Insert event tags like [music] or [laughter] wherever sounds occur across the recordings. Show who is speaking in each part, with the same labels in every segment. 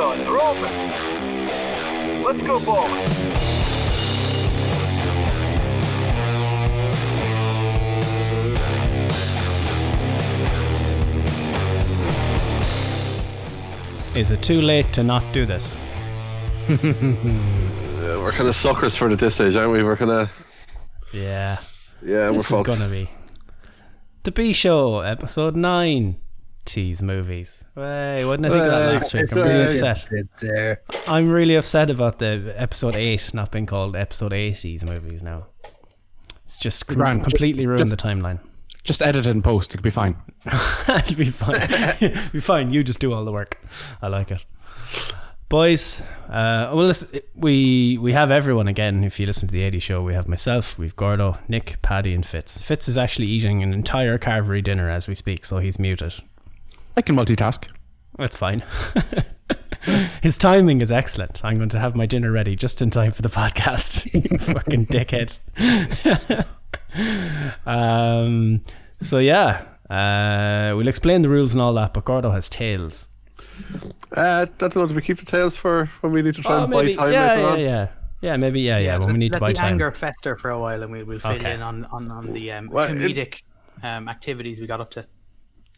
Speaker 1: on. They're open. Let's go bowling.
Speaker 2: Is it too late to not do this?
Speaker 3: Yeah, we're kind of suckers for it at this stage, aren't we? We're kind of
Speaker 2: Yeah.
Speaker 3: yeah,
Speaker 2: this
Speaker 3: we're
Speaker 2: is
Speaker 3: fucked.
Speaker 2: gonna be the B Show episode nine. Cheese movies. Hey, what did I think of that
Speaker 3: Hey,
Speaker 2: last week? I'm
Speaker 3: it's,
Speaker 2: really
Speaker 3: uh,
Speaker 2: upset.
Speaker 4: Did there.
Speaker 2: I'm really upset about the episode eight not being called episode eight. These movies now. It's just com-
Speaker 5: Grant,
Speaker 2: completely ruined the timeline.
Speaker 5: Just edit it and post. It'll be fine.
Speaker 2: [laughs] It'll be fine. [laughs] It'll be fine. You just do all the work. I like it. Boys, uh, well, listen, we we have everyone again. If you listen to the 80 show, we have myself, we've Gordo, Nick, Paddy, and Fitz. Fitz is actually eating an entire carvery dinner as we speak, so he's muted.
Speaker 5: I can multitask.
Speaker 2: That's fine. [laughs] His timing is excellent. I'm going to have my dinner ready just in time for the [laughs] podcast. you fucking dickhead. [laughs] um, so yeah, uh, we'll explain the rules and all that. But Gordo has tails.
Speaker 3: Uh, that's not. Do we keep the tails for when we need to
Speaker 4: Oh,
Speaker 3: try and buy time
Speaker 2: Oh, yeah,
Speaker 3: later
Speaker 2: yeah,
Speaker 3: on?
Speaker 2: yeah, yeah. Maybe yeah, yeah. when we
Speaker 4: let-
Speaker 2: need
Speaker 4: let
Speaker 2: to buy
Speaker 4: the
Speaker 2: time.
Speaker 4: anger fester for a while, and we will fill
Speaker 2: Okay.
Speaker 4: in on on, on the um,
Speaker 3: Well, it-
Speaker 4: comedic um, activities we got up to.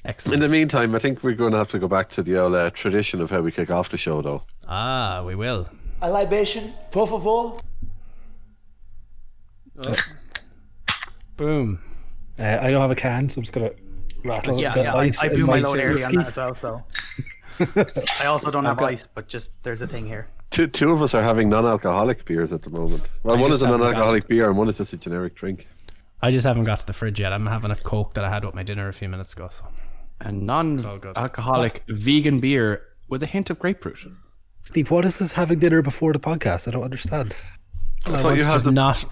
Speaker 3: In
Speaker 2: Excellent.
Speaker 3: the meantime, I think we're going to have to go back to the old uh, tradition of how we kick off the show, though.
Speaker 2: Ah, we will.
Speaker 6: A libation, por favor.
Speaker 2: Boom.
Speaker 7: Uh, I don't have a can, so I'm just gonna rattle. It's
Speaker 4: Yeah,
Speaker 7: got
Speaker 4: yeah, I,
Speaker 7: ice
Speaker 4: I
Speaker 7: in
Speaker 4: blew my load
Speaker 7: silver
Speaker 4: early on
Speaker 7: ski.
Speaker 4: that as well.
Speaker 3: [laughs]
Speaker 4: So I also don't have ice, but just there's a thing here.
Speaker 3: Two, two of us are having non-alcoholic beers at the moment. Well, one
Speaker 2: just
Speaker 3: is a
Speaker 2: haven't
Speaker 3: non-alcoholic beer and one is just a generic drink.
Speaker 2: I just haven't got to the fridge yet. I'm having a coke that I had with my dinner a few minutes ago. So
Speaker 5: A non-alcoholic vegan beer with a hint of grapefruit.
Speaker 7: Steve, what is this having dinner before the podcast? I don't understand.
Speaker 3: I thought you had the
Speaker 2: not.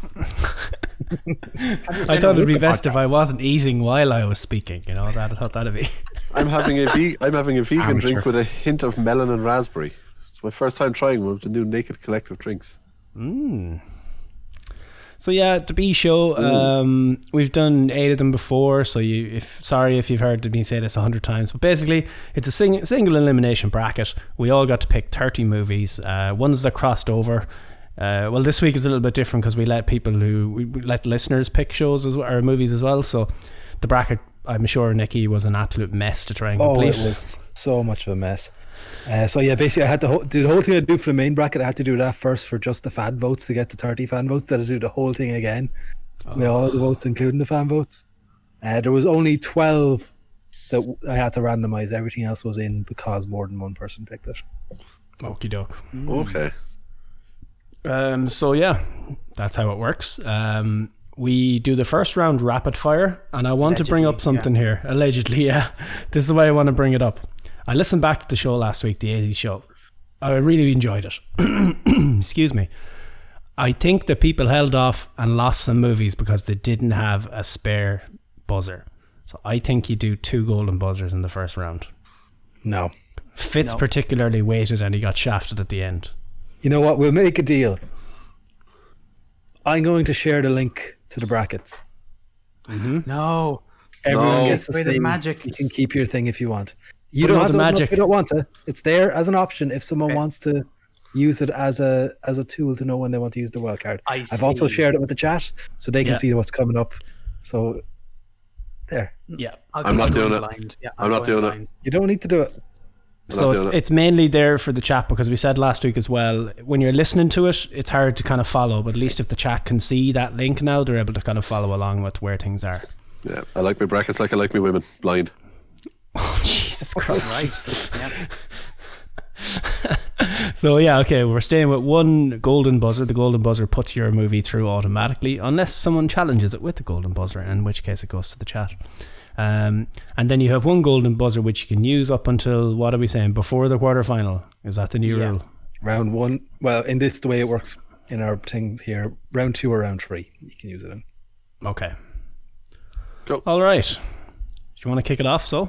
Speaker 2: I thought it'd be best if I wasn't eating while I was speaking. You know that I thought that'd be. [laughs]
Speaker 3: I'm having a ve- I'm having a vegan
Speaker 5: Amateur.
Speaker 3: drink with a hint of melon and raspberry. It's my first time trying one of the new Naked Collective drinks.
Speaker 2: So yeah, the B show.
Speaker 7: Mm.
Speaker 2: Um, we've done eight of them before. So you, if sorry if you've heard me say this a hundred times, but basically it's a sing- single elimination bracket. We all got to pick thirty movies, uh, ones that crossed over. Uh, well, this week is a little bit different because we let people who we we let listeners pick shows as well, or movies as well. So the bracket, I'm sure Nikki was an absolute mess to try and
Speaker 7: Oh,
Speaker 2: complete.
Speaker 7: it was so much of a mess. Uh, so yeah, basically, I had to ho- do the whole thing I do for the main bracket. I had to do that first for just the fan votes to get to thirty fan votes. Then I do the whole thing again with all of the votes, including the fan votes. Uh, there was only twelve that w- I had to randomize. Everything else was in because more than one person picked it.
Speaker 2: Okie doke.
Speaker 3: Okay.
Speaker 2: Um, so yeah, that's how it works. Um, we do the first round rapid fire, and I want to bring up something here. Allegedly, [laughs] yeah. This is why I want to bring it up. I listened back to the show last week, the 80s show. I really enjoyed it. [clears throat] Excuse me. I think that people held off and lost some movies because they didn't have a spare buzzer. So I think you do two golden buzzers in the first round.
Speaker 7: No,
Speaker 2: Fitz particularly waited and he got shafted at the end.
Speaker 7: You know what? We'll make a deal. I'm going to share the link to the brackets.
Speaker 4: No,
Speaker 7: Everyone
Speaker 3: No.
Speaker 7: gets the
Speaker 4: Way the
Speaker 7: same.
Speaker 4: magic.
Speaker 7: You can keep your thing if you want.
Speaker 2: Put
Speaker 7: You
Speaker 2: it
Speaker 7: don't
Speaker 2: on
Speaker 7: have
Speaker 2: the
Speaker 7: to open it up
Speaker 2: magic.
Speaker 7: if You don't want to. It's there as an option if someone wants to use it as a as a tool to know when they want to use the wildcard.
Speaker 4: I
Speaker 7: I've also
Speaker 4: see.
Speaker 7: shared it with the chat so they can
Speaker 2: Yeah.
Speaker 7: see what's coming up. So there.
Speaker 2: Yeah.
Speaker 4: I'll
Speaker 3: I'm
Speaker 4: go
Speaker 3: not doing it.
Speaker 4: blind. Yeah,
Speaker 3: I'm not
Speaker 4: going
Speaker 3: doing it.
Speaker 4: blind.
Speaker 7: You don't need to do it.
Speaker 2: So
Speaker 3: not
Speaker 2: it's,
Speaker 3: doing it.
Speaker 2: it's mainly there for the chat because we said last week as well. When you're listening to it, it's hard to kind of follow, but at least if the chat can see that link now, they're able to kind of follow along with where things are.
Speaker 3: Yeah, I like my brackets like I like my women. Blind.
Speaker 2: Jesus Christ! so yeah, okay, we're staying with one golden buzzer. The golden buzzer puts your movie through automatically, unless someone challenges it with the golden buzzer, in which case it goes to the chat. Um, and then you have one golden buzzer which you can use up until what are we saying before the quarterfinal? Is that the new rule?
Speaker 7: Round one. Well, in this the way it works in our thing here, round two or round three, you can use it in.
Speaker 2: Okay.
Speaker 3: Go.
Speaker 2: All right. Do you want to kick it off, so?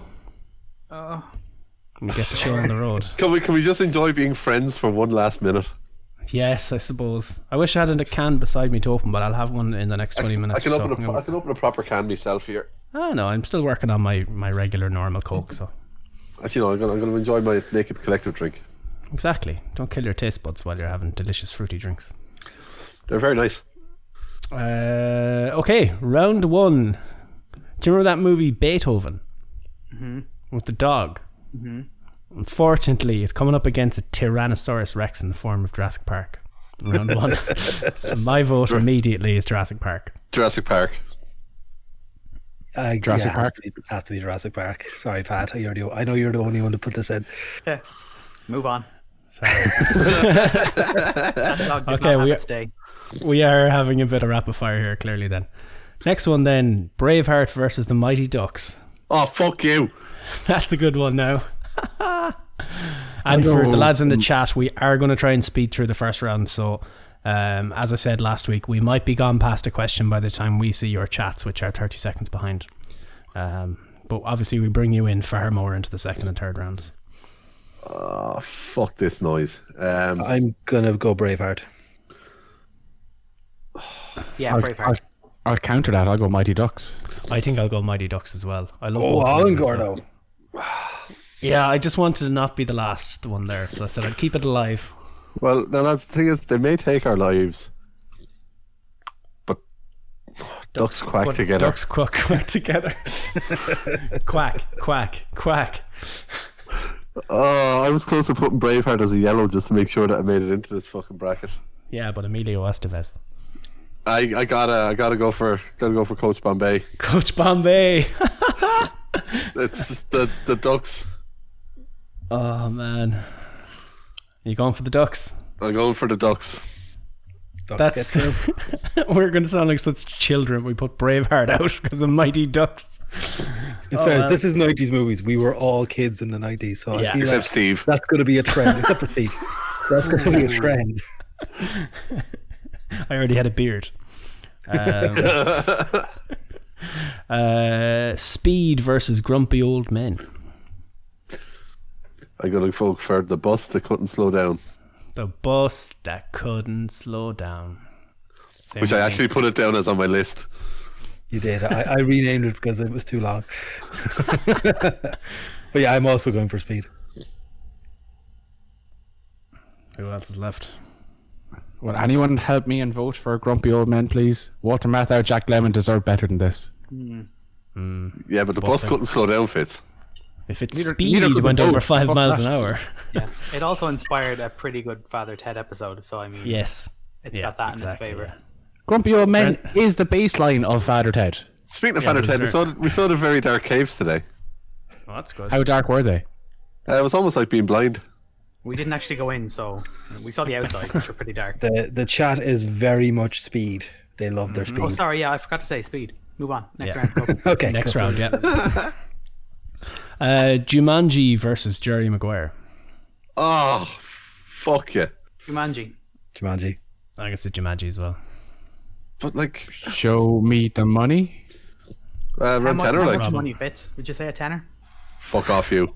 Speaker 2: we get the show on the road. [laughs]
Speaker 3: Can we can we just enjoy being friends for one last minute?
Speaker 2: Yes, I suppose. I wish I had a can beside me to open, but I'll have one in the next 20
Speaker 3: I
Speaker 2: minutes.
Speaker 3: can
Speaker 2: or so.
Speaker 3: open a pro- I can open a proper can myself here.
Speaker 2: Ah, no, I'm still working on my, my regular normal Coke, so.
Speaker 3: As you know, I'm gonna, I'm gonna enjoy my naked collective drink.
Speaker 2: exactly. Don't kill your taste buds while you're having delicious fruity drinks.
Speaker 3: They're very nice.
Speaker 2: Uh, okay, round one. Do you remember that movie Beethoven with the dog? Unfortunately, it's coming up against a Tyrannosaurus Rex in the form of Jurassic Park. Round one. My vote immediately is Jurassic Park.
Speaker 3: Jurassic Park.
Speaker 7: Uh,
Speaker 5: Jurassic
Speaker 7: yeah, it has
Speaker 5: Park?
Speaker 7: to be- has to be Jurassic Park. Sorry, Pat. You're the, I know you're the only one to put this in.
Speaker 3: [laughs]
Speaker 4: Move on. that dog did
Speaker 2: Okay,
Speaker 4: not have
Speaker 2: we-
Speaker 4: its day.
Speaker 2: We are having a bit of rapid fire here, clearly. Then, next one, then Braveheart versus the Mighty Ducks.
Speaker 3: Oh, fuck you.
Speaker 2: That's a good one now. and for the lads in the chat, we are going to try and speed through the first round. So, um, as I said last week, we might be gone past a question by the time we see your chats, which are 30 seconds behind. Um, but obviously, we bring you in far more into the second and third rounds.
Speaker 3: Oh, fuck this noise. Um,
Speaker 7: I'm gonna go Braveheart.
Speaker 4: Yeah,
Speaker 5: I'll,
Speaker 4: Braveheart.
Speaker 5: I'll, I'll counter that. I'll go Mighty Ducks.
Speaker 2: I think I'll go Mighty Ducks as well. I love
Speaker 7: Oh,
Speaker 2: both of
Speaker 7: Alan
Speaker 2: those, so-
Speaker 7: Gordo.
Speaker 2: Yeah, I just wanted to not be the last one there. So I said I'd keep it alive.
Speaker 3: well, now that's the thing is, they may take our lives, but ducks quack
Speaker 2: But
Speaker 3: together.
Speaker 2: Ducks quack, [laughs] quack
Speaker 7: [laughs]
Speaker 2: together. quack, quack, quack.
Speaker 3: Oh, I was close to putting Braveheart as a yellow just to make sure that I made it into this fucking bracket.
Speaker 2: Yeah, but Emilio Estevez.
Speaker 3: I, I gotta I gotta go for gotta go for Coach Bombay.
Speaker 2: Coach Bombay. [laughs]
Speaker 3: It's just the the ducks.
Speaker 2: oh man. you going for the ducks?
Speaker 3: I'm going for the ducks.
Speaker 2: That's [laughs] we're gonna sound like such children. We put Braveheart out because of Mighty Ducks.
Speaker 7: In fairness, this is 90s movies. We were all kids in the 90s, so
Speaker 2: Yeah.
Speaker 7: I feel
Speaker 3: Except
Speaker 7: like
Speaker 3: Steve.
Speaker 7: that's going to be a trend. Except for Steve. That's going to be a [laughs] trend.
Speaker 2: I already had a beard. Um, uh, speed versus grumpy old men.
Speaker 3: I'm gonna go for the bus that couldn't slow down.
Speaker 2: The bus that couldn't slow down. Same
Speaker 3: Which I
Speaker 2: with me.
Speaker 3: actually put it down as on my list.
Speaker 7: You did. I, I renamed it because it was too long. [laughs] but yeah, I'm also going for speed.
Speaker 2: Who else is left?
Speaker 5: Will anyone help me and vote for Grumpy Old Men, please? Walter Matthau, Jack Lemon deserve better than this.
Speaker 3: Yeah, but the bus couldn't slow down, Fitz.
Speaker 2: If it's
Speaker 5: Neither-
Speaker 2: speed,
Speaker 5: neither could
Speaker 2: it
Speaker 5: the
Speaker 2: went
Speaker 5: boat.
Speaker 2: over five
Speaker 5: Fuck
Speaker 2: miles
Speaker 5: that.
Speaker 2: an hour.
Speaker 4: Yeah. It also inspired a pretty good Father Ted episode, so I mean,
Speaker 2: Yes.
Speaker 4: it's got that in its favor.
Speaker 5: Grumpy Old Men
Speaker 2: Sorry.
Speaker 5: is the baseline of Father Ted.
Speaker 3: Speaking of
Speaker 2: Yeah,
Speaker 3: Fanner
Speaker 2: but
Speaker 3: Ted, we
Speaker 2: it's
Speaker 3: saw we saw the very dark caves today.
Speaker 2: Well, that's good.
Speaker 5: How dark were they?
Speaker 3: Uh, it was almost like being blind.
Speaker 4: We didn't actually go in, so we saw the outside, which were pretty dark.
Speaker 7: The the chat is very much speed. They love their speed.
Speaker 4: Oh, sorry, yeah, I forgot to say speed. Move on. Next
Speaker 2: Yeah.
Speaker 7: [laughs]
Speaker 4: round. Go.
Speaker 7: Okay.
Speaker 2: Next
Speaker 7: cool.
Speaker 2: round, yeah. uh, Jumanji versus Jerry Maguire.
Speaker 3: Oh fuck yeah.
Speaker 4: Jumanji.
Speaker 7: Jumanji.
Speaker 2: I guess it's Jumanji as well.
Speaker 3: But like
Speaker 5: Show me the money.
Speaker 3: uh
Speaker 4: How
Speaker 3: around
Speaker 4: much,
Speaker 3: tenner
Speaker 4: how
Speaker 3: like
Speaker 4: much money bit? Would you say a tenner?
Speaker 3: fuck off you.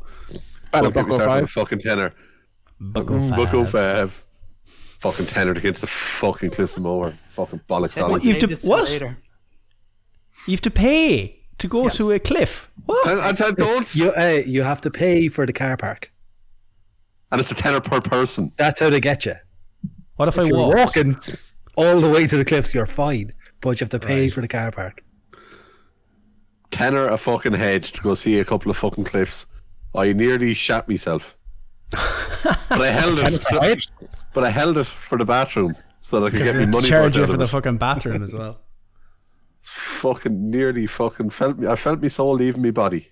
Speaker 5: About a
Speaker 3: Don't get
Speaker 5: buck
Speaker 3: me
Speaker 5: or
Speaker 3: started with
Speaker 5: five.
Speaker 3: fucking tenner.
Speaker 2: Buckle
Speaker 3: Mm, Buck
Speaker 2: five.
Speaker 3: off Fav. Fucking tenner against the fucking cliffs of Moher. Fucking bollocks
Speaker 4: Said we'd
Speaker 3: all
Speaker 2: you-
Speaker 4: save
Speaker 2: to-
Speaker 4: this till
Speaker 2: what?
Speaker 4: Later.
Speaker 2: You have to pay to go to a cliff. What?
Speaker 3: I, I, I don't.
Speaker 7: You uh, you have to pay for the car park.
Speaker 3: And it's a tenner per person.
Speaker 7: That's how they get you.
Speaker 2: What if, I
Speaker 7: You're
Speaker 2: walk?
Speaker 7: walking all the way to the cliffs. You're fine, but you have to pay for the car park.
Speaker 3: Tenner a fucking hedge to go see a couple of fucking cliffs. I nearly shot myself. but
Speaker 2: [laughs]
Speaker 3: I held it. For, but I held it for the bathroom so that I could get me
Speaker 2: They
Speaker 3: money
Speaker 2: charge
Speaker 3: worth
Speaker 2: you
Speaker 3: out
Speaker 2: for
Speaker 3: of
Speaker 2: the
Speaker 3: it.
Speaker 2: fucking bathroom as
Speaker 3: [laughs]
Speaker 2: well.
Speaker 3: fucking nearly fucking felt me. I felt my soul leaving
Speaker 2: [laughs]
Speaker 3: my body.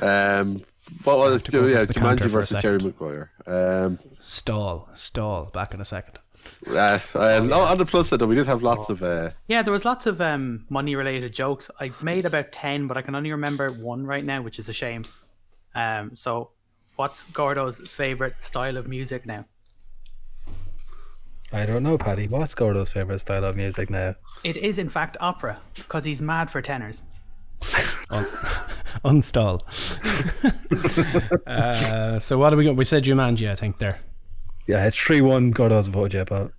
Speaker 3: um, what was
Speaker 2: go
Speaker 3: it? Yeah,
Speaker 2: off the counter
Speaker 3: Jumanji
Speaker 2: for a
Speaker 3: versus Jerry Maguire. Um,
Speaker 2: Stall, stall. Back in a second.
Speaker 3: uh, uh, On the plus side, though, we did have
Speaker 2: Oh.
Speaker 3: lots of. Uh,
Speaker 4: Yeah, there was lots of um, money-related jokes. I made about ten, but I can only remember one right now, which is a shame. Um, so, what's Gordo's favorite style of music now?
Speaker 7: I don't know, Paddy. What's Gordo's favorite style of music now?
Speaker 4: It is, in fact, opera, because he's mad for tenors.
Speaker 2: [laughs] Unstall. [laughs] uh, so what do we got? We said Jumanji, I think, there.
Speaker 7: Yeah, it's three one. Gordo's vote, yeah, but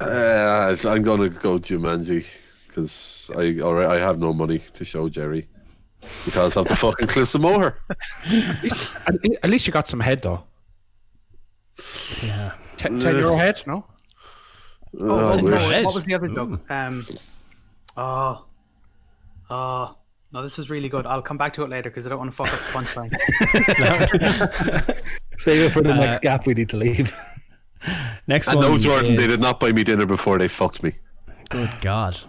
Speaker 3: Uh, I'm gonna go Jumanji because I already I have no money to show Jerry
Speaker 2: [laughs]
Speaker 3: because of the fucking cliffs of Moher.
Speaker 5: At least you got some head, though.
Speaker 2: Yeah.
Speaker 5: Ten, ten euro head? No.
Speaker 4: Oh,
Speaker 3: Oh,
Speaker 4: no,
Speaker 3: weird.
Speaker 4: what was the other joke? Um, oh, oh, no, this is really good. I'll come back to it later because I don't want to fuck up the punchline.
Speaker 7: Save it for the
Speaker 2: Uh,
Speaker 7: next gap we need to leave. [laughs]
Speaker 2: Next
Speaker 3: And
Speaker 2: one.
Speaker 3: no, Jordan, they
Speaker 2: is-
Speaker 3: did not buy me dinner before they fucked me.
Speaker 2: Good God.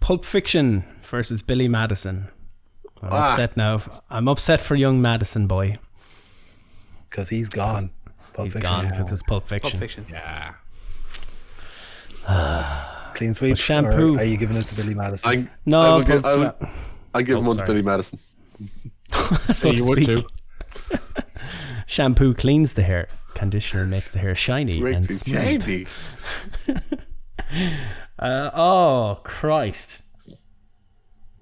Speaker 2: Pulp Fiction versus Billy Madison. I'm
Speaker 3: Ah.
Speaker 2: upset now. I'm upset for young Madison boy.
Speaker 7: Because he's gone. Pulp
Speaker 2: He's
Speaker 7: Fiction.
Speaker 2: gone because it's Pulp
Speaker 4: Pulp
Speaker 2: Fiction.
Speaker 4: Fiction.
Speaker 7: Clean sweep.
Speaker 2: shampoo.
Speaker 7: Or are you giving it to Billy Madison?
Speaker 3: I,
Speaker 2: No,
Speaker 3: I will
Speaker 2: Pulp
Speaker 3: give, I will,
Speaker 2: Fi-
Speaker 3: I give one to
Speaker 2: sorry.
Speaker 3: Billy Madison.
Speaker 2: so
Speaker 5: you would
Speaker 2: sweet.
Speaker 5: too.
Speaker 2: Shampoo cleans the hair. Conditioner makes the hair shiny and
Speaker 3: Great
Speaker 2: smooth.
Speaker 3: Shady.
Speaker 2: Uh, oh Christ!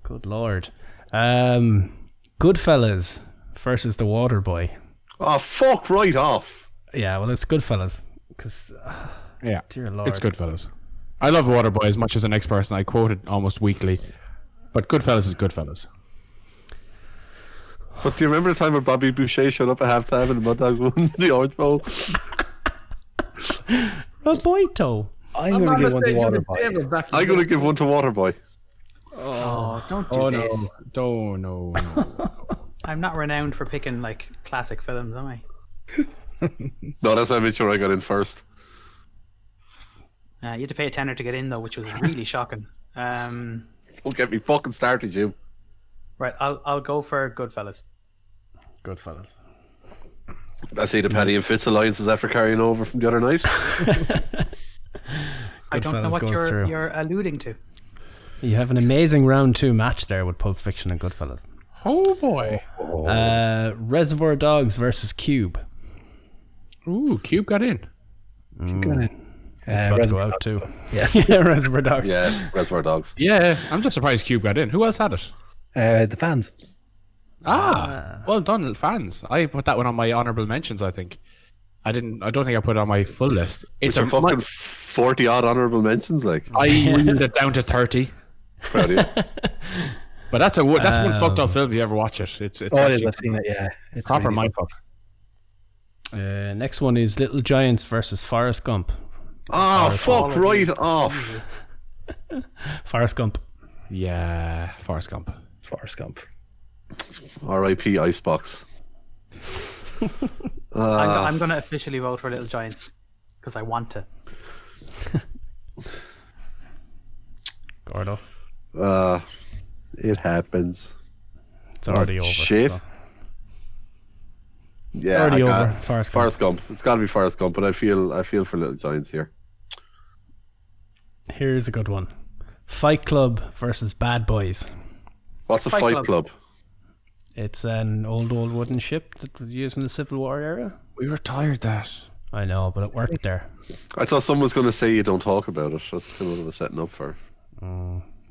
Speaker 2: Good Lord! Um, Goodfellas versus The Waterboy.
Speaker 3: Oh, fuck right off.
Speaker 2: Yeah, well, it's Goodfellas uh, because
Speaker 5: Yeah.
Speaker 2: Dear Lord.
Speaker 5: It's Goodfellas. I love Waterboy as much as the next person I quoted almost weekly. But Goodfellas is Goodfellas.
Speaker 3: But do you remember the time where Bobby Boucher showed up at halftime and the Mud Dogs [laughs] won the Orange Bowl?
Speaker 2: Roboito.
Speaker 7: I'm, going to give one to Waterboy.
Speaker 3: I'm going to give one to Waterboy.
Speaker 4: Oh, don't do this.
Speaker 5: No, no, no.
Speaker 4: I'm not renowned for picking like classic films, am I?
Speaker 3: No, that's how I made sure I got in first.
Speaker 4: Uh, you had to pay a tenner to get in though, which [laughs] was really shocking. Um,
Speaker 3: Don't get me fucking started, Jim.
Speaker 4: right, I'll I'll go for Goodfellas.
Speaker 2: Goodfellas.
Speaker 3: I see the Paddy and Fitz alliances after carrying over from the other night.
Speaker 4: I don't know
Speaker 2: Goodfellas
Speaker 4: what
Speaker 2: goes
Speaker 4: you're
Speaker 2: through.
Speaker 4: you're alluding to.
Speaker 2: You have an amazing round two match there with Pulp Fiction and Goodfellas.
Speaker 5: [laughs] oh boy.
Speaker 2: Uh, Reservoir Dogs versus Cube.
Speaker 5: Ooh, Cube got in.
Speaker 2: Mm. It's
Speaker 7: Uh,
Speaker 2: about to go
Speaker 7: Reservoir
Speaker 2: out too. [laughs] Yeah, yeah Reservoir Dogs.
Speaker 3: [laughs] yeah, Reservoir Dogs.
Speaker 5: Yeah, I'm just surprised Cube got in. Who else had it?
Speaker 7: Uh, the fans.
Speaker 5: Ah,
Speaker 2: Uh,
Speaker 5: well done, fans. I put that one on my honorable mentions. I think I didn't. I don't think I put it on my full list. It's
Speaker 3: Some
Speaker 5: a
Speaker 3: fucking
Speaker 5: my-
Speaker 3: 40 odd honourable mentions, like.
Speaker 2: Oh,
Speaker 5: I reeled it down to thirty.
Speaker 3: Proud of you.
Speaker 5: [laughs] But that's a wo- that's one fucked
Speaker 2: Um,
Speaker 5: up film. If you ever watch it, it's it's
Speaker 7: Oh, it is.
Speaker 5: actually
Speaker 7: I've seen it, yeah. It's
Speaker 5: proper
Speaker 7: really
Speaker 5: mindfuck.
Speaker 2: Uh, next one is Little Giants versus Forrest Gump.
Speaker 3: Ah, fuck right off.
Speaker 2: Forrest Gump.
Speaker 5: Yeah, Forrest Gump.
Speaker 7: good. Forrest Gump.
Speaker 3: R.I.P. Icebox.
Speaker 4: I'm, go- I'm gonna officially vote for Little Giants because I want to.
Speaker 2: Gordo.
Speaker 3: Uh, it happens.
Speaker 2: It's already over.
Speaker 3: Oh, Shit.
Speaker 2: so.
Speaker 3: Yeah,
Speaker 2: Already
Speaker 3: I got-
Speaker 2: over. Forrest Gump.
Speaker 3: Forrest Gump. It's got to be Forrest Gump, but I feel I feel for Little Giants here.
Speaker 2: Here's a good one. Fight Club versus Bad Boys.
Speaker 3: What's a
Speaker 4: Fight
Speaker 3: Fight,
Speaker 4: Club.
Speaker 3: Club?
Speaker 2: It's an old, old wooden ship that was used in the Civil War era.
Speaker 5: We retired that.
Speaker 2: I know, but it worked there.
Speaker 3: I thought someone was going to say you don't talk about it. That's kind of what I was setting up for.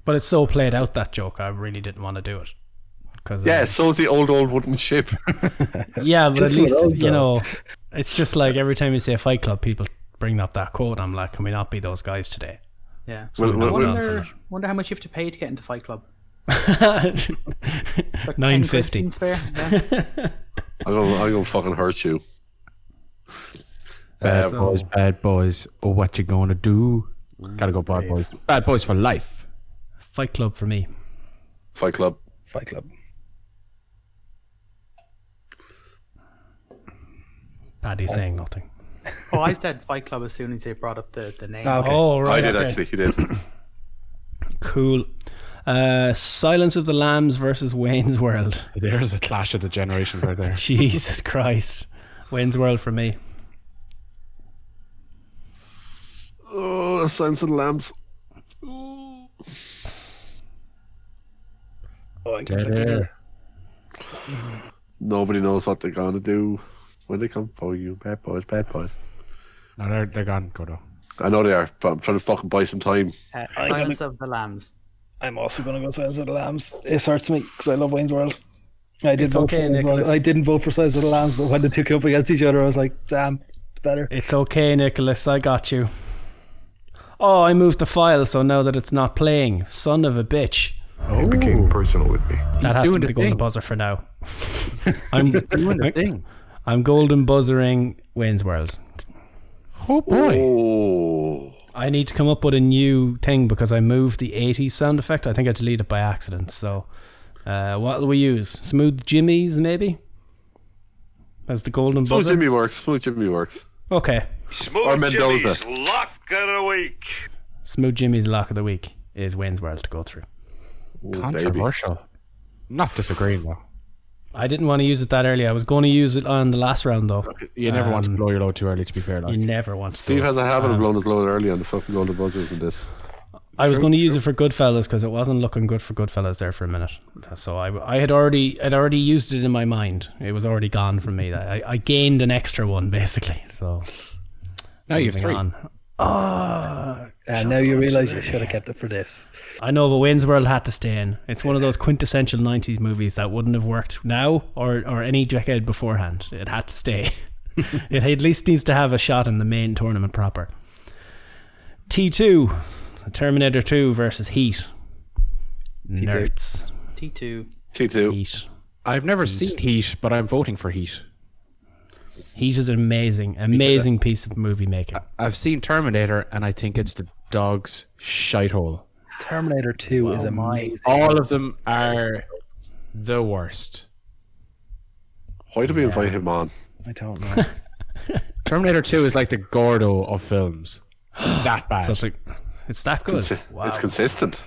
Speaker 2: But it's so played out that joke. I really didn't want to do it. Cause, uh,
Speaker 3: Yeah, so's the old old wooden
Speaker 2: [laughs]
Speaker 3: ship.
Speaker 2: yeah, but at
Speaker 7: Just
Speaker 2: least
Speaker 7: what else,
Speaker 2: you
Speaker 7: though? [laughs]
Speaker 2: know, it's just like every time you say Fight Club, people bring up that quote. I'm like, can we not be those guys today?
Speaker 7: [laughs]
Speaker 4: Yeah.
Speaker 3: Well, well, well,
Speaker 4: wonder, wonder how much you have to pay to get into Fight Club.
Speaker 2: Nine fifty.
Speaker 4: Seems
Speaker 2: [laughs]
Speaker 4: fair, yeah.
Speaker 3: I'm gonna, I'm gonna fucking hurt you.
Speaker 5: Bad
Speaker 2: So-
Speaker 5: boys, bad boys. Oh, what you gonna do? Gotta go, bad boys. Bad boys for life.
Speaker 2: Fight Club for me.
Speaker 3: Fight Club.
Speaker 7: Fight Club.
Speaker 2: Paddy saying nothing.
Speaker 4: oh, I said Fight Club as soon as they brought up the, the name.
Speaker 7: Ah, okay.
Speaker 2: Oh right,
Speaker 3: I did
Speaker 2: okay.
Speaker 3: actually. You did. [laughs]
Speaker 2: Cool. Uh, Silence of the Lambs versus Wayne's
Speaker 7: [laughs]
Speaker 2: World.
Speaker 5: There's a clash of the generations right [laughs] there.
Speaker 2: Jesus Christ, Wayne's World for me.
Speaker 3: oh, Silence of the Lambs.
Speaker 2: Oh,
Speaker 5: Dead air.
Speaker 3: Nobody knows what they're gonna do when they come for you. Bad boys, bad boys.
Speaker 5: No, they're they're gone, Gordo.
Speaker 3: I know they are, but I'm trying to fucking buy some time.
Speaker 4: Uh, Silence of the Lambs.
Speaker 7: I'm also going to go Silence of the Lambs. This hurts me because I love Wayne's World. I did
Speaker 2: It's
Speaker 7: vote
Speaker 2: okay,
Speaker 7: for Wayne's World.
Speaker 2: Nicholas.
Speaker 7: I didn't vote for Silence of the Lambs, but when the two came up against each other, I was like, damn, it's better.
Speaker 2: It's okay, Nicholas. I got you. Oh, I moved the file, so now that it's not playing, son of a bitch.
Speaker 5: It became
Speaker 2: That has
Speaker 5: doing
Speaker 2: to
Speaker 5: the
Speaker 2: be going to
Speaker 5: thing.
Speaker 2: buzzer for now. I'm doing
Speaker 5: thing.
Speaker 2: I'm golden buzzering Wayne's World.
Speaker 5: Oh boy.
Speaker 3: Oh.
Speaker 2: I need to come up with a new thing because I moved the 80s sound effect. I think I deleted it by accident. So, uh, what will we use? Smooth Jimmy's, maybe? As the golden
Speaker 3: Smooth
Speaker 2: buzzer?
Speaker 3: Jimmy works. Smooth Jimmy works.
Speaker 2: Okay.
Speaker 3: Or
Speaker 1: Smooth
Speaker 3: Mendoza.
Speaker 1: Jimmy's lock of the week.
Speaker 2: Smooth Jimmy's lock of the week is Wayne's World to go through.
Speaker 3: Ooh, baby.
Speaker 5: Controversial. Not disagreeing though.
Speaker 2: I didn't want to use it that early. I was going to use it on the last round, though.
Speaker 5: You never want to blow your load too early. To be fair, like
Speaker 2: You never want to.
Speaker 3: Steve has a habit of blowing his load early on the fucking golden buzzers in this.
Speaker 2: I was going to use it for Goodfellas because it wasn't looking good for Goodfellas there for a minute. So I, I had already, I'd already used it in my mind. It was already gone from me. I, I gained an extra one basically. So
Speaker 5: now you've
Speaker 2: moving
Speaker 5: Oh, three.
Speaker 2: on. Ah,
Speaker 7: And now you realize you should have kept it for this.
Speaker 2: I know, but Wayne's World had to stay in. It's one of those quintessential '90s movies that wouldn't have worked now or or any decade beforehand. It had to stay. [laughs] it at least needs to have a shot in the main tournament proper. T2, Terminator 2 versus Heat. Nerds.
Speaker 4: T2.
Speaker 3: T2.
Speaker 2: Heat.
Speaker 5: I've never seen Heat, but I'm voting for Heat.
Speaker 2: Heat is an amazing, amazing piece of movie making.
Speaker 5: I've seen Terminator, and I think it's the dog's shithole.
Speaker 7: Terminator 2 is amazing.
Speaker 5: All of them are the worst.
Speaker 3: Why did we invite him on?
Speaker 7: I don't know.
Speaker 5: Terminator 2 is like the Gordo of [gasps] films. That bad.
Speaker 2: So it's like, it's that good.
Speaker 3: It's,
Speaker 2: Wow. [laughs]
Speaker 3: it's consistent.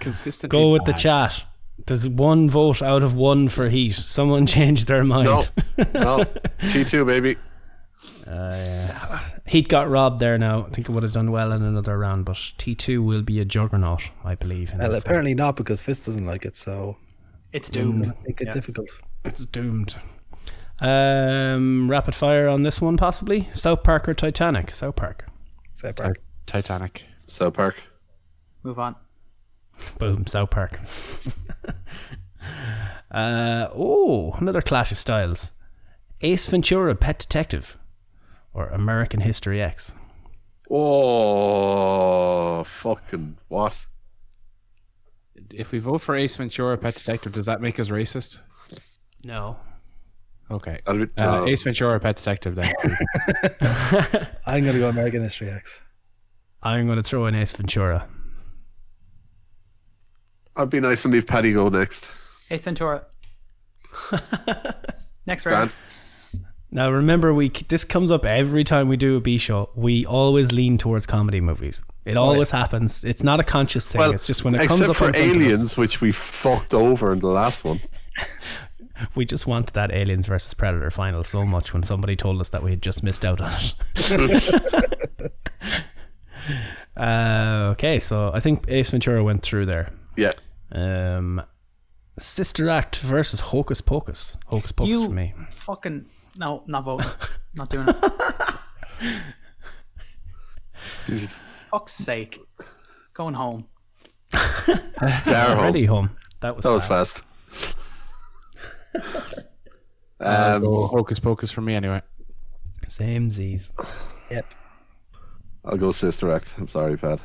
Speaker 5: consistent.
Speaker 2: Go with the chat. There's one vote out of one for Heat. Someone [laughs] changed their mind.
Speaker 3: No.
Speaker 2: [laughs]
Speaker 3: no. T2, baby.
Speaker 2: Heat got robbed there now. I think it would have done well in another round, but T2 will be a juggernaut, I believe. In
Speaker 7: well,
Speaker 2: this
Speaker 7: apparently not because Fist doesn't like it, so
Speaker 2: Mm.
Speaker 4: It's doomed.
Speaker 7: make it difficult.
Speaker 2: one. It's doomed. Um, rapid fire on this one, possibly. South Park or Titanic? South Park.
Speaker 7: South Park.
Speaker 5: Titanic.
Speaker 3: South Park.
Speaker 4: Move on.
Speaker 2: Boom, South Park. [laughs] uh, oh, another clash of styles. Ace Ventura, Pet Detective, or American History X.
Speaker 3: Oh, fucking what?
Speaker 5: If we vote for Ace Ventura, Pet Detective, does that make us racist?
Speaker 2: No.
Speaker 5: Okay.
Speaker 3: That'll be-
Speaker 5: Uh,
Speaker 3: no.
Speaker 5: Ace Ventura, Pet Detective, then.
Speaker 7: I'm going to go American History X.
Speaker 2: I'm going to throw in Ace Ventura.
Speaker 3: I'd be nice and leave Paddy go next.
Speaker 4: Ace Ventura. Next round.
Speaker 3: Grant.
Speaker 2: Now remember, we this comes up every time we do a B show. We always lean towards comedy movies. It always happens. It's not a conscious thing. it's just when it
Speaker 3: Oh, except
Speaker 2: comes up
Speaker 3: for
Speaker 2: in front of us,
Speaker 3: aliens, which we fucked over in the last one.
Speaker 2: we just want that aliens versus predator final so much when somebody told us that we had just missed out on it. [laughs] uh, okay, so I think Ace Ventura went through there.
Speaker 3: Yeah,
Speaker 2: Um, Sister Act versus Hocus Pocus. Hocus Pocus
Speaker 4: You-
Speaker 2: for me.
Speaker 4: Fucking. No, not voting. not doing it.
Speaker 3: [laughs]
Speaker 4: Fuck's sake. Going home.
Speaker 3: Dar home.
Speaker 2: Ready home. That was
Speaker 3: Oh. That was
Speaker 2: fast.
Speaker 3: fast.
Speaker 5: [laughs] Um,
Speaker 3: Um,
Speaker 5: Hocus Pocus for me, anyway.
Speaker 2: Same Z's.
Speaker 7: Yep.
Speaker 3: I'll go Sister Act. I'm sorry, Pat.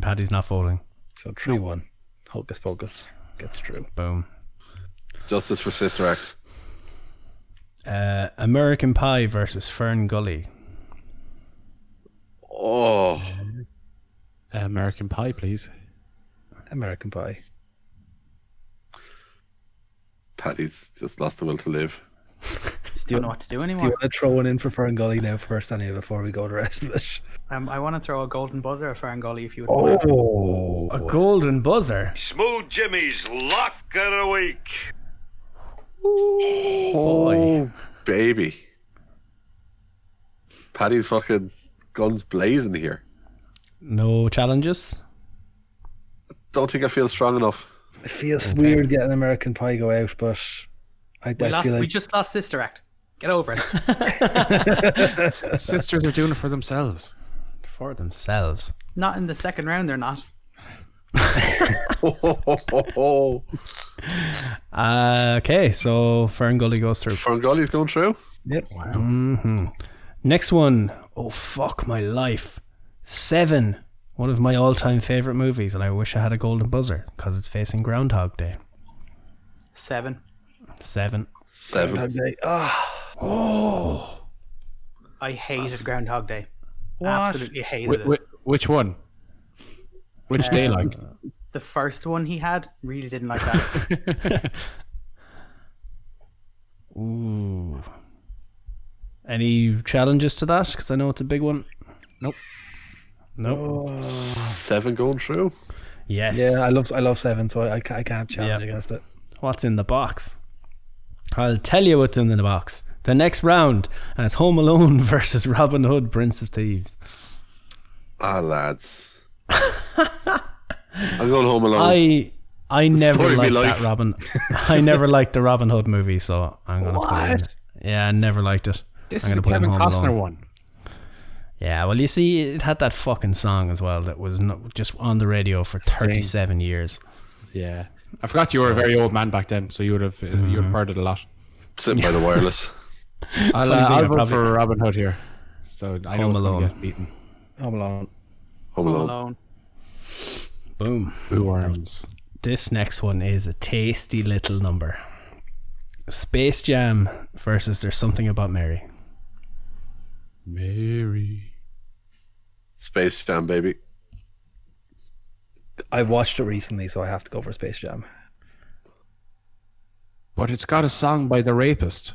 Speaker 2: Paddy's not folding.
Speaker 7: So 3 1. Hocus Pocus gets through.
Speaker 2: Boom.
Speaker 3: Justice for Sister Act.
Speaker 2: Uh, American Pie versus Fern Gully.
Speaker 3: Oh,
Speaker 5: American Pie, please.
Speaker 7: American Pie.
Speaker 3: Paddy's just lost the will to live.
Speaker 4: Just don't know what to do
Speaker 7: Do you
Speaker 4: anymore.
Speaker 7: want to throw one in for Fern Gully now first, anyway, before we go the rest of it?
Speaker 4: Um, I want to throw a golden buzzer at Ferngully if you would. mind.
Speaker 7: Oh.
Speaker 2: A golden buzzer.
Speaker 1: Smooth Jimmy's lock of the week.
Speaker 3: Oh, baby. Paddy's fucking guns blazing here.
Speaker 2: No challenges.
Speaker 3: Don't think I feel strong [laughs] enough.
Speaker 7: It feels weird getting American Pie go out, but I,
Speaker 4: We,
Speaker 7: I
Speaker 4: lost,
Speaker 7: feel like
Speaker 4: we just lost Sister Act. Get over it.
Speaker 5: Oh, Sisters are doing it for themselves.
Speaker 2: For themselves.
Speaker 4: not in the second round, they're not.
Speaker 3: Oh,
Speaker 2: Uh, okay, so Fern Gully goes through.
Speaker 3: Ferngully's going through.
Speaker 2: Next one. Oh, fuck my life. Seven. One of my all time favorite movies, and I wish I had a golden buzzer because it's facing Groundhog Day.
Speaker 4: Seven.
Speaker 2: Seven.
Speaker 3: Seven.
Speaker 7: Groundhog Day. Ah,
Speaker 4: I hated Groundhog Day.
Speaker 5: What?
Speaker 4: Absolutely hated
Speaker 5: Wh-
Speaker 4: it.
Speaker 5: wh- which one? Which day [laughs] like?
Speaker 4: The first one he had really didn't like that.
Speaker 2: Ooh. Any challenges to that? Because I know it's a big one.
Speaker 5: Nope.
Speaker 2: Nope.
Speaker 3: Seven going through.
Speaker 2: Yes.
Speaker 7: Oh, yeah, I love I love Seven, so I, I ca- I can't challenge
Speaker 2: Yeah.
Speaker 7: against it.
Speaker 2: What's in the box? I'll tell you what's in the box. The next round, and it's Home Alone [laughs] versus Robin Hood, Prince of Thieves.
Speaker 3: Ah, [laughs] lads. I'm going home alone.
Speaker 2: I
Speaker 5: [laughs]
Speaker 2: I never
Speaker 3: story of my
Speaker 2: liked that
Speaker 3: life.
Speaker 2: Robin. [laughs] I never liked the Robin Hood movie, so I'm gonna put it in. Yeah, I never liked it.
Speaker 5: This
Speaker 2: I'm
Speaker 5: is
Speaker 2: gonna
Speaker 5: the
Speaker 2: put it in
Speaker 5: Kevin
Speaker 2: Home
Speaker 5: Costner
Speaker 2: Alone.
Speaker 5: one.
Speaker 2: Yeah, well, you see, it had that fucking song as well that was not just on the radio for 37 years.
Speaker 5: Yeah, I forgot you were a very old man back then, so you would have uh, you would have heard it a lot.
Speaker 3: Sitting by the [laughs] wireless.
Speaker 5: I'll, uh,
Speaker 2: Funny thing, I
Speaker 5: I'll vote
Speaker 2: probably-
Speaker 5: for Robin Hood here. So I know
Speaker 2: Home
Speaker 5: it's
Speaker 2: Alone.
Speaker 5: going to get beaten.
Speaker 7: Home Alone.
Speaker 3: Home
Speaker 4: Home
Speaker 3: alone.
Speaker 4: Alone.
Speaker 2: Boom.
Speaker 5: Bookworms.
Speaker 2: This next one is a tasty little number Space Jam versus There's Something About Mary.
Speaker 5: Mary.
Speaker 3: Space Jam, baby.
Speaker 7: I've watched it recently, so I have to go for Space Jam.
Speaker 5: But it's got a song by The Rapist.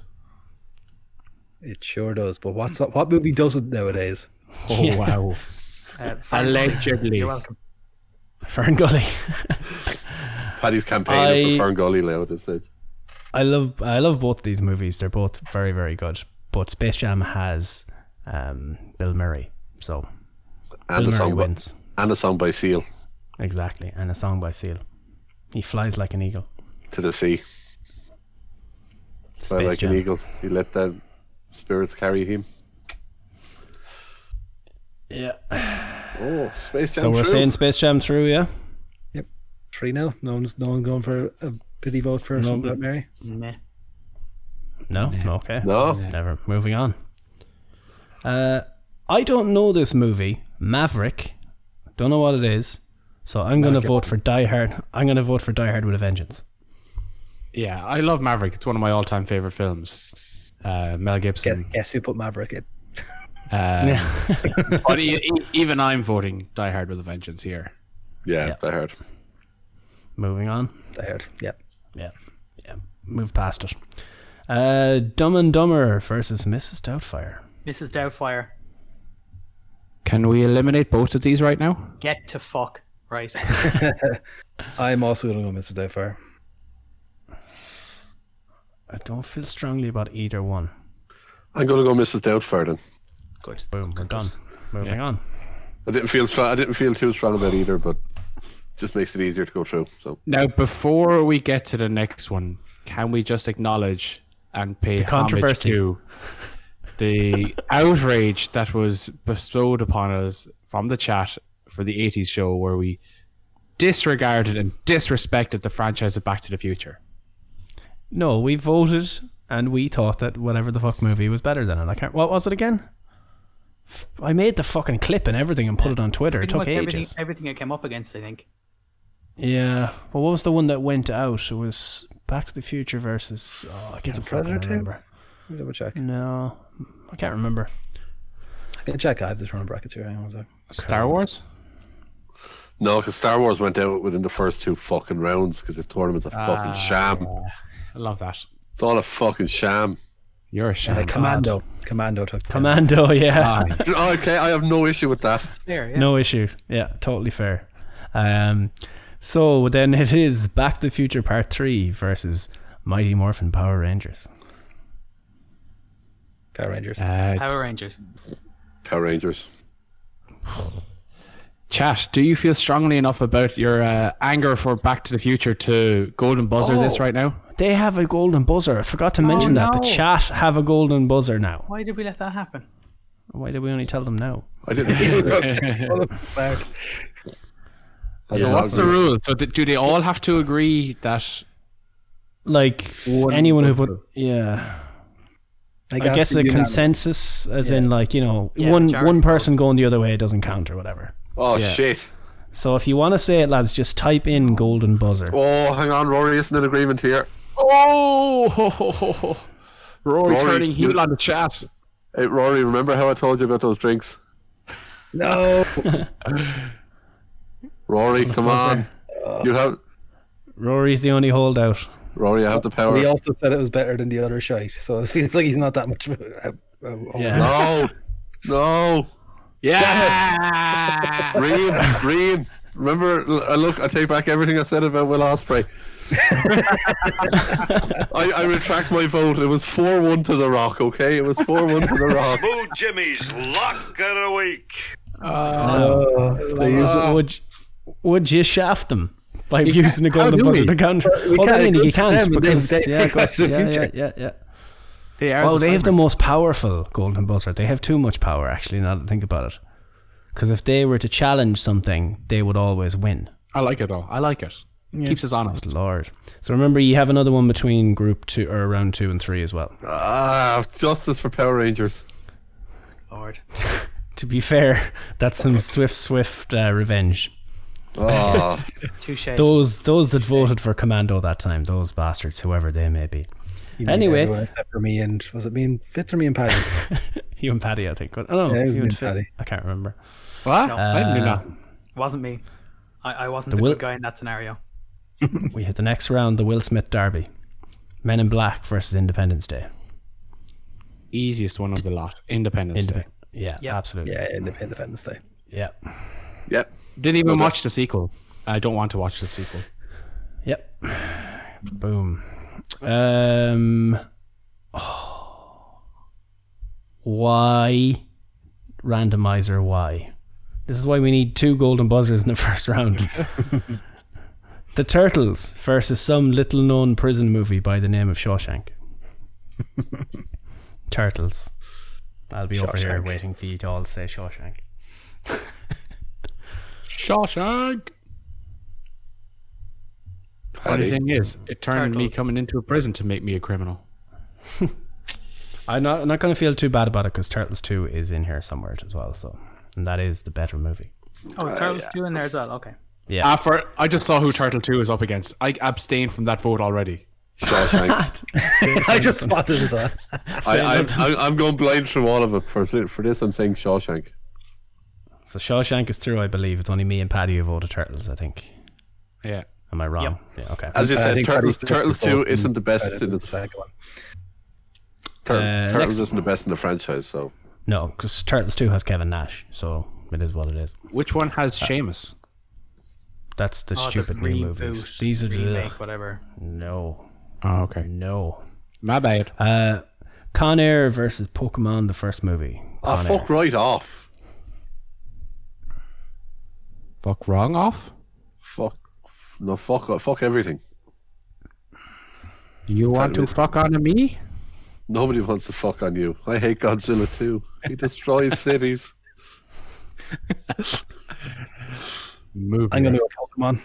Speaker 7: It sure does. But what's what movie
Speaker 2: [laughs]
Speaker 7: doesn't nowadays?
Speaker 5: Oh wow!
Speaker 4: Uh, Fern-
Speaker 5: Allegedly.
Speaker 4: You're welcome.
Speaker 2: Fern Gully.
Speaker 3: Paddy's campaigning
Speaker 2: I-
Speaker 3: for Ferngully now at this stage.
Speaker 2: I love I love both of these movies. They're both very very good. But Space Jam has um, Bill Murray, so
Speaker 3: And
Speaker 2: Bill
Speaker 3: a
Speaker 2: Murray
Speaker 3: song by,
Speaker 2: wins
Speaker 3: and a song by Seal
Speaker 2: exactly, and a song by Seal. He flies like an eagle.
Speaker 3: to the sea.
Speaker 2: Space
Speaker 3: Fly like
Speaker 2: Jam.
Speaker 3: an eagle. He let the spirits carry him.
Speaker 2: Yeah.
Speaker 3: Oh, Space Jam.
Speaker 2: So we're
Speaker 3: through.
Speaker 2: saying Space Jam through, yeah.
Speaker 7: Three now. No one's no one going for a pity vote for something about Mary.
Speaker 4: Nah.
Speaker 2: No. Okay.
Speaker 3: no.
Speaker 2: Never. Moving on. Uh, I don't know this movie, Maverick. Don't know what it is. So I'm gonna vote for Die Hard. I'm gonna vote for Die Hard with a Vengeance.
Speaker 5: Yeah, I love Maverick. It's one of my all-time favorite films. Uh, Mel
Speaker 7: Guess,
Speaker 5: Gibson.
Speaker 7: guess who put Maverick in?
Speaker 5: Um, [laughs] but e- e- even I'm voting Die Hard with a Vengeance here.
Speaker 3: Yeah, I heard.
Speaker 2: Moving on.
Speaker 7: I heard. Yep.
Speaker 2: Yeah. Yeah. Move past it. Uh, Dumb and Dumber versus Mrs. Doubtfire.
Speaker 4: Mrs. Doubtfire,
Speaker 5: Can we eliminate both of these right now?
Speaker 4: get to fuck. Right.
Speaker 7: I'm also going to go Mrs. Doubtfire.
Speaker 2: I don't feel strongly about either one.
Speaker 3: I'm gonna go Mrs. Doubtfire then.
Speaker 2: Boom. We're done. Moving on.
Speaker 3: I didn't feel str- I didn't feel too strong about either, but just makes it easier to go through. So
Speaker 5: Now, before we get to the next one, can we just acknowledge and pay homage
Speaker 2: controversy.
Speaker 5: to the outrage that was bestowed upon us from the chat for the 80s show where we disregarded and disrespected the franchise of Back to the Future?
Speaker 2: No, we voted and we thought that whatever the fuck movie was better than it. I can't. What was it again? F- I made the fucking clip and everything and put it on Twitter. It
Speaker 4: Pretty
Speaker 2: took
Speaker 4: much everything,
Speaker 2: ages.
Speaker 4: everything it came up against, I think.
Speaker 2: Yeah. Well, what was the one that went out? It was Back to the Future versus. Oh, I can't fucking
Speaker 7: Predator two?
Speaker 2: remember.
Speaker 7: Let me double check.
Speaker 2: Mm. No, I can't remember.
Speaker 7: I can check. I have the tournament brackets here. Hang on a sec.
Speaker 5: Star Wars?
Speaker 3: no, because Star Wars went out within the first two fucking rounds because this tournament's a
Speaker 2: Ah.
Speaker 3: fucking sham.
Speaker 5: I love that.
Speaker 3: It's all a fucking sham. [laughs]
Speaker 5: You're a shame.
Speaker 7: Uh, Commando. Commando took.
Speaker 2: Commando. [laughs] Yeah.
Speaker 5: Ah,
Speaker 3: Oh, okay, I have no issue with that.
Speaker 4: There, yeah.
Speaker 2: No issue. Yeah, totally fair. Um, so then it is Back to the Future Part 3 versus Mighty Morphin Power Rangers.
Speaker 7: Power Rangers.
Speaker 5: Uh,
Speaker 4: Power Rangers.
Speaker 3: Power Rangers.
Speaker 5: Chat, do you feel strongly enough about your uh, anger for Back to the Future to golden buzzer this right now?
Speaker 2: They have a golden buzzer. I forgot to mention that. The
Speaker 5: no.
Speaker 2: chat have a golden buzzer now.
Speaker 4: Why did we let that happen?
Speaker 2: Why did we only tell them now?
Speaker 3: I
Speaker 2: [laughs]
Speaker 3: didn't hear that. I
Speaker 5: So
Speaker 3: didn't
Speaker 5: what's the
Speaker 3: agree.
Speaker 5: rule? So th- do they all have to agree that?
Speaker 2: Like anyone who put yeah, I guess a consensus, as in like you know, one
Speaker 4: majority
Speaker 2: one person going the other way doesn't count or whatever.
Speaker 3: Oh shit.
Speaker 2: So if you want to say it, lads, just type in golden buzzer.
Speaker 3: Oh hang on, Rory isn't in agreement here.
Speaker 5: Oh, [laughs] ho, ho, ho, ho. Rory,
Speaker 3: Rory,
Speaker 5: turning heel
Speaker 3: you-
Speaker 5: on the chat.
Speaker 3: Hey, Rory, remember how I told you about those drinks?
Speaker 7: No.
Speaker 2: [laughs]
Speaker 3: Rory, come on. You have
Speaker 2: Rory's the only holdout.
Speaker 3: Rory, I have the power.
Speaker 7: He also said it was better than the other shite, so it feels like he's not that much. Of a, a, a-
Speaker 2: Yeah.
Speaker 3: No. No.
Speaker 5: Yeah.
Speaker 3: Green,
Speaker 5: [laughs]
Speaker 3: green. Remember, l- uh, look, I take back everything I said about Will Osprey. I, I retract my vote. It was 4 1 to The Rock, okay? It was 4 1 to
Speaker 1: [laughs]
Speaker 3: The Rock.
Speaker 1: Boo Jimmy's lock of the week.
Speaker 7: Oh, so you-
Speaker 2: Uh, would would you shaft them by using the
Speaker 5: how
Speaker 2: golden
Speaker 5: do
Speaker 2: buzzer
Speaker 5: we?
Speaker 2: to counter?
Speaker 7: we
Speaker 2: Well,
Speaker 7: can't,
Speaker 2: then
Speaker 7: it
Speaker 2: you
Speaker 7: goes to
Speaker 2: can't
Speaker 7: them, and they-
Speaker 2: because
Speaker 7: they
Speaker 2: yeah,
Speaker 7: pick
Speaker 2: it goes,
Speaker 7: us in
Speaker 2: yeah,
Speaker 7: the
Speaker 2: yeah,
Speaker 7: future.
Speaker 2: yeah, yeah.
Speaker 5: they are
Speaker 2: Well, they have the
Speaker 5: timer.
Speaker 2: most powerful golden buzzer. They have too much power, actually. Now that I think about it, because if they were to challenge something, they would always win.
Speaker 5: I like it though. I like it. Keeps us honest.
Speaker 2: Lord. So remember, you have another one between group two or round two and three as well.
Speaker 3: Ah, justice for Power Rangers.
Speaker 4: Lord.
Speaker 2: To be fair, [laughs] that's some swift, swift uh, revenge.
Speaker 3: Ah,
Speaker 4: Touche.
Speaker 2: Those those that voted for Commando that time, those bastards, whoever they may be.
Speaker 7: you
Speaker 2: Anyway.
Speaker 7: everyone except for me and was it me and Fitz or me and Paddy?
Speaker 2: [laughs] You and Paddy, I think. Oh, no,
Speaker 7: Yeah, it was
Speaker 2: you
Speaker 7: me
Speaker 2: and
Speaker 7: and
Speaker 2: Phil.
Speaker 7: Paddy.
Speaker 2: I can't remember.
Speaker 5: What? I didn't do
Speaker 2: Uh,
Speaker 5: that.
Speaker 4: It wasn't me. I, I wasn't
Speaker 2: The
Speaker 4: the,
Speaker 2: Wil-
Speaker 4: good guy in that scenario.
Speaker 2: We hit the next round, the Will Smith Derby. Men in Black versus Independence Day.
Speaker 5: Easiest one of the lot. Independence
Speaker 2: Indep-
Speaker 5: Day.
Speaker 2: yeah,
Speaker 4: Yeah.
Speaker 2: absolutely. Yeah.
Speaker 7: yeah, Indep- Independence Day. [laughs]
Speaker 2: Yep.
Speaker 3: yep.
Speaker 5: Didn't even watch the sequel. I don't want to watch the sequel.
Speaker 2: Yep. Boom. Um. why? Randomizer, why? This is why we need two golden buzzers in the [laughs] first round. the Turtles versus some little known prison movie by the name of [laughs] Shawshank. Turtles. I'll be over here waiting for you to all say Shawshank.
Speaker 5: Shawshank.
Speaker 3: Paddy.
Speaker 5: Funny thing is, it turned me coming into a prison to make me a criminal.
Speaker 2: I'm not, I'm not going to feel too bad about it because Turtles 2 is in here somewhere as well. So, And that is the better movie.
Speaker 4: Oh, Turtles 2 in there as well. Okay.
Speaker 2: Yeah.
Speaker 5: After Uh, I just saw who Turtle Two is up against. I abstained from that vote already.
Speaker 3: Shawshank.
Speaker 7: I just spotted it. all.
Speaker 3: I, I, I, I'm going blind through all of it. For, for this, I'm saying Shawshank.
Speaker 2: So Shawshank is through, I believe. It's only me and Paddy who voted Turtles, I think.
Speaker 5: Yeah.
Speaker 2: Am I wrong? Yeah, okay.
Speaker 3: As you
Speaker 7: I
Speaker 3: said,
Speaker 7: think
Speaker 3: Turtles,
Speaker 7: Paddy's
Speaker 3: Turtles
Speaker 7: vote
Speaker 3: 2 isn't the best in its
Speaker 7: second one.
Speaker 3: Turtles,
Speaker 2: Uh, next-
Speaker 3: Turtles isn't the best in the franchise, so
Speaker 2: no, because Turtles 2 has Kevin Nash, so it is what it is.
Speaker 5: Which one has Seamus?
Speaker 2: That's the
Speaker 4: Oh, the
Speaker 2: stupid new
Speaker 4: reboot,
Speaker 2: movies. These are the.
Speaker 4: remake, whatever.
Speaker 2: No,
Speaker 5: Oh, okay.
Speaker 2: no.
Speaker 5: My bad.
Speaker 2: Uh, Con Air versus Pokemon, the first movie.
Speaker 3: ah,
Speaker 2: Con Air.
Speaker 3: fuck right off.
Speaker 5: Fuck wrong off.
Speaker 3: Fuck, no, fuck, off. fuck everything.
Speaker 5: You want to fuck on to me?
Speaker 3: Nobody wants to fuck on you. I hate Godzilla too. He destroys cities.
Speaker 5: Move.
Speaker 7: I'm gonna
Speaker 5: here.
Speaker 7: go Pokemon.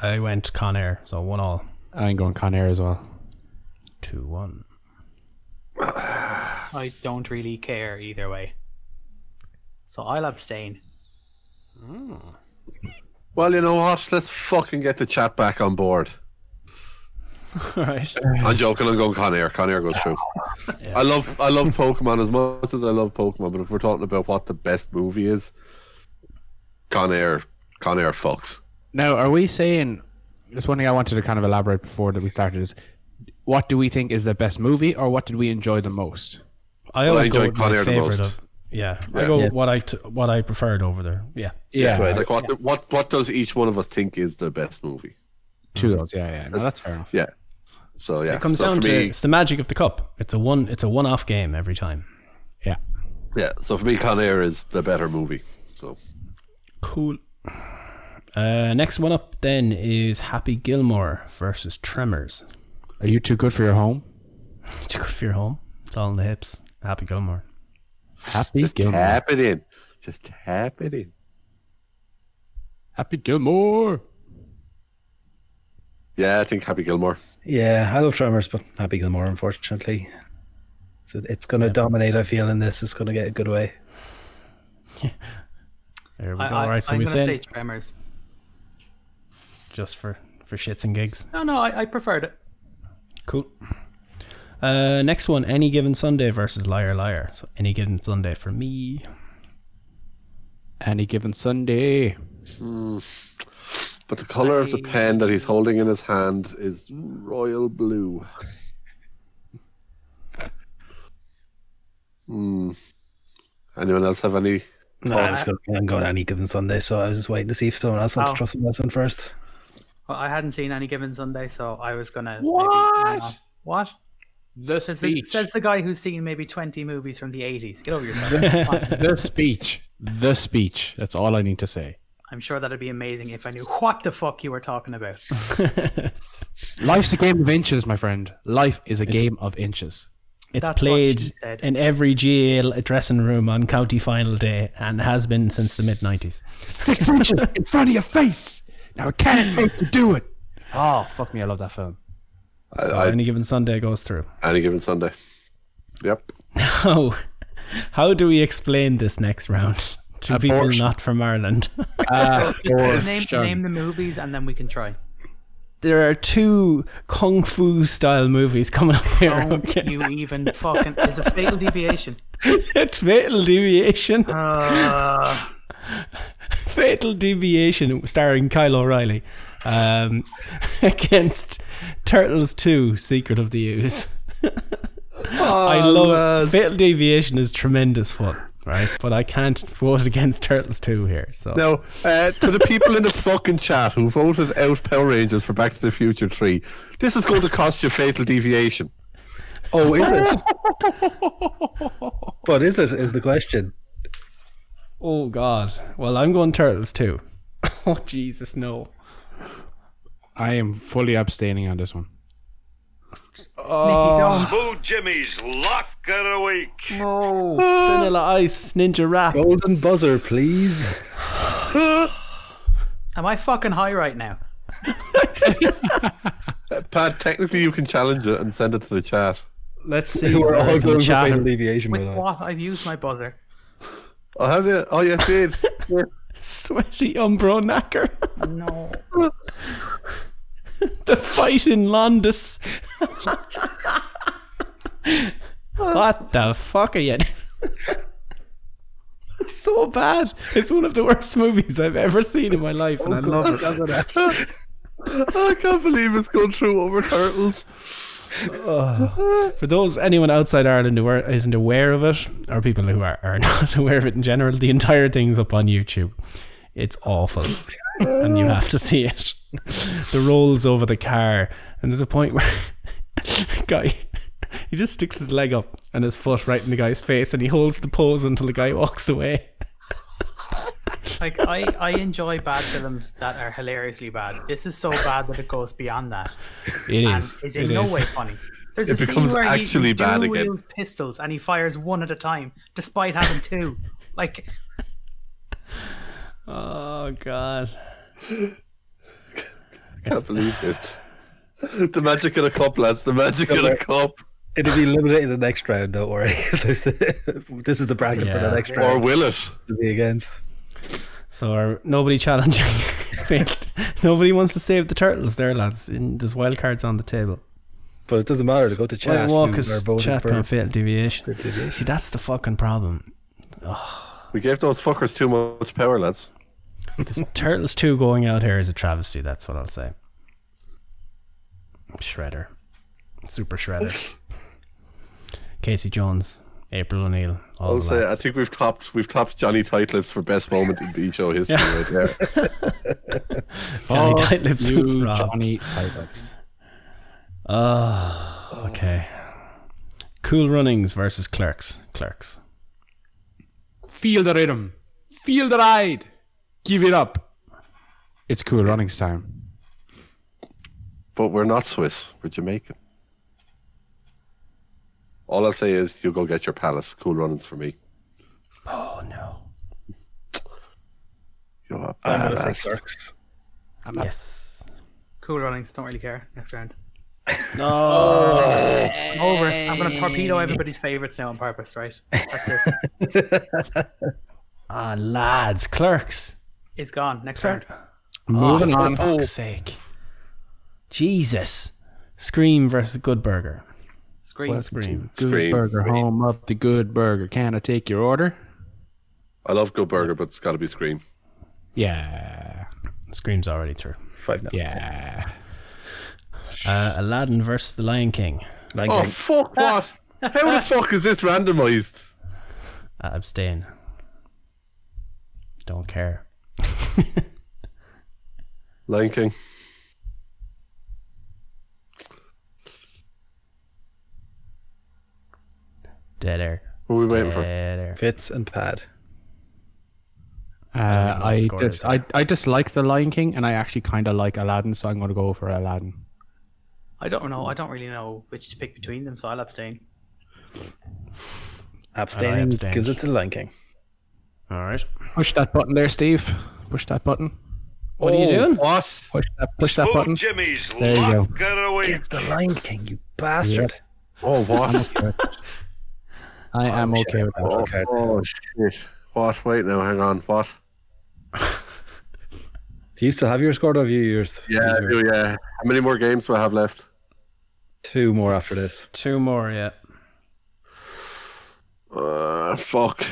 Speaker 2: I went Con Air, so one all.
Speaker 5: I'm going Con Air as [laughs] well.
Speaker 2: 2 1.
Speaker 4: I don't really care either way. So I'll abstain.
Speaker 3: Well, you know what? Let's fucking get the chat back on board.
Speaker 2: Alright.
Speaker 3: I'm joking. I'm going Conair. Conair goes through. I love I love Pokemon as much as I love Pokemon, but if we're talking about what the best movie is, Conair, Conair fucks.
Speaker 5: Now, are we saying? That's one thing I wanted to kind of elaborate before that we started is, what do we think is the best movie, or what did we enjoy the most?
Speaker 2: I
Speaker 3: Well, I
Speaker 2: always go
Speaker 3: enjoyed
Speaker 2: with
Speaker 3: Con
Speaker 2: my
Speaker 3: Air the
Speaker 2: favorite
Speaker 3: most.
Speaker 2: of. Yeah, I go with what I t- what I preferred over there. Yeah,
Speaker 5: Yeah,
Speaker 3: It's like what what what does each one of us think is the best movie?
Speaker 5: two of those. Yeah, yeah. No, that's fair enough.
Speaker 3: Yeah. So yeah,
Speaker 2: it comes
Speaker 3: so
Speaker 2: down
Speaker 3: for
Speaker 2: to
Speaker 3: me,
Speaker 2: it's the magic of the cup. It's a one it's a one off game every time.
Speaker 5: Yeah.
Speaker 3: yeah. So for me, Conair is the better movie. So
Speaker 2: Cool. Uh, next one up then is Happy Gilmore versus Tremors.
Speaker 5: Are you too good for your home?
Speaker 2: Took off your home. It's all in the hips. Happy Gilmore.
Speaker 5: Happy
Speaker 3: just
Speaker 5: Gilmore.
Speaker 3: tap it in. Just tap it in.
Speaker 5: Happy Gilmore.
Speaker 3: Yeah, I think Happy Gilmore.
Speaker 7: Yeah, I love Tremors, but Happy Gilmore, unfortunately. So it's gonna dominate. I feel in this. It's gonna get a good way.
Speaker 2: There we
Speaker 4: I,
Speaker 2: go.
Speaker 4: I,
Speaker 2: all right, so
Speaker 4: I'm
Speaker 2: we
Speaker 4: going to say
Speaker 2: said
Speaker 4: Tremors.
Speaker 2: just for for shits and gigs.
Speaker 4: No, no, I, I preferred it.
Speaker 2: Cool. Uh, next one, any given Sunday versus Liar Liar. So any given Sunday for me.
Speaker 5: Any given Sunday.
Speaker 3: But the color of the pen that he's holding in his hand is royal blue. Hmm. Anyone else have any?
Speaker 7: No, I'm, just going, I'm going any given Sunday, so I was just waiting to see if someone else wants
Speaker 4: Oh.
Speaker 7: to trust someone else in first.
Speaker 4: Well, I hadn't seen any given Sunday, so I was gonna. maybe-
Speaker 5: What?
Speaker 4: no. What?
Speaker 5: The
Speaker 4: Says the,
Speaker 5: speech.
Speaker 4: says the guy who's seen maybe twenty movies from the eighties. Get over yourself.
Speaker 5: the speech. The speech. That's all I need to say.
Speaker 4: [laughs] I'm sure that'd be amazing if I knew what the fuck you were talking about.
Speaker 5: Life's a game of inches, my friend. Life is a game of inches.
Speaker 2: It's
Speaker 4: That's what
Speaker 2: played
Speaker 4: she said.
Speaker 2: in every GAL dressing room on county final day and has been since the mid 90s.
Speaker 5: Six inches in front of your face. Now I can't make you do it. Oh fuck me! I love that film.
Speaker 2: So
Speaker 3: I-
Speaker 2: any given Sunday goes through.
Speaker 3: Any given Sunday. Yep.
Speaker 2: [laughs] Oh, how do we explain this next round [laughs] to people
Speaker 5: Abortion.
Speaker 2: not from Ireland? [laughs]
Speaker 4: Name, name the movies, and then we can try.
Speaker 2: there are two kung fu style movies coming up here.
Speaker 4: Don't
Speaker 2: [laughs] okay.
Speaker 4: you even fucking. It's a fatal deviation.
Speaker 2: it's Fatal Deviation.
Speaker 4: Uh,
Speaker 2: [laughs] Fatal Deviation starring Kyle O'Reilly um, [laughs] against Turtles 2 Secret of the Ooze. [laughs] I love it. Fatal Deviation is tremendous fun, right? But I can't vote against Turtles 2 here. So
Speaker 3: Now, uh, to the people in the fucking chat who voted out Power Rangers for Back to the Future 3, this is going to cost you fatal deviation.
Speaker 7: Oh, is it? [laughs] but is it? Is the question?
Speaker 2: Oh god. Well, I'm going Turtles 2. [laughs] oh Jesus, no.
Speaker 5: I am fully abstaining on this one.
Speaker 1: Smooth Jimmy's lock of the week.
Speaker 2: No. Vanilla Ice Ninja Rap.
Speaker 7: Golden buzzer, please.
Speaker 4: am I fucking high right now?
Speaker 3: Uh, Pat, technically you can challenge it and send it to the chat.
Speaker 2: Let's see.
Speaker 7: You are
Speaker 2: where I
Speaker 7: all
Speaker 2: can
Speaker 7: going for
Speaker 2: chat
Speaker 7: fatal
Speaker 2: him.
Speaker 7: deviation, by
Speaker 4: With
Speaker 7: the way.
Speaker 4: what? I've used my buzzer.
Speaker 3: Oh, have you? Oh, yeah, did.
Speaker 2: Sweaty Umbro Knacker.
Speaker 4: No.
Speaker 2: [laughs] the fight in Landis. what the fuck are you? it's so bad. It's one of the worst movies I've ever seen in my life, and I love it.
Speaker 3: [laughs] I can't believe it's going through over turtles.
Speaker 2: For those anyone outside Ireland who are, isn't aware of it, or people who are, [laughs] are not aware of it in general, the entire thing's up on YouTube. It's awful, [laughs] and you have to see it. The rolls over the car, and there's a point where [laughs] guy he just sticks his leg up and his foot right in the guy's face, and he holds the pose until the guy walks away.
Speaker 4: Like, I, I enjoy bad films that are hilariously bad. This is so bad that it goes beyond that.
Speaker 2: It
Speaker 4: and
Speaker 2: is.
Speaker 4: is
Speaker 2: it
Speaker 4: in no
Speaker 2: is.
Speaker 4: way funny. There's a
Speaker 3: becomes
Speaker 4: scene where he-
Speaker 3: actually
Speaker 4: he
Speaker 3: bad
Speaker 4: dual
Speaker 3: again.
Speaker 4: wields pistols and he fires one at a time, despite having two. Like,
Speaker 2: Oh god.
Speaker 3: I can't believe this. The magic of the cup, lads. The magic of the cup.
Speaker 7: It'll be eliminated the next round. Don't worry. [laughs] this is the bracket for
Speaker 2: Yeah.
Speaker 7: the next
Speaker 3: Or
Speaker 7: round
Speaker 3: will it?
Speaker 7: to be against.
Speaker 2: So are nobody challenging. [laughs] failed. nobody wants to save the turtles, there, lads. In, there's wild cards on the table.
Speaker 7: But it doesn't matter to go to
Speaker 2: Well, well,
Speaker 7: chat. you are
Speaker 2: because
Speaker 7: voting
Speaker 2: chat
Speaker 7: for-
Speaker 2: can fail deviation. See, that's the fucking problem.
Speaker 3: We gave those fuckers too much power, lads.
Speaker 2: This Turtles 2 going out here is a travesty, that's what I'll say. Shredder. Super Shredder. Casey Jones, April O'Neil. All
Speaker 3: I'll
Speaker 2: the
Speaker 3: say, I
Speaker 2: lads.
Speaker 3: think we've topped we've topped Johnny Tightlips for best moment in B show history right there.
Speaker 2: Johnny Tightlips
Speaker 5: You
Speaker 2: was robbed.
Speaker 5: Johnny Tightlips.
Speaker 2: Okay. Cool Runnings versus Clerks. Clerks.
Speaker 5: Feel the rhythm. Feel the ride. Give it up. It's cool runnings time.
Speaker 3: But we're not Swiss, we're Jamaican. All I'll say is you go get your palace. Cool runnings for me.
Speaker 2: Oh no.
Speaker 3: You're a
Speaker 7: I'm gonna say
Speaker 3: badass.
Speaker 7: Clerks.
Speaker 2: Yes.
Speaker 4: cool runnings, don't really care. Next round. No. Over. I'm going to torpedo everybody's favorites now on purpose, right? That's it.
Speaker 2: Ah, lads. Clerks.
Speaker 4: It's gone. Next round.
Speaker 2: Moving
Speaker 5: on.
Speaker 2: For fuck's sake. Jesus. Scream versus Good Burger.
Speaker 4: Scream.
Speaker 2: Scream.
Speaker 5: Good
Speaker 3: Scream.
Speaker 5: burger,
Speaker 3: Scream.
Speaker 5: home up the good burger. Can I take your order?
Speaker 3: I love Good Burger, but it's got to be Scream.
Speaker 5: Yeah.
Speaker 2: Scream's already through.
Speaker 8: Five now.
Speaker 5: Yeah.
Speaker 2: Uh, Aladdin versus The Lion King.
Speaker 8: Nine
Speaker 3: Oh
Speaker 8: King.
Speaker 3: fuck! What? How
Speaker 5: [laughs]
Speaker 3: the fuck is this randomized?
Speaker 2: Uh, abstain. Don't care.
Speaker 3: Lion King.
Speaker 2: Dead air.
Speaker 3: What are we waiting for?
Speaker 2: Dead air.
Speaker 8: Fitz and Pad.
Speaker 5: Uh,
Speaker 2: don't know what
Speaker 5: I
Speaker 2: the score
Speaker 5: dis-
Speaker 2: is.
Speaker 5: I I dislike the Lion King, and I actually kind of like Aladdin, so I'm going to go for Aladdin.
Speaker 4: I don't know.
Speaker 2: Hmm.
Speaker 4: I don't really know which to pick between them, so I'll abstain.
Speaker 2: I
Speaker 8: Abstaining
Speaker 2: abstained.
Speaker 8: gives it to the Lion King.
Speaker 2: All right.
Speaker 5: Push that button there, Steve. Push that button.
Speaker 2: What are you doing?
Speaker 3: Oh, What?
Speaker 5: Push that. Push that button.
Speaker 1: Jimmy's
Speaker 5: There you go.
Speaker 1: getaway.
Speaker 8: It's the Lion King, you bastard.
Speaker 3: Oh what?
Speaker 5: I am [laughs] okay with that.
Speaker 3: oh,
Speaker 8: Okay.
Speaker 3: oh shit! What? Wait now, hang on. What?
Speaker 7: Do you still have your score or have you yours?
Speaker 3: Yeah, I do, yeah. How many more games do I have left?
Speaker 7: Two more after this.
Speaker 2: Two more, yeah.
Speaker 3: Uh, fuck.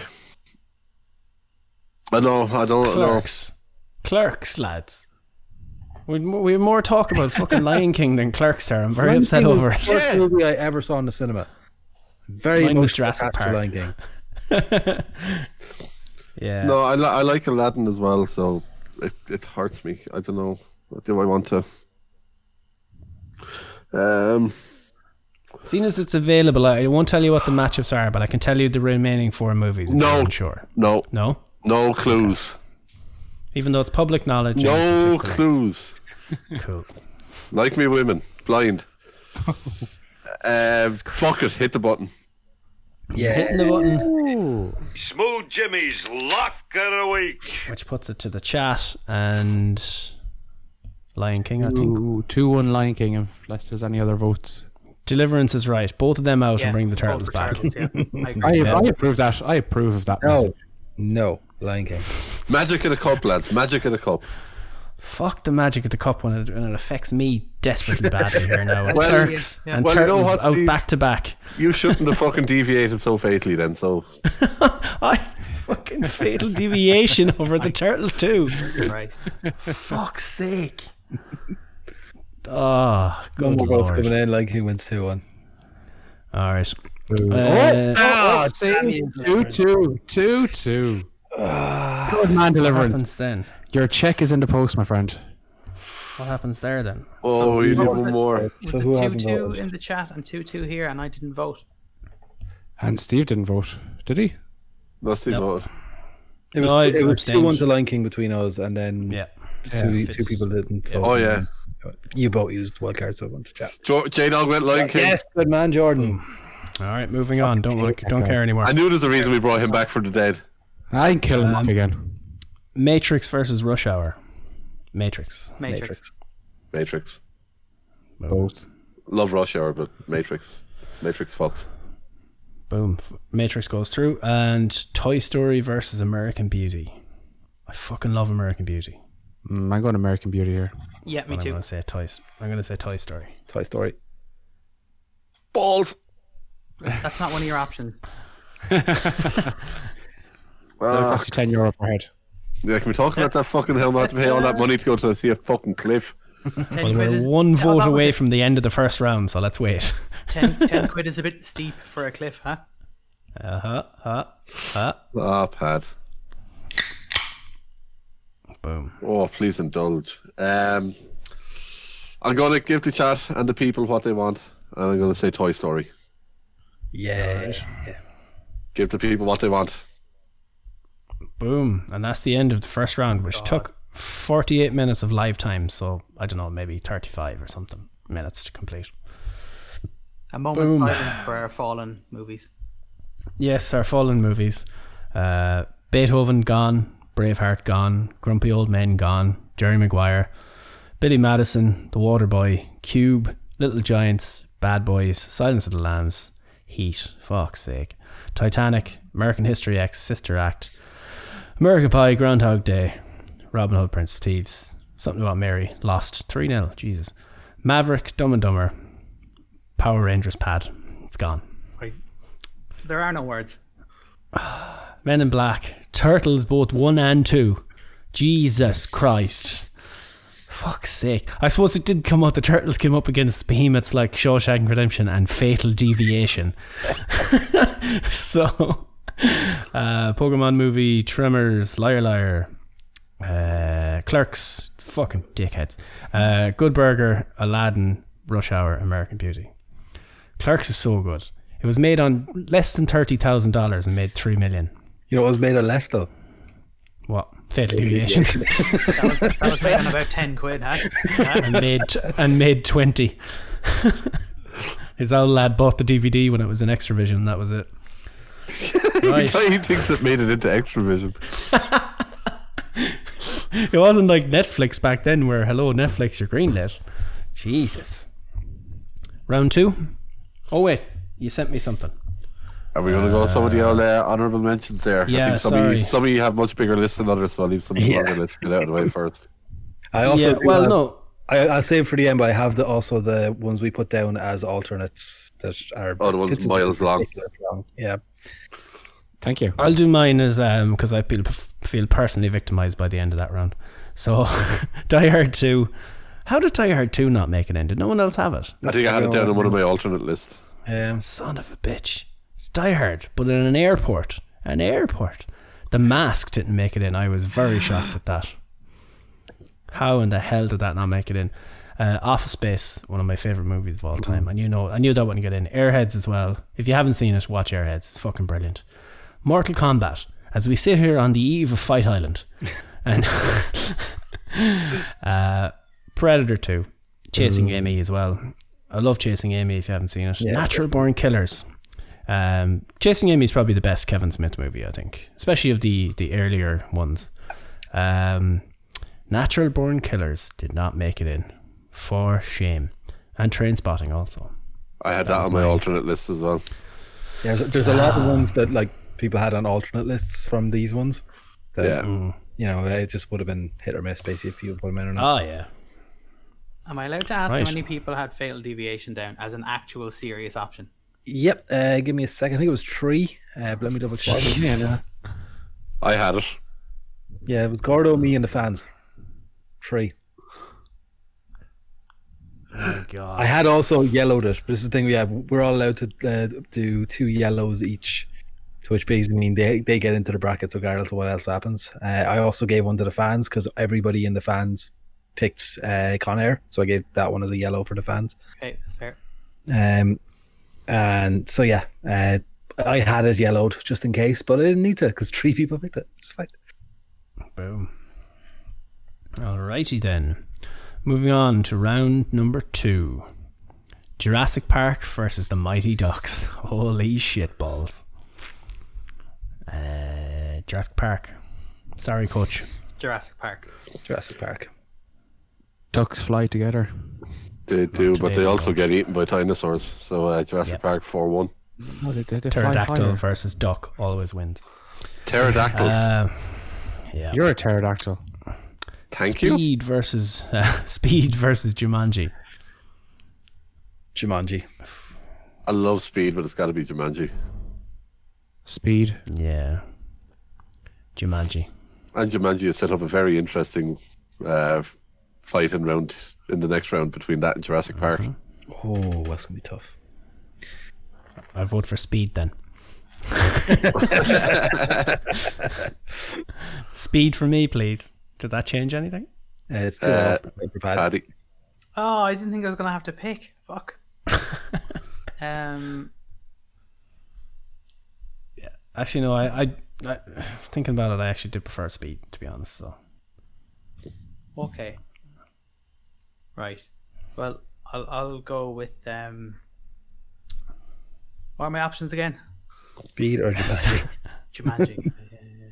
Speaker 3: I know. I don't know.
Speaker 2: Clerks. Clerks, lads. We we have more talk about fucking Lion King than Clerks are. I'm very
Speaker 7: Lion
Speaker 2: upset
Speaker 7: King was
Speaker 2: over
Speaker 7: the
Speaker 2: it.
Speaker 7: First movie I ever saw in the cinema. Very
Speaker 2: Mine was
Speaker 7: much
Speaker 2: Jurassic Park.
Speaker 7: Lion King.
Speaker 2: [laughs] Yeah.
Speaker 3: No, I, li- I like Aladdin as well, so it, it hurts me. I don't know. Do I want to? Um,
Speaker 2: Seeing as it's available, I won't tell you what the matchups are, but I can tell you the remaining four movies. if
Speaker 3: No.
Speaker 2: you're unsure.
Speaker 3: no,
Speaker 2: No.
Speaker 3: no clues.
Speaker 2: Even though it's public knowledge.
Speaker 3: No clues.
Speaker 2: Cool.
Speaker 3: Like me, women, blind. Um, fuck it, hit the button.
Speaker 2: Hitting the button,
Speaker 1: Smooth Jimmy's lock of the week.
Speaker 2: which puts it to the chat and Lion King. I think
Speaker 5: Ooh, two one Lion King. If unless there's any other votes,
Speaker 2: Deliverance is right. Both of them out
Speaker 4: Yeah,
Speaker 2: and bring the
Speaker 4: vote
Speaker 2: turtles
Speaker 4: for
Speaker 2: back.
Speaker 4: Turtles,
Speaker 2: [laughs]
Speaker 4: yeah. I agree.
Speaker 5: I, I approve that. I approve of that.
Speaker 7: No,
Speaker 5: message.
Speaker 7: no, Lion King.
Speaker 3: Magic in a cup, lads. Magic in a cup.
Speaker 2: Fuck the magic of the cup when it, when it affects me desperately badly here now. And
Speaker 3: Well,
Speaker 2: Turks
Speaker 4: yeah.
Speaker 2: and
Speaker 3: Well, you know
Speaker 2: turtles
Speaker 3: what,
Speaker 2: out
Speaker 3: Steve?
Speaker 2: back to back.
Speaker 3: You shouldn't have fucking deviated so fatally then. So
Speaker 2: I fucking fatal deviation over the turtles too.
Speaker 7: [laughs]
Speaker 4: Christ.
Speaker 2: Fuck's sake. Oh,
Speaker 7: One
Speaker 2: good
Speaker 7: more votes
Speaker 2: lord.
Speaker 7: coming in. Lion King wins two one.
Speaker 2: All right. Uh,
Speaker 5: Oh, see, two two two two. Good man,
Speaker 2: what
Speaker 5: deliverance.
Speaker 2: happens then?
Speaker 5: Your check is in the post, my friend.
Speaker 2: What happens there then?
Speaker 3: Oh, you need one more.
Speaker 7: So
Speaker 4: Was
Speaker 7: who
Speaker 4: it
Speaker 7: hasn't
Speaker 4: 2 2
Speaker 7: voted?
Speaker 4: in the chat and 2 2 here, and I didn't vote.
Speaker 5: And Steve didn't vote, did he?
Speaker 3: Must have voted.
Speaker 7: It was,
Speaker 2: No, I
Speaker 7: it was
Speaker 2: abstained.
Speaker 7: two one to Lion King between us, and then
Speaker 2: Yeah.
Speaker 7: two e-
Speaker 2: Yeah,
Speaker 7: two
Speaker 2: Fitz.
Speaker 7: people didn't. vote.
Speaker 3: Oh yeah,
Speaker 7: you both used wild cards, so I went to chat.
Speaker 3: jo- J Dog went Lion King.
Speaker 7: Yes, good man, Jordan.
Speaker 2: Mm. All right, moving on. Don't want, don't care anymore.
Speaker 3: I knew there's a reason we brought him back from the dead.
Speaker 5: I can kill him off again.
Speaker 2: Matrix versus Rush Hour. Matrix.
Speaker 4: Matrix.
Speaker 3: Matrix.
Speaker 5: Both.
Speaker 3: Love Rush Hour, but Matrix. Matrix Fox.
Speaker 2: Boom. F- Matrix goes through. And Toy Story versus American Beauty. I fucking love American Beauty.
Speaker 5: Mm, I'm going American Beauty here.
Speaker 4: Yeah, me
Speaker 2: But I'm
Speaker 4: too.
Speaker 2: gonna say Toy. I'm gonna say Toy Story.
Speaker 7: Toy Story.
Speaker 3: Balls.
Speaker 4: That's not one of your options.
Speaker 5: That
Speaker 3: Ah,
Speaker 5: cost you ten euro per head.
Speaker 3: yeah, can we talk about that fucking hell? I have to pay all that money to go to see a fucking cliff.
Speaker 4: Ten
Speaker 2: Well,
Speaker 4: quid
Speaker 2: we're
Speaker 4: is,
Speaker 2: one
Speaker 4: Oh,
Speaker 2: vote
Speaker 4: that was
Speaker 2: away
Speaker 4: it.
Speaker 2: from the end of the first round, so let's wait. [laughs]
Speaker 4: 10, 10 quid is a bit steep for a cliff, huh?
Speaker 2: Uh huh. Uh, uh.
Speaker 3: Ah, pad.
Speaker 2: Boom.
Speaker 3: Oh, please indulge. Um, I'm gonna give the chat and the people what they want, and I'm gonna say Toy Story.
Speaker 7: Yeah.
Speaker 3: Give the people what
Speaker 2: [laughs]
Speaker 3: they want.
Speaker 2: Boom. And that's the end of the first round, which took 48 minutes of live time. So I don't know, maybe 35 or something minutes to complete.
Speaker 4: A moment of silence for our fallen movies.
Speaker 2: Yes, our fallen movies. Uh, Beethoven gone, Braveheart gone, Grumpy Old Men gone, Jerry Maguire, Billy Madison, The Waterboy, Cube, Little Giants, Bad Boys, Silence of the Lambs, Heat, fuck's sake, Titanic, American History X, Sister Act, American Pie, Groundhog Day, Robin Hood, Prince of Thieves, Something About Mary, Lost, 3 0, Jesus, Maverick, Dumb and Dumber, Power Rangers pad. It's gone.
Speaker 4: Like, there are no words.
Speaker 2: Men in Black, Turtles, both one and two. Jesus Christ. Fuck's sake. I suppose it did come out, the Turtles came up against behemoths like Shawshank Redemption and Fatal Deviation. [laughs] so, uh, Pokemon movie, Tremors, Liar Liar, uh, Clerks, fucking dickheads. Uh, Good Burger, Aladdin, Rush Hour, American Beauty. Clerks is so good. It was made on less than thirty thousand dollars and made three million.
Speaker 7: You know, it was made of less though.
Speaker 2: What? Fatal deviation
Speaker 4: I was paying about 10 quid, huh? Huh?
Speaker 2: [laughs] and made and made twenty. [laughs] His old lad bought the DVD when it was in extra vision. That was it. Right.
Speaker 3: he thinks it made it into Extravision.
Speaker 2: It wasn't like Netflix back then, where hello Netflix, you're greenlit. Jesus. Round two. Oh wait, you sent me something.
Speaker 3: Are we going to go with some of the old uh, honorable mentions there? I
Speaker 2: yeah,
Speaker 3: think some, Of
Speaker 2: sorry.
Speaker 3: you, some of you have much bigger lists than others, so I'll leave some of the
Speaker 8: Yeah.
Speaker 3: longer lists to get out of the way first.
Speaker 7: I also uh,
Speaker 2: yeah.
Speaker 7: do
Speaker 2: Well,
Speaker 7: have-
Speaker 2: no.
Speaker 7: I, I'll save for the end, but I have the also the ones we put down as alternates that are
Speaker 3: Oh, the ones
Speaker 7: it's
Speaker 3: miles long.
Speaker 7: ridiculous long. Yeah,
Speaker 5: Thank you.
Speaker 2: I'll do mine as um because I feel feel personally victimized by the end of that round. So, [laughs] Die Hard Two. How did Die Hard Two not make an end? Did no one else have it?
Speaker 3: I think I had it down on one of my alternate lists.
Speaker 7: yeah.
Speaker 2: Son of a bitch. It's Die Hard, but in an airport. An airport. The mask didn't make it in. I was very shocked at that. How in the hell did that not make it in? Uh, Office Space, one of my favorite movies of all time, and you know, I knew that wouldn't get in. Airheads as well. If you haven't seen it, watch Airheads. It's fucking brilliant. Mortal Kombat. As we sit here on the eve of Fight Island, and [laughs] uh, Predator Two, Chasing Amy as well. I love Chasing Amy. If you haven't seen it, Natural Born Killers. Um, Chasing Amy is probably the best Kevin Smith movie, I think, especially of the the earlier ones. Um, Natural Born Killers did not make it in, for shame, and Train Spotting also.
Speaker 3: I had that, on my alternate list as well.
Speaker 7: There's there's a lot of ones that like people had on alternate lists from these ones. That,
Speaker 3: Yeah.
Speaker 7: you know, it just would have been hit or miss basically if you put them in or not.
Speaker 2: Oh yeah,
Speaker 4: Am I allowed to ask
Speaker 2: Right.
Speaker 4: how many people had fatal deviation down as an actual serious option?
Speaker 7: Yep. Uh, give me a second. I think it was three. Uh, but let me double check. Yeah,
Speaker 3: I had it.
Speaker 7: yeah, it was Gordo, me, and the fans. Three. I Oh,
Speaker 2: God.
Speaker 7: had also yellowed it. But this is the thing. Yeah, we're all allowed to uh, do two yellows each, to which basically mean they they get into the brackets regardless of what else happens. Uh, I also gave one to the fans because everybody in the fans picked uh, Conair, so I gave that one as a yellow for the fans.
Speaker 4: Okay, that's fair.
Speaker 7: Um, and so yeah, uh, I had it yellowed just in case, but I didn't need to because three people picked it. It's fine.
Speaker 2: Boom. Alrighty then. Moving on to round number two. Jurassic Park versus the Mighty Ducks. [laughs] Holy shit balls. Uh, Jurassic Park. Sorry, coach.
Speaker 4: Jurassic Park.
Speaker 7: Jurassic Park.
Speaker 5: Ducks fly together.
Speaker 3: They do, but
Speaker 2: today
Speaker 3: they
Speaker 2: they
Speaker 3: also get eaten by dinosaurs. So uh, Jurassic
Speaker 2: Yep.
Speaker 3: Park 4 1.
Speaker 5: No, they, they, they fly
Speaker 2: Pterodactyl
Speaker 5: higher.
Speaker 2: versus duck always wins.
Speaker 3: Pterodactyls.
Speaker 2: Uh, yeah.
Speaker 5: You're a pterodactyl.
Speaker 3: Thank
Speaker 2: speed
Speaker 3: you.
Speaker 2: versus [laughs] uh, speed versus Jumanji.
Speaker 7: Jumanji.
Speaker 3: I love speed, but it's got to be Jumanji.
Speaker 5: Speed.
Speaker 2: Yeah. Jumanji.
Speaker 3: And Jumanji has set up a very interesting uh, fight in round in the next round between that and Jurassic Park.
Speaker 2: Mm-hmm.
Speaker 7: Oh, that's gonna be tough.
Speaker 2: I vote for speed [laughs] then. speed for me, please. Did that change anything?
Speaker 7: Uh, it's too
Speaker 3: Uh,
Speaker 7: hard.
Speaker 3: Paddy,
Speaker 4: Oh, I didn't think I was going to have to pick.
Speaker 2: [laughs]
Speaker 4: Fuck. um,
Speaker 2: Actually, no. I, I, I thinking about it, I actually did prefer speed to be honest. So
Speaker 4: okay. Right. Well, I'll, I'll go with. Um, what are my options again?
Speaker 7: Speed or [laughs] Jumanji.
Speaker 2: [laughs]
Speaker 4: Jumanji. Yeah, yeah, yeah.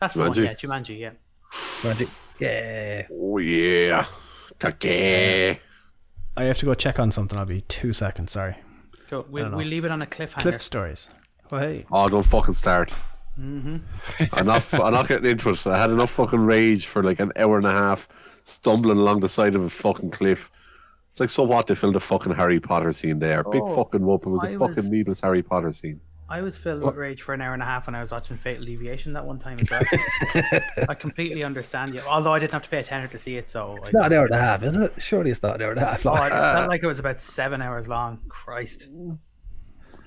Speaker 4: That's the one,
Speaker 3: Jumanji.
Speaker 4: yeah. Jumanji, yeah.
Speaker 7: Jumanji. Yeah.
Speaker 3: Oh yeah, Take.
Speaker 2: I have to go check on something. I'll be two seconds. Sorry.
Speaker 4: Cool. We,
Speaker 2: know.
Speaker 4: we leave it on a cliffhanger.
Speaker 2: Cliff stories. Hey.
Speaker 3: Oh, don't fucking start. [laughs] I'm not. I'm not getting into it. I had enough fucking rage for like an hour and a half, stumbling along the side of a fucking cliff, It's like so what they filmed a fucking Harry Potter scene there. Big
Speaker 4: Oh,
Speaker 3: fucking whoop. It was a
Speaker 4: I
Speaker 3: fucking
Speaker 4: was-
Speaker 3: needless Harry Potter scene.
Speaker 4: I was filled with rage for an hour and a half when I was watching Fatal Deviation that one time as well. I completely understand you, although I didn't have to pay a tenner to see it, so
Speaker 7: It's
Speaker 4: I,
Speaker 7: not an hour and a half, is it? Surely it's not an hour and a half.
Speaker 4: oh,
Speaker 7: [laughs] Like,
Speaker 4: it felt like it was about seven hours long. Christ,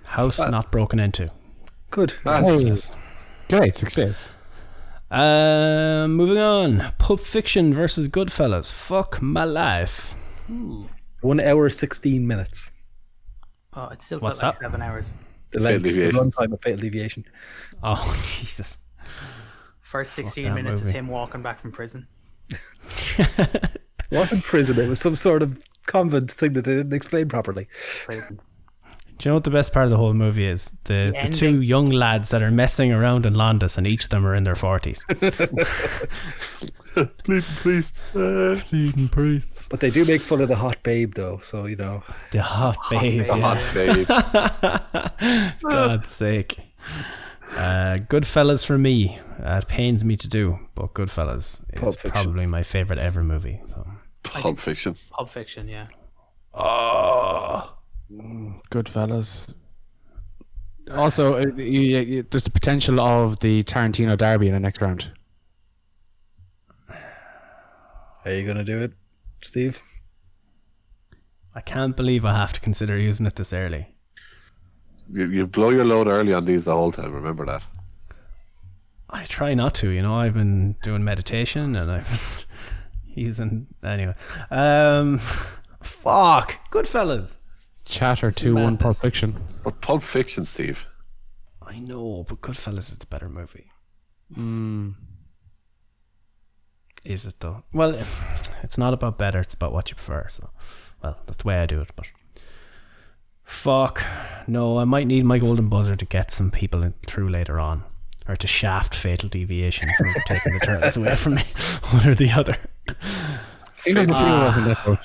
Speaker 2: House not broken into.
Speaker 7: good.
Speaker 3: Ah,
Speaker 5: Great success.
Speaker 2: Uh, moving on. Pulp Fiction versus Goodfellas. Fuck my life.
Speaker 7: One hour sixteen minutes.
Speaker 4: oh, it still
Speaker 2: What's
Speaker 4: felt
Speaker 2: up?
Speaker 4: like seven hours.
Speaker 7: The length, the
Speaker 3: Deviation.
Speaker 7: runtime of Fatal Deviation.
Speaker 2: Oh [laughs] Jesus.
Speaker 4: First sixteen
Speaker 2: that
Speaker 4: minutes
Speaker 2: movie.
Speaker 4: is him walking back from prison.
Speaker 7: It wasn't prison. It was some sort of convent thing that they didn't explain properly.
Speaker 4: Prison.
Speaker 2: Do you know what the best part of the whole movie is? The the,
Speaker 4: ending.
Speaker 2: two young lads that are messing around in Londis, and each of them are in their forties.
Speaker 3: Please, please. Uh,
Speaker 2: Bleeding priests.
Speaker 7: But they do make fun of the hot babe, though. So you know,
Speaker 2: The hot, babe.
Speaker 4: babe.
Speaker 2: yeah.
Speaker 3: hot babe.
Speaker 2: God's sake. Uh, Goodfellas for me. Uh, it pains me to do, but Goodfellas
Speaker 7: Pulp
Speaker 2: is
Speaker 7: Fiction.
Speaker 2: probably my favorite ever movie. So.
Speaker 3: Pulp Fiction.
Speaker 4: Pulp Fiction, yeah.
Speaker 2: Oh.
Speaker 5: Good fellas. Also, uh, you, you, you- there's the potential of the Tarantino derby in the next round.
Speaker 7: are you gonna do it, Steve?
Speaker 2: I can't believe I have to consider using it this early.
Speaker 3: You, you blow your load early on these the whole time. Remember that.
Speaker 2: I try not to, you know. I've been doing meditation and I've been [laughs] using anyway. Um, [laughs] fuck, Goodfellas.
Speaker 5: Chatter two one Pulp
Speaker 2: madness.
Speaker 5: Fiction.
Speaker 3: But Pulp Fiction, Steve.
Speaker 2: I know, but Goodfellas is the better movie. Hmm. Is it though? Well, it's not about better; it's about what you prefer. So, well, that's the way I do it. But fuck, no, I might need my golden buzzer to get some people in, through later on, or to shaft fatal deviation from [laughs] taking the turtles away from me, [laughs] one or the other.
Speaker 5: He doesn't feel us in that boat.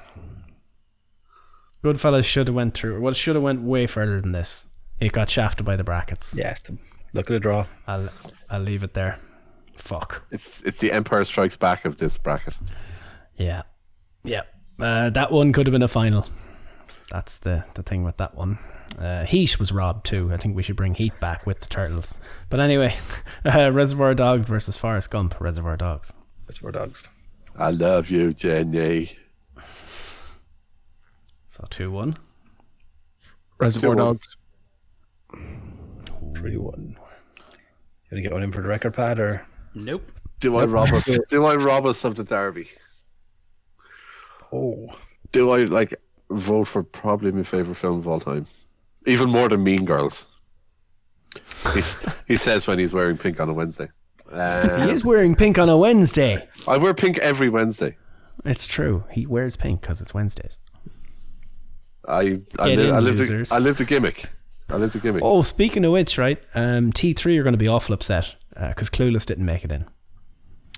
Speaker 2: Goodfellas should have went through. Well, should have went way further than this. It got shafted by the brackets.
Speaker 7: Yes. Look at the draw.
Speaker 2: I'll I'll leave it there. Fuck.
Speaker 3: It's it's the Empire Strikes Back of this bracket.
Speaker 2: Yeah. Yeah. Uh, that one could have been a final. That's the, the thing with that one. Uh, Heat was robbed too. I think we should bring Heat back with the Turtles. But anyway, [laughs] uh, Reservoir Dogs versus Forrest Gump. Reservoir Dogs.
Speaker 7: It's for dogs.
Speaker 3: I love you, Jenny.
Speaker 2: So 2 1.
Speaker 5: Reservoir
Speaker 3: Two one.
Speaker 5: Dogs.
Speaker 7: Three one. You gonna get one in for the record pad or?
Speaker 4: Nope.
Speaker 3: Do I rob us? Do I rob us of the derby?
Speaker 7: Oh,
Speaker 3: Do I like vote for probably my favorite film of all time, even more than Mean Girls? He's, he says when he's wearing pink on a Wednesday.
Speaker 2: He
Speaker 3: Um,
Speaker 2: is wearing pink on a Wednesday.
Speaker 3: I wear pink every Wednesday.
Speaker 2: It's true. He wears pink because it's Wednesdays.
Speaker 3: I I,
Speaker 2: Get
Speaker 3: li-
Speaker 2: in,
Speaker 3: I live the,
Speaker 2: losers.
Speaker 3: I live the gimmick. I live the gimmick.
Speaker 2: Oh, speaking of which, right? Um, T3 are going to be awful upset because Clueless didn't make it in.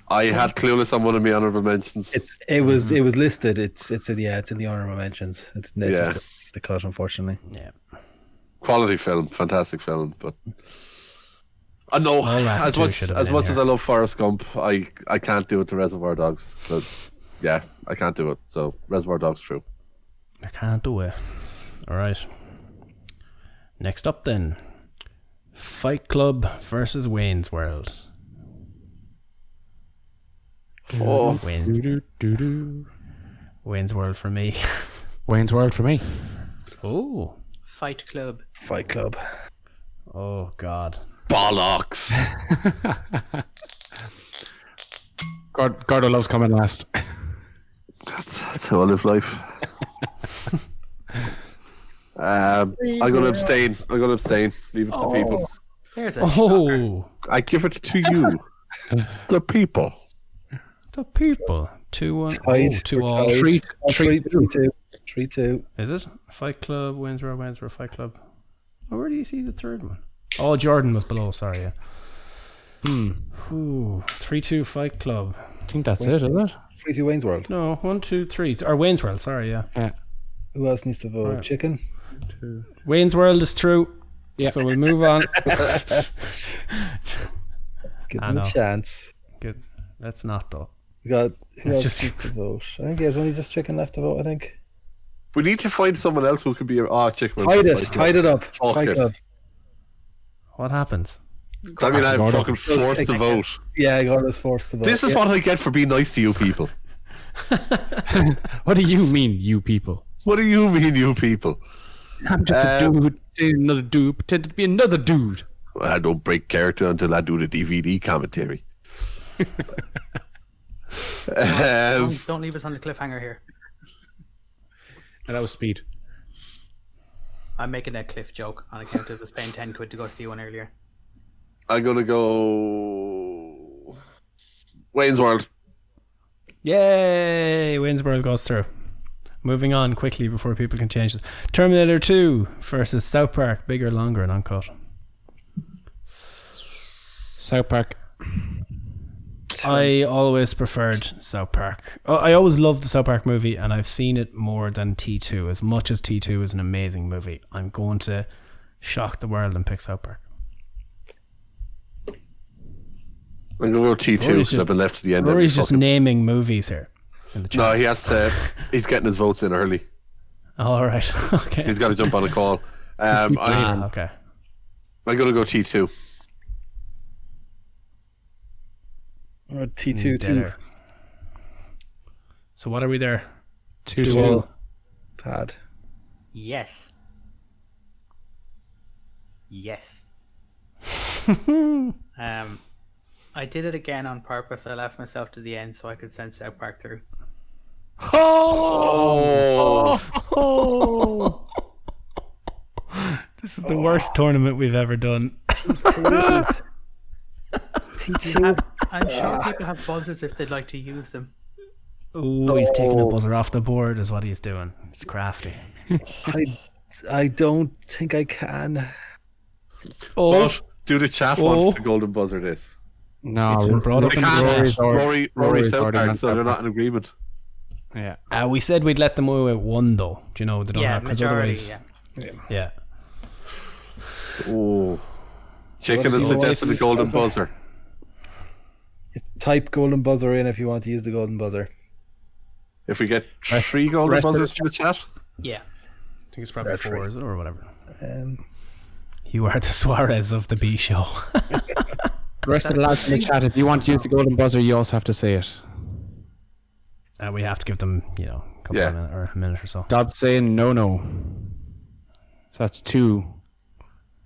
Speaker 3: I had Clueless on one of my honorable mentions.
Speaker 7: it's it was it was listed. It's it's in yeah. It's in the honorable mentions. It's, it's
Speaker 3: Yeah.
Speaker 7: just the cut, unfortunately.
Speaker 2: Yeah.
Speaker 3: Quality film, fantastic film, but I know
Speaker 2: Rats
Speaker 3: as
Speaker 2: too
Speaker 3: much
Speaker 2: should have
Speaker 3: as
Speaker 2: been
Speaker 3: much
Speaker 2: in
Speaker 3: as I
Speaker 2: here.
Speaker 3: love Forrest Gump, I I can't do it to Reservoir Dogs. So yeah, I can't do it. So Reservoir Dogs true.
Speaker 2: I can't do it. All right. Next up, then Fight Club versus Wayne's World.
Speaker 3: Oh,
Speaker 2: Wayne,
Speaker 5: Doo-doo, doo-doo.
Speaker 2: Wayne's World for me. [laughs]
Speaker 5: Wayne's World for me.
Speaker 2: oh,
Speaker 4: Fight Club.
Speaker 7: Fight Club.
Speaker 2: oh God.
Speaker 3: bollocks.
Speaker 5: God, Gordo loves coming [laughs] last.
Speaker 3: That's how I live life. um, I'm gonna abstain. I'm gonna abstain. Leave it to the people.
Speaker 4: There's a
Speaker 2: Oh,
Speaker 3: I give it to you, the people.
Speaker 2: the people. Two one. Oh,
Speaker 7: Tied.
Speaker 2: two
Speaker 7: We're
Speaker 2: all.
Speaker 7: tied.
Speaker 5: Treat,
Speaker 7: Three
Speaker 5: treat.
Speaker 7: two. Three two.
Speaker 2: Is it Fight Club? Wayne's World. Wayne's World. Fight Club. Oh, where do you see the third one? Oh, Jordan was below. Sorry. Yeah. Hmm. Ooh, three two Fight Club.
Speaker 5: I think that's it, isn't it?
Speaker 7: Three two. Wayne's World.
Speaker 2: No, one two three. Or Wayne's World. Sorry. Yeah.
Speaker 5: Yeah.
Speaker 7: Who else needs to vote? Chicken.
Speaker 2: Wayne's World is through.
Speaker 5: Yeah.
Speaker 2: So we'll move on.
Speaker 7: Give
Speaker 2: I
Speaker 7: them a
Speaker 2: know.
Speaker 7: chance.
Speaker 2: Good. That's not though.
Speaker 7: We got who
Speaker 2: It's
Speaker 7: else
Speaker 2: just-
Speaker 7: needs to vote? I think there's only just chicken left to vote. I think.
Speaker 3: We need to find someone else who could be. Ah, oh, chick.
Speaker 7: Tied it, tied it up.
Speaker 3: Fuck
Speaker 7: tied
Speaker 3: it.
Speaker 7: it up.
Speaker 2: What happens?
Speaker 3: I mean, I'm
Speaker 5: Gordo.
Speaker 3: fucking forced to vote.
Speaker 7: Yeah, Gordo's forced to vote.
Speaker 3: This is
Speaker 7: yeah.
Speaker 3: what I get for being nice to you people.
Speaker 5: [laughs] What do you mean, you people?
Speaker 3: What do you mean, you people?
Speaker 5: I'm just a
Speaker 3: Um,
Speaker 5: dude, dating another dude, pretending to be another dude.
Speaker 3: I don't break character until I do the DVD commentary. um,
Speaker 4: Don't, don't leave us on the cliffhanger here.
Speaker 5: And that was speed.
Speaker 4: I'm making a cliff joke on account of us paying 10 quid to go see one earlier.
Speaker 3: I'm gonna go. Wayne's World.
Speaker 2: Yay! Wayne's World goes through. Moving on quickly before people can change this. Terminator 2 versus South Park, bigger, longer, and uncut.
Speaker 5: South Park.
Speaker 2: I always preferred South Park. Oh, I always loved the South Park movie, and I've seen it more than T2. As much as T2 is an amazing movie, I'm going to shock the world and pick South Park.
Speaker 3: I'm gonna go T2
Speaker 2: Rory's
Speaker 3: because I've been left to the end. Every
Speaker 2: Rory's just
Speaker 3: fucking...
Speaker 2: naming movies here in the chat.
Speaker 3: No, he has to. He's getting his votes in early.
Speaker 2: All right. [laughs] okay.
Speaker 3: He's got to jump on a call. Um, I,
Speaker 2: Ah, okay.
Speaker 3: I'm gonna go T2.
Speaker 7: Or T2 2
Speaker 2: Dinner. So what are we there?
Speaker 5: Two
Speaker 2: Two
Speaker 5: two.
Speaker 2: all.
Speaker 8: Pad.
Speaker 4: Yes.
Speaker 2: [laughs]
Speaker 4: Yes. um, I did it again on purpose. I left myself to the end so I could send South Park through.
Speaker 3: Oh,
Speaker 2: Oh. [laughs] This is the worst tournament we've ever done.
Speaker 4: I'm sure people have buzzers if they'd like to use them.
Speaker 2: Oh, he's taking a buzzer off the board, is what he's doing. He's crafty.
Speaker 7: I, I don't think I can.
Speaker 2: Oh,
Speaker 3: but do the chat
Speaker 2: Oh.
Speaker 3: want the golden buzzer this?
Speaker 5: No,
Speaker 2: it's been brought up
Speaker 3: They
Speaker 2: in the
Speaker 3: can't.
Speaker 2: Rory's-
Speaker 5: Rory's already-
Speaker 3: Rory, Rory,
Speaker 5: Rory's
Speaker 3: South
Speaker 5: already
Speaker 3: Park,
Speaker 5: on
Speaker 3: so they're
Speaker 5: South
Speaker 3: not in agreement.
Speaker 5: Yeah.
Speaker 2: Uh, we said we'd let them away with one, though. Do you know? They don't
Speaker 4: yeah,
Speaker 2: have, because
Speaker 4: majority.
Speaker 2: otherwise. Yeah.
Speaker 4: Yeah.
Speaker 3: Oh, chicken has
Speaker 7: Well,
Speaker 3: suggested the
Speaker 7: it's-
Speaker 3: golden buzzer.
Speaker 7: Type golden buzzer in if you want to use the golden buzzer.
Speaker 3: If we get three golden
Speaker 7: rest of
Speaker 3: buzzers from the chat,
Speaker 4: yeah.
Speaker 2: I think it's probably four, is it, or whatever.
Speaker 7: Um,
Speaker 2: You are the Suarez of the B show.
Speaker 5: The rest of the lads in the chat, if you want to use the golden buzzer, you also have to say it.
Speaker 2: [laughs] Uh, we have to give them, you know, a couple
Speaker 3: Yeah.
Speaker 2: of minutes or a minute or so.
Speaker 5: Dobbs saying no, no. So that's two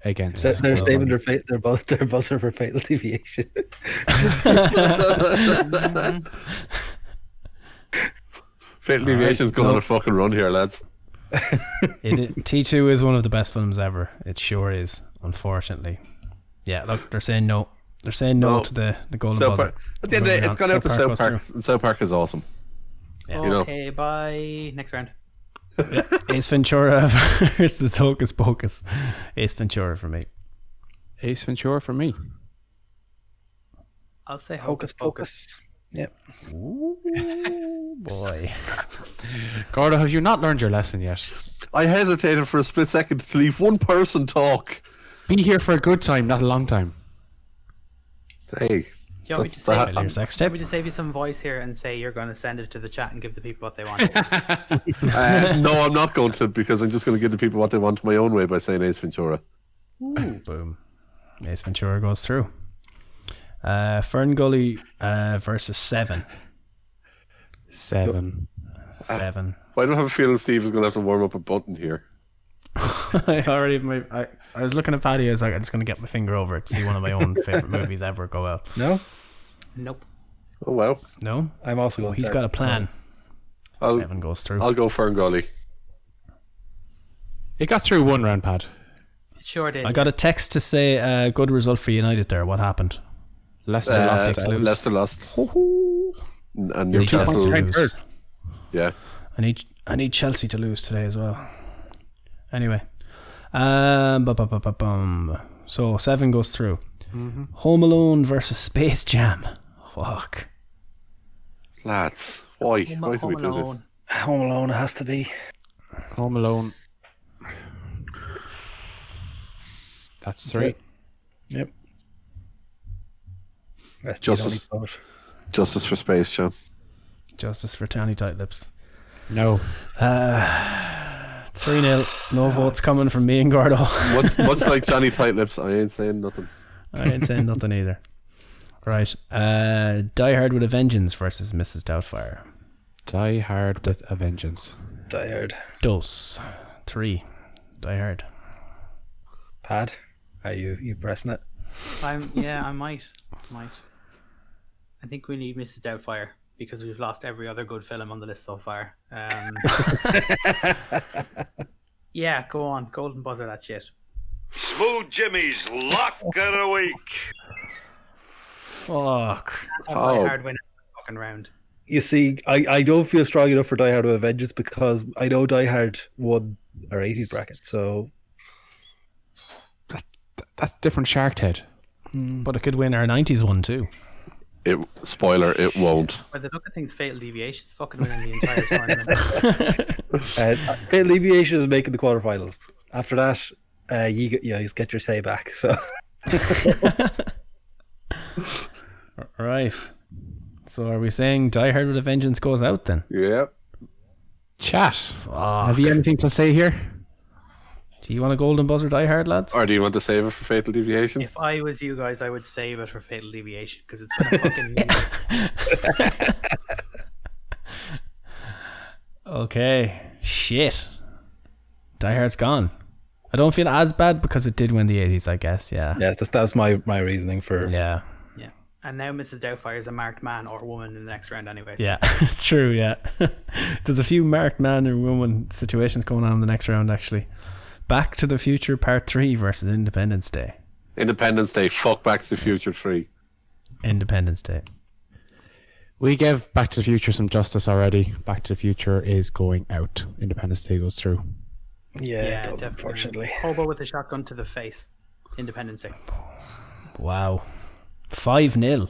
Speaker 5: against.
Speaker 7: they're, they're
Speaker 5: So,
Speaker 7: saving their, fa- their, bu- their buzzer for fatal deviation.
Speaker 3: fatal deviation's going on a fucking run here, lads.
Speaker 2: It, it, T2 is one of the best films ever. It sure is, unfortunately. Yeah, look, they're saying no. They're saying no,
Speaker 3: No.
Speaker 2: to the, the golden
Speaker 3: South
Speaker 2: buzzer.
Speaker 3: Park. At the end of the day,
Speaker 2: Moving
Speaker 3: it's
Speaker 2: on.
Speaker 3: gone out to South
Speaker 2: goes
Speaker 3: Park. South Park is awesome. You know.
Speaker 4: Okay, bye. Next round.
Speaker 2: through. Ace Ventura [laughs] versus Hocus Pocus. Ace Ventura for me.
Speaker 5: Ace Ventura for me.
Speaker 4: I'll say [laughs]
Speaker 7: Oh,
Speaker 4: hocus pocus.
Speaker 2: Boy.
Speaker 5: Gordo, have you not learned your lesson yet?
Speaker 3: I hesitated for a split second to leave one person talk.
Speaker 5: Be here for a good time, not a long time.
Speaker 3: Hey,
Speaker 4: Do you want me to
Speaker 3: That's
Speaker 4: save,
Speaker 3: that.
Speaker 4: do
Speaker 2: Your sex tape?
Speaker 4: you want me to save you some voice here and say you're going to send it to the chat and give the people what they want?
Speaker 3: uh, [laughs] no, I'm not going to because I'm just going to give the people what they want my own way by saying Ace Ventura.
Speaker 2: Boom. Ace Ventura goes through. Uh, Fern Gully uh, versus Seven.
Speaker 5: Seven.
Speaker 2: Seven. [laughs]
Speaker 3: Well, I don't have a feeling Steve is going to have to warm up a button here.
Speaker 2: I already my I, I was looking at Paddy. I was like, I'm just gonna get my finger over it to see one of my own favorite movies ever go out.
Speaker 7: no?
Speaker 4: nope.
Speaker 3: Oh well,
Speaker 2: No,
Speaker 7: I'm also going
Speaker 2: he's
Speaker 7: Sarah.
Speaker 2: got a plan.
Speaker 3: I'll
Speaker 2: Seven goes through.
Speaker 3: I'll go Ferngully.
Speaker 5: It got through one round, pad.
Speaker 4: It sure did.
Speaker 2: I got a text to say uh, good result for United there. What happened?
Speaker 5: Leicester
Speaker 3: Uh,
Speaker 5: lost.
Speaker 2: lose.
Speaker 3: Leicester lost, and and
Speaker 2: Chelsea
Speaker 3: Newcastle.
Speaker 2: to
Speaker 5: behind
Speaker 2: lose.
Speaker 3: Yeah,
Speaker 2: I need I need Chelsea to lose today as well. Anyway, um, bu- bu- bu- bu- bum. so seven goes through. Home Alone versus Space Jam. Fuck.
Speaker 3: lads, why? Why do we
Speaker 4: Home
Speaker 3: do this?
Speaker 4: Alone.
Speaker 7: Home Alone has to be.
Speaker 5: Home Alone. That's three.
Speaker 7: Yep. Rest
Speaker 3: Justice. Justice for space, Sean.
Speaker 2: Justice for Tiny Tight Lips.
Speaker 5: No.
Speaker 2: 3 0. No votes coming from me and Gordo. [laughs]
Speaker 3: Much, much like Johnny Tightlips, I ain't saying nothing.
Speaker 2: I ain't saying nothing either. Right. Uh, Die Hard with a Vengeance versus Mrs. Doubtfire.
Speaker 5: Die Hard with a Vengeance.
Speaker 8: Tired.
Speaker 2: Dos. Three. Die Hard.
Speaker 7: Pad, are you you pressing it?
Speaker 4: I'm yeah, I might, might. I think we need Mrs. Doubtfire because we've lost every other good film on the list so far. Um,
Speaker 3: [laughs]
Speaker 4: yeah, go on, golden buzzer that shit.
Speaker 1: Smooth Jimmy's lock of the week.
Speaker 2: Fuck.
Speaker 4: Have
Speaker 3: Oh.
Speaker 4: my hard win every fucking round.
Speaker 7: You see, I, I don't feel strong enough for Die Hard with a Vengeance because I know Die Hard won our 80s bracket. So
Speaker 5: That's different Shark Head.
Speaker 2: But it could win our 90s one too.
Speaker 3: It spoiler, it won't.
Speaker 4: By the look of things, Fatal Deviation's fucking winning the entire tournament.
Speaker 7: [laughs] uh, Fatal Deviation is making the quarterfinals. After that, uh, you, get- you, know, you get your say back. So
Speaker 2: Right. So are we saying Die Hard with a Vengeance goes out then?
Speaker 3: Yeah.
Speaker 5: Chat. Have you anything to say here?
Speaker 2: Do you want a golden buzzer Die Hard, lads?
Speaker 3: Or do you want to save it for fatal deviation?
Speaker 4: if I was you guys, I would save it for Fatal Deviation because it's gonna fucking.
Speaker 2: Okay. Shit. Die Hard's gone. I don't feel as bad because it did win the 80s, I guess. Yeah.
Speaker 7: yeah, that's, that's my, my reasoning for
Speaker 2: Yeah.
Speaker 4: yeah. And now Mrs. Doubtfire is a marked man or woman in the next round, anyway. so-
Speaker 2: Yeah. [laughs] it's true. Yeah. There's a few marked man and woman situations going on in the next round, actually. Back to the Future Part 3 versus Independence Day.
Speaker 3: Independence Day, fuck Back to the Future 3.
Speaker 2: Independence Day.
Speaker 5: We give Back to the Future some justice already. Back to the Future is going out. Independence Day goes through.
Speaker 8: Yeah, it does,
Speaker 4: definitely.
Speaker 8: unfortunately.
Speaker 4: Hobo with a shotgun to the face. Independence Day.
Speaker 2: Wow. 5 0.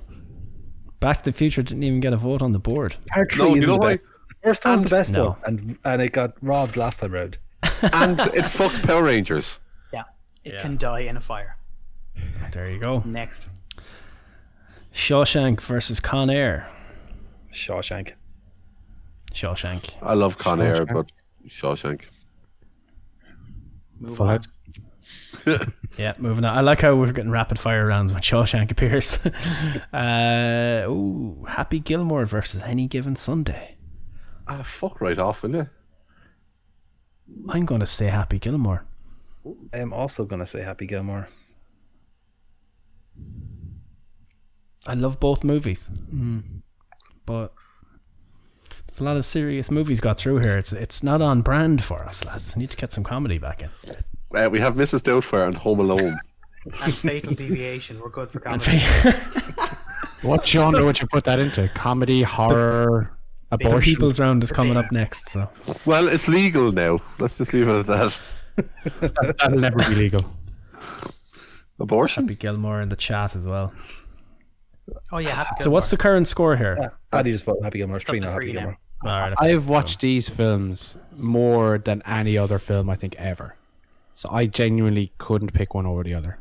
Speaker 2: Back to the Future didn't even get a vote on the board.
Speaker 7: Part three
Speaker 3: No, you
Speaker 7: isn't
Speaker 3: know
Speaker 7: the
Speaker 3: why?
Speaker 7: best. The First one's the best
Speaker 2: No.
Speaker 7: one, and and it got robbed last time round.
Speaker 3: And it fucked Power Rangers.
Speaker 4: Yeah. It can die in a fire.
Speaker 2: There you go.
Speaker 4: Next.
Speaker 2: Shawshank versus Con Air.
Speaker 7: Shawshank.
Speaker 2: Shawshank.
Speaker 3: I love Con Air,
Speaker 5: Shawshank.
Speaker 3: but Shawshank.
Speaker 5: Full House.
Speaker 2: Yeah, moving on. I like how we're getting rapid fire rounds when Shawshank [laughs] appears. uh, ooh, Happy Gilmore versus any given Sunday.
Speaker 3: Ah, fuck right off, will you?
Speaker 2: I'm going to say Happy Gilmore.
Speaker 7: I'm also gonna say Happy Gilmore.
Speaker 2: I love both movies, but there's a lot of serious movies got through here. It's it's not on brand for us, lads. I need to get some comedy back in.
Speaker 3: Uh, we have Mrs. Doubtfire and Home Alone.
Speaker 4: And Fatal Deviation. We're good for comedy.
Speaker 5: What genre would you put that into? Comedy, horror,
Speaker 2: The
Speaker 5: abortion?
Speaker 2: People's Round is coming up next, so
Speaker 3: [laughs] well, it's legal now. Let's just leave it at that.
Speaker 5: That'll never [laughs] be legal.
Speaker 3: Abortion?
Speaker 2: Happy Gilmore in the chat as well.
Speaker 4: Oh yeah. Happy
Speaker 2: So what's the current score here?
Speaker 7: Paddy just voted Happy Gilmore. It's three
Speaker 4: to
Speaker 7: now.
Speaker 4: three
Speaker 7: Happy
Speaker 4: now.
Speaker 7: Gilmore.
Speaker 2: All right, okay.
Speaker 5: I've watched these films more than any other film I think ever. So I genuinely couldn't pick one over the other.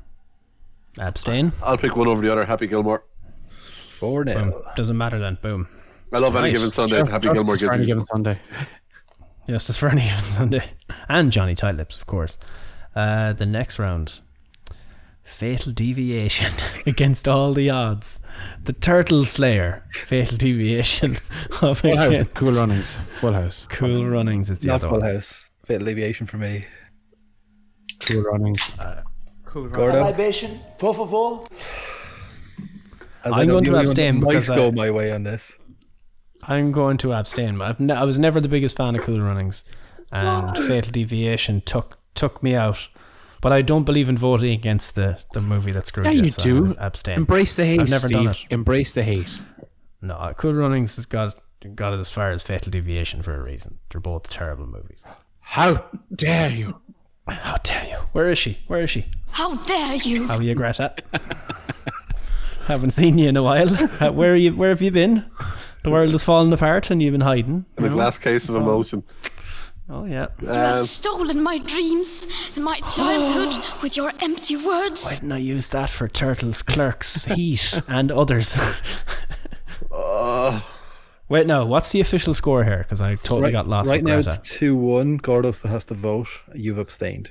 Speaker 2: abstain.
Speaker 3: I'll pick one over the other. Happy Gilmore.
Speaker 7: Four now.
Speaker 2: Boom. Doesn't matter then. Boom.
Speaker 3: I love any
Speaker 2: Nice.
Speaker 3: given Sunday. Happy Gilmore gives
Speaker 5: Friday
Speaker 3: me.
Speaker 5: given Sunday.
Speaker 2: Yes, it's [laughs] for any given Sunday. And Johnny Tightlips, of course. Uh, the next round. Fatal Deviation [laughs] against all the odds. The Turtle Slayer. Fatal Deviation. [laughs] up
Speaker 5: Full House.
Speaker 2: against
Speaker 5: Cool Runnings. Full House.
Speaker 2: Cool Runnings is the
Speaker 7: Not
Speaker 2: other
Speaker 7: Full
Speaker 2: one.
Speaker 7: House. Fatal Aviation for me.
Speaker 5: Cool Runnings.
Speaker 4: cool round?
Speaker 7: Gordo.
Speaker 6: Libation, por favor.
Speaker 7: As
Speaker 2: I'm
Speaker 7: know
Speaker 2: going
Speaker 7: the
Speaker 2: to
Speaker 7: only one that
Speaker 2: abstain
Speaker 7: might
Speaker 2: because uh, I-
Speaker 7: go my way on this.
Speaker 2: I'm going to abstain, but I've ne- I was never the biggest fan of Cool Runnings. And Fatal Deviation took took me out. But I don't believe in voting against the, the movie that screwed
Speaker 5: Yeah,
Speaker 2: you,
Speaker 5: you
Speaker 2: so I'm
Speaker 5: do.
Speaker 2: gonna abstain.
Speaker 5: Embrace the hate,
Speaker 2: I've never done
Speaker 5: Steve. Embrace the hate.
Speaker 2: No, Cool Runnings has got got it as far as Fatal Deviation for a reason. They're both terrible movies.
Speaker 5: How dare you?
Speaker 2: How dare you? Where is she? Where is she?
Speaker 9: How dare you!
Speaker 2: How are you, Greta? [laughs] Haven't seen you in a while. Uh, Where are you? Where have you been? The world has fallen apart, and you've been hiding.
Speaker 3: In a glass case of emotion.
Speaker 2: Oh yeah.
Speaker 9: You have stolen my dreams and my childhood with your empty words.
Speaker 2: Didn't I use that for [laughs] Uh. turtles, clerks, heat, and others? Wait, no. What's the official score here? Because I totally
Speaker 7: right,
Speaker 2: got lost.
Speaker 7: right
Speaker 2: with
Speaker 7: now
Speaker 2: Greta.
Speaker 7: it's 2 1. Gordos has to vote. You've abstained.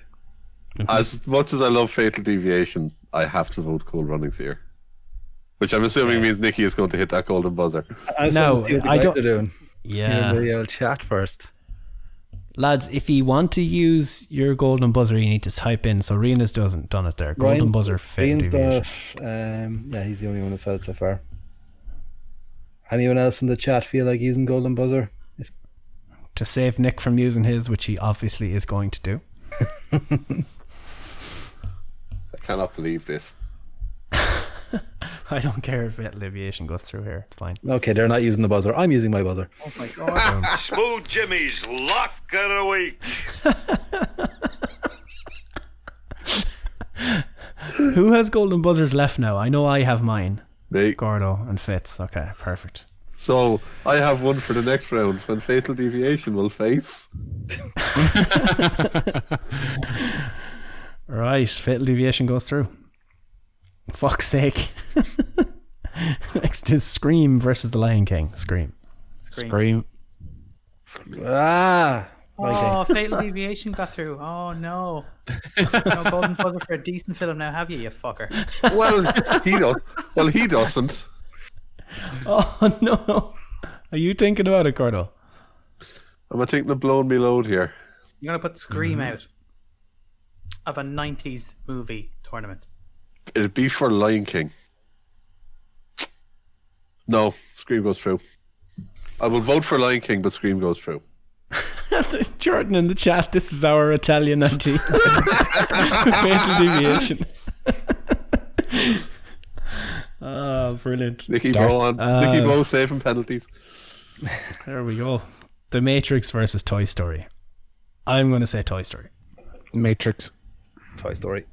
Speaker 3: As much as I love Fatal Deviation, I have to vote Cold Runnings here. Which I'm assuming means Nikki is going to hit that golden buzzer.
Speaker 7: I just
Speaker 2: No,
Speaker 7: wanted to see what the
Speaker 2: I
Speaker 7: guys
Speaker 2: don't-
Speaker 7: are doing.
Speaker 2: yeah,
Speaker 7: Maybe I'll chat first.
Speaker 2: lads. If you want to use your golden buzzer, you need to type in. So Rena's doesn't done it there. Golden
Speaker 7: Ryan's-
Speaker 2: buzzer fatal
Speaker 7: Ian's done
Speaker 2: deviation.
Speaker 7: it. Um, yeah, he's the only one that said it so far. Anyone else in the chat feel like using Golden Buzzer?
Speaker 2: to save Nick from using his, which he obviously is going to do.
Speaker 3: I cannot believe this.
Speaker 2: [laughs] I don't care if fatal deviation goes through here. It's fine.
Speaker 7: Okay, they're not using the buzzer. I'm using my buzzer.
Speaker 1: Smooth Jimmy's lock of the week.
Speaker 2: Who has golden buzzers left now? I know I have mine.
Speaker 3: Me.
Speaker 2: Gordo and Fitz. Okay, perfect.
Speaker 3: So I have one for the next round when Fatal Deviation will face.
Speaker 2: Right, fatal deviation goes through. Fuck's sake. [laughs] Next is Scream versus the Lion King. Scream.
Speaker 5: Scream.
Speaker 7: Ah,
Speaker 4: Oh, Fatal Deviation got through. Oh no. no golden buzzer for a decent film now, have you, you fucker?
Speaker 3: Well, he does. Well, he doesn't.
Speaker 2: [laughs] Oh no. Are you thinking about it, Gordo?
Speaker 3: Am I thinking of blowing me load here?
Speaker 4: You're gonna put Scream out of a nineties movie tournament.
Speaker 3: It'd be for Lion King. No, Scream goes through. I will vote for Lion King, but Scream goes through.
Speaker 2: Jordan in the chat, this is our Italian auntie. [laughs] fatal [laughs] deviation. oh, brilliant.
Speaker 3: Nicky Bo on. Nicky Bo saving penalties.
Speaker 2: There we go. The Matrix versus Toy Story. I'm going to say Toy Story.
Speaker 5: Matrix.
Speaker 7: Toy Story.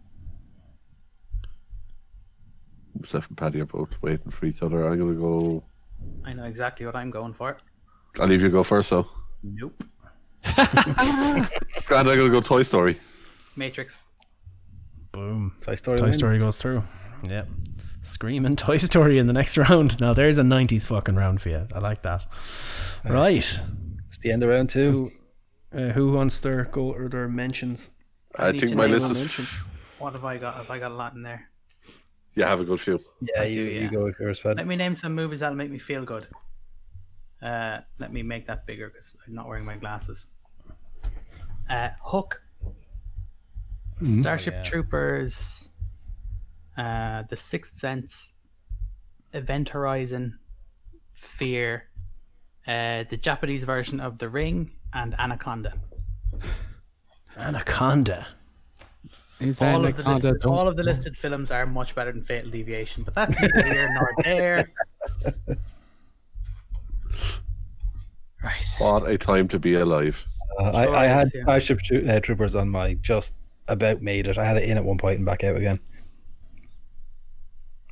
Speaker 3: Myself and Paddy are both waiting for each other. I'm gonna go.
Speaker 4: I know exactly what I'm going for.
Speaker 3: I'll leave you go first. So,
Speaker 4: Nope.
Speaker 3: Grant, I'm gonna go Toy Story.
Speaker 4: Matrix.
Speaker 2: Boom.
Speaker 7: Toy Story.
Speaker 2: Toy
Speaker 7: wins.
Speaker 2: Story goes through. Yep. Screaming [laughs] Toy Story in the next [laughs] round. Now there's a 90s fucking round for you. I like that. Right.
Speaker 7: It's the end of round [laughs] two.
Speaker 2: Uh, who wants their goal or their mentions?
Speaker 3: I,
Speaker 4: need
Speaker 3: think
Speaker 4: to
Speaker 3: my
Speaker 4: name
Speaker 3: list
Speaker 4: one
Speaker 3: is.
Speaker 4: What have I got? Have I got a lot in there?
Speaker 3: Yeah, have a good few.
Speaker 7: Yeah, you,
Speaker 4: yeah.
Speaker 7: you go with yours,
Speaker 4: Let
Speaker 7: Fed.
Speaker 4: me name some movies that'll make me feel good. Uh, let me make that bigger because I'm not wearing my glasses. Uh, Hook, Starship Troopers, uh, The Sixth Sense, Event Horizon, Fear, uh, the Japanese version of The Ring, and Anaconda.
Speaker 2: Anaconda.
Speaker 5: Is
Speaker 4: All of, the listed, all of the listed films are much better than Fatal Deviation, but that's neither here nor there. Right.
Speaker 3: What a time to be alive.
Speaker 7: Uh, I, I had
Speaker 4: yeah.
Speaker 7: Starship Tro- uh, Troopers on my just about made it. I had it in at one point and back out again.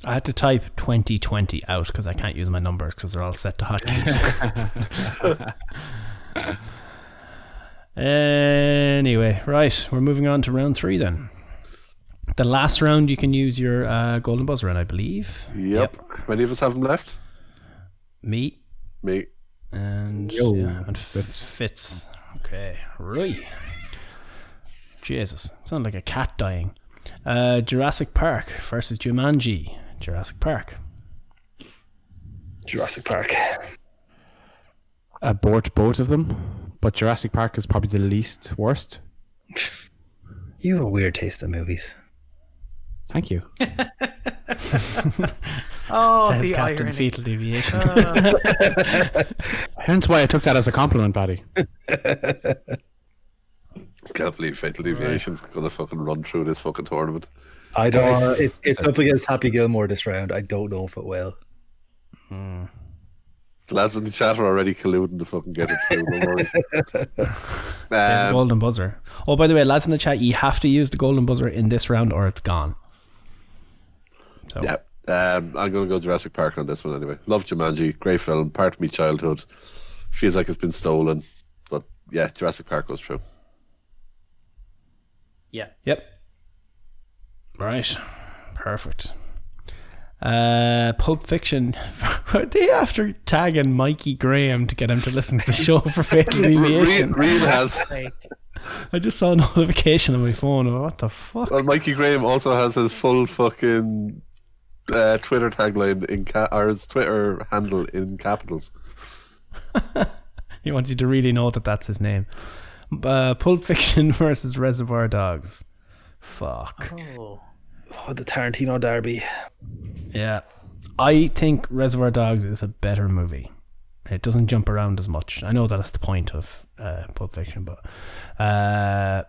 Speaker 2: I had to type 2020 out because I can't use my numbers because they're all set to [laughs] hotkeys. anyway, right, we're moving on to round three then. The last round you can use your uh, golden buzzer in, I believe.
Speaker 3: Yep. Many of us have them left.
Speaker 2: Me
Speaker 3: Me.
Speaker 2: and
Speaker 5: Yo,
Speaker 2: yeah, and Fitz. Fitz. Okay, right. Jesus, sound like a cat dying. Uh, Jurassic Park versus Jumanji. Jurassic Park.
Speaker 7: Jurassic Park.
Speaker 5: abort both of them, but Jurassic Park is probably the least worst.
Speaker 7: You have a weird taste in movies.
Speaker 5: Thank you.
Speaker 4: Oh,
Speaker 2: Says
Speaker 4: the
Speaker 2: Captain
Speaker 4: irony.
Speaker 2: Fetal Deviation.
Speaker 5: Hence why I took that as a compliment,
Speaker 4: [laughs]
Speaker 5: Paddy.
Speaker 3: Can't believe Fatal Deviation's gonna fucking run through this fucking tournament.
Speaker 7: I don't. It's, it's, it's up against Happy Gilmore this round. I don't know if it will.
Speaker 3: The lads in the chat are already colluding to fucking get it through. Don't worry.
Speaker 2: The
Speaker 3: um,
Speaker 2: golden buzzer. Oh, by the way, lads in the chat, you have to use the golden buzzer in this round or it's gone. So,
Speaker 3: yeah. Um, I'm gonna go Jurassic Park on this one anyway. Love Jumanji, great film, part of me childhood. Feels like it's been stolen, but yeah, Jurassic Park goes through.
Speaker 4: yeah.
Speaker 2: Yep. Right. Perfect. Uh, Pulp Fiction [laughs] Are they after tagging Mikey Graham to get him to listen to the show for [laughs] Fatal
Speaker 3: Real,
Speaker 2: Deviation?
Speaker 3: real has.
Speaker 2: I just saw a [laughs] notification on my phone. Oh, What the fuck?
Speaker 3: Well, Mikey Graham also has his full fucking uh, Twitter tagline in ca- or his Twitter handle in capitals.
Speaker 2: He wants you to really know that that's his name. Uh, Pulp [laughs] Fiction versus Reservoir Dogs. Fuck.
Speaker 4: Oh,
Speaker 8: Oh, the Tarantino Derby.
Speaker 2: Yeah. I think Reservoir Dogs is a better movie. It doesn't jump around as much. I know that's the point of uh, Pulp Fiction, but uh,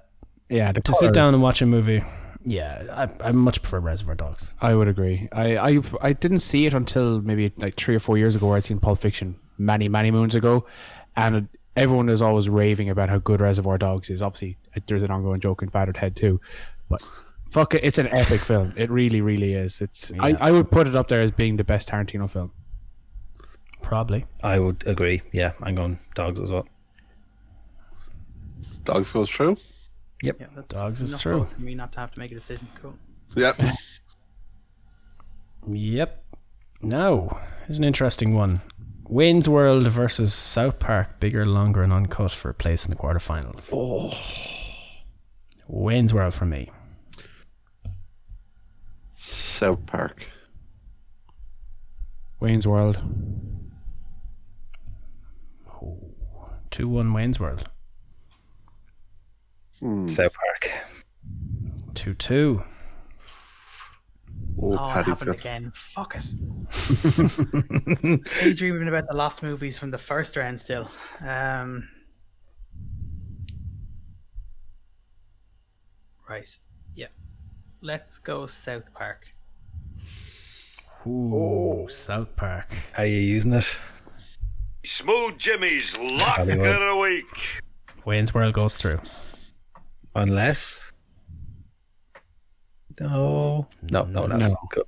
Speaker 5: Yeah, the
Speaker 2: to sit
Speaker 5: colour-
Speaker 2: down and watch a movie, yeah, I, I much prefer Reservoir Dogs.
Speaker 5: I would agree. I, I I didn't see it until maybe like three or four years ago, where I'd seen Pulp Fiction many many moons ago, and it- everyone is always raving about how good Reservoir Dogs is. Obviously, it- there's an ongoing joke in Fatted Head too, but fuck it, it's an
Speaker 4: [laughs]
Speaker 5: epic film. It really, really is. It's I, I would put it up there as being the best Tarantino film.
Speaker 2: Probably.
Speaker 8: I would agree. Yeah, I'm going dogs as well.
Speaker 3: Dogs goes true.
Speaker 4: yeah, that's
Speaker 2: Dogs is
Speaker 4: enough
Speaker 2: true.
Speaker 4: votes for me not to have to make a decision. Cool.
Speaker 3: Yep.
Speaker 2: Yep. Now, here's an interesting one. Wayne's World versus South Park, bigger, longer, and uncut for a place in the quarterfinals. Oh. Wayne's World for me.
Speaker 3: South Park.
Speaker 5: Wayne's World.
Speaker 2: 2 1 Wayne's World. Hmm.
Speaker 8: South Park.
Speaker 2: 2 2.
Speaker 3: Oh,
Speaker 4: Oh, it
Speaker 3: Paddy's
Speaker 4: happened
Speaker 3: got-
Speaker 4: again. Fuck it. Daydreaming about the last movies from the first round still. Um, right. Yeah. Let's go South Park.
Speaker 2: Ooh, South Park.
Speaker 8: How are you using it?
Speaker 1: Smooth Jimmy's lock of
Speaker 8: Probably would.
Speaker 1: the week.
Speaker 2: Wayne's World goes through.
Speaker 8: Unless. No. No, no, no.
Speaker 5: No.
Speaker 8: Go-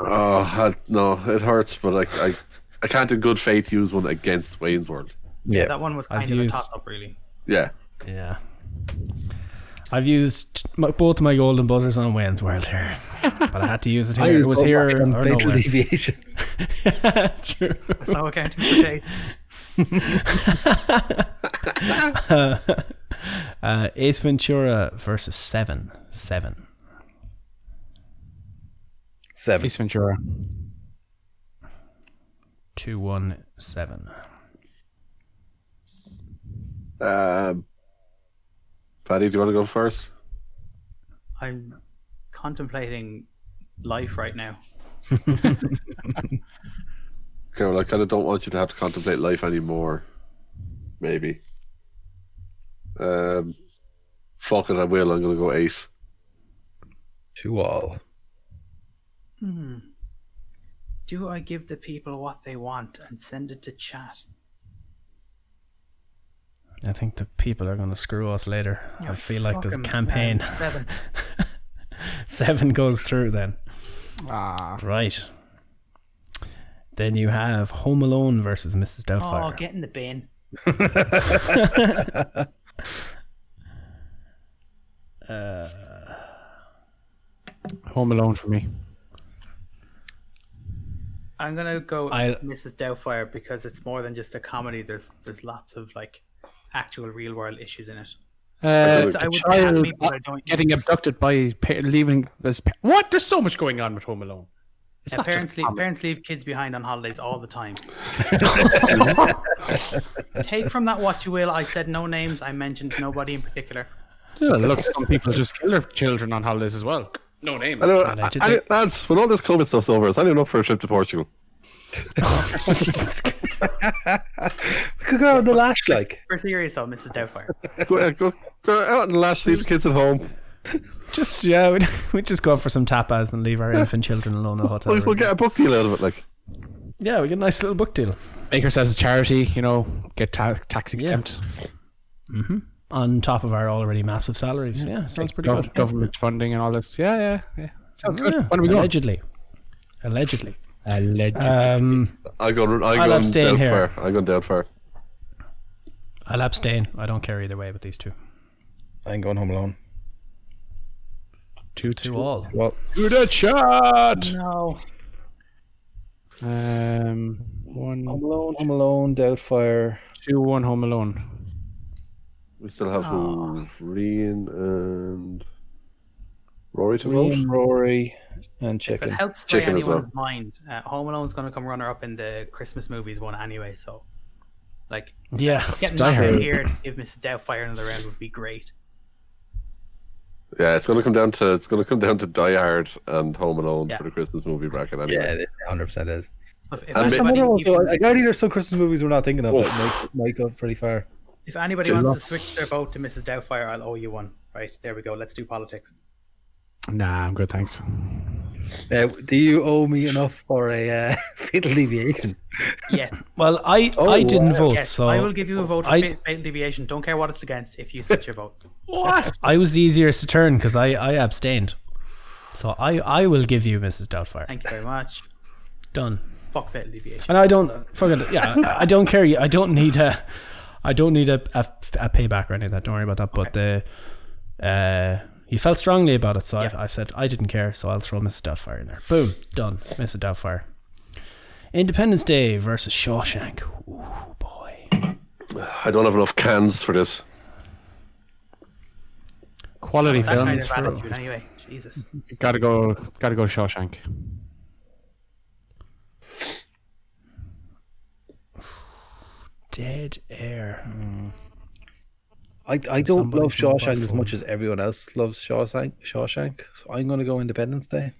Speaker 3: Oh, I, no, it hurts, but I, I, I can't in good faith use one against Wayne's World.
Speaker 8: Yeah.
Speaker 4: That one was
Speaker 2: I'd
Speaker 4: kind of
Speaker 2: use-
Speaker 4: a toss up, really.
Speaker 3: Yeah.
Speaker 2: Yeah. I've used my, both my golden buzzers on Wayne's World here, but [laughs] I had to use it here. It was
Speaker 7: Bob
Speaker 2: here
Speaker 7: Marsh
Speaker 2: or
Speaker 7: on Fatal
Speaker 2: [laughs] nowhere.
Speaker 7: Deviation. [laughs]
Speaker 2: It's true.
Speaker 4: It's now accounting
Speaker 2: [laughs]
Speaker 4: for day.
Speaker 2: Uh, Ace Ventura versus Seven. Seven.
Speaker 8: Seven.
Speaker 5: Ace Ventura.
Speaker 2: Two one seven.
Speaker 3: Um, Paddy, do you want to go first?
Speaker 4: I'm contemplating life right now.
Speaker 3: Okay, well, I kind of don't want you to have to contemplate life anymore. Maybe. Um, fuck it, I will. I'm going to go ace.
Speaker 8: Two all.
Speaker 4: Do I give the people what they want and send it to chat?
Speaker 2: I think the people are going to screw us later. I feel like there's a
Speaker 4: Fucking,
Speaker 2: campaign.
Speaker 4: um, seven.
Speaker 2: [laughs] Seven goes through then.
Speaker 5: Ah,
Speaker 2: Right. Then you have Home Alone versus Mrs.
Speaker 4: Oh,
Speaker 2: Doubtfire. [laughs]
Speaker 4: get in the bin.
Speaker 5: Home Alone for me.
Speaker 4: I'm gonna go
Speaker 2: I'll-
Speaker 4: Mrs. Doubtfire because it's more than just a comedy. There's there's lots of like actual real world issues in it.
Speaker 5: Uh,
Speaker 4: So I
Speaker 5: a
Speaker 4: would
Speaker 5: child
Speaker 4: add people that don't
Speaker 5: getting abducted by his pa- leaving his pa- what? There's so much going on with Home Alone. It's
Speaker 4: Yeah,
Speaker 5: not just
Speaker 4: parents leave
Speaker 5: comedy.
Speaker 4: parents leave kids behind on holidays all the time. Take from that what you will. I said no names. I mentioned nobody in particular.
Speaker 5: Yeah, look, some people just kill their children on holidays as well. No names.
Speaker 3: I don't, I,
Speaker 2: Allegedly.
Speaker 3: I, lads, when all this COVID stuff's over, it's signing up for a trip to Portugal.
Speaker 8: We could go on the lash, like.
Speaker 4: For serious though, Mrs. Doubtfire.
Speaker 3: Go, uh, go, go out and lash these kids at home.
Speaker 2: Just yeah, we [laughs] we just go for some tapas and leave our infant children alone at a hotel.
Speaker 3: We'll, we'll
Speaker 2: room.
Speaker 3: get a book deal out of it. Like,
Speaker 2: yeah, we get a nice little book deal
Speaker 5: Make yourselves a charity, you know, get ta- tax exempt.
Speaker 2: on top of our already massive salaries. Yeah, sounds pretty
Speaker 5: Gov-
Speaker 2: good.
Speaker 5: government funding and all this. Yeah, yeah, yeah. Sounds good.
Speaker 2: Yeah,
Speaker 5: When are we going?
Speaker 2: allegedly, allegedly.
Speaker 5: Alleged.
Speaker 2: Um,
Speaker 3: I go, I
Speaker 2: I'll
Speaker 3: go
Speaker 2: abstain
Speaker 3: down
Speaker 2: here.
Speaker 3: fire. I go down fire.
Speaker 2: I'll abstain. I don't care either way with these two.
Speaker 8: I'm going home alone.
Speaker 2: Two to all.
Speaker 8: Well,
Speaker 5: Do the chat.
Speaker 4: No.
Speaker 5: Um, one,
Speaker 8: Home Alone, Home Alone, Doubtfire.
Speaker 5: two, one. Home Alone.
Speaker 3: We still have Wolverine and Rory to vote.
Speaker 8: William Rory and
Speaker 4: If it
Speaker 8: Chicken.
Speaker 4: helps sway
Speaker 3: Chicken as well.
Speaker 4: anyone's mind, uh, Home Alone's going to come runner up in the Christmas movies one anyway. So, like,
Speaker 2: Yeah.
Speaker 4: getting
Speaker 5: Die
Speaker 4: nothing
Speaker 5: Hard.
Speaker 4: here to give Mrs. Doubtfire another round would be great.
Speaker 3: Yeah, it's gonna come down to it's gonna come down to Die Hard and Home Alone
Speaker 4: Yeah.
Speaker 3: for the Christmas movie bracket
Speaker 8: Yeah,
Speaker 3: anyway.
Speaker 8: it 100% is.
Speaker 4: If, if
Speaker 3: And
Speaker 7: There's some
Speaker 4: anybody,
Speaker 7: other ones,
Speaker 4: if-
Speaker 7: though. I got there's some Christmas movies we're not thinking of that
Speaker 3: Oof.
Speaker 7: might, might go pretty far.
Speaker 4: if anybody wants to switch their vote to Mrs. Doubtfire, I'll owe you one. Right there we go. Let's do politics.
Speaker 5: Nah, I'm good, thanks.
Speaker 7: Uh, do you owe me enough for a uh, fatal deviation?
Speaker 4: Yeah,
Speaker 2: Well, I I didn't vote,
Speaker 4: yes.
Speaker 2: so
Speaker 4: Oh, I will give you a vote for
Speaker 2: I-
Speaker 4: fa- fatal deviation. Don't care what it's against if you switch your vote.
Speaker 2: I was the easiest to turn because I I abstained. So I I will give you Mrs. Doubtfire.
Speaker 4: Thank you very much.
Speaker 2: Done.
Speaker 4: Fuck fatal deviation.
Speaker 2: And I don't fucking yeah. I- I don't care. I don't need a. I don't need a, a, a payback or any of that. Don't worry about that. But the, uh, you felt strongly about it, so I, I said I didn't care. So I'll throw Mrs. Doubtfire in there. Boom, done. Mrs. Doubtfire. Independence Day versus Shawshank. Ooh boy.
Speaker 3: I don't have enough cans for this.
Speaker 5: Quality
Speaker 4: That kind
Speaker 5: film.
Speaker 4: of attitude, anyway. Jesus.
Speaker 5: Gotta go. Gotta go. Shawshank.
Speaker 2: Dead air. Hmm,
Speaker 7: I, I don't
Speaker 2: Somebody
Speaker 7: love
Speaker 2: from the
Speaker 7: Shawshank as
Speaker 2: platform.
Speaker 7: much as everyone else loves Shawshank. Shawshank, so I'm going to go Independence Day.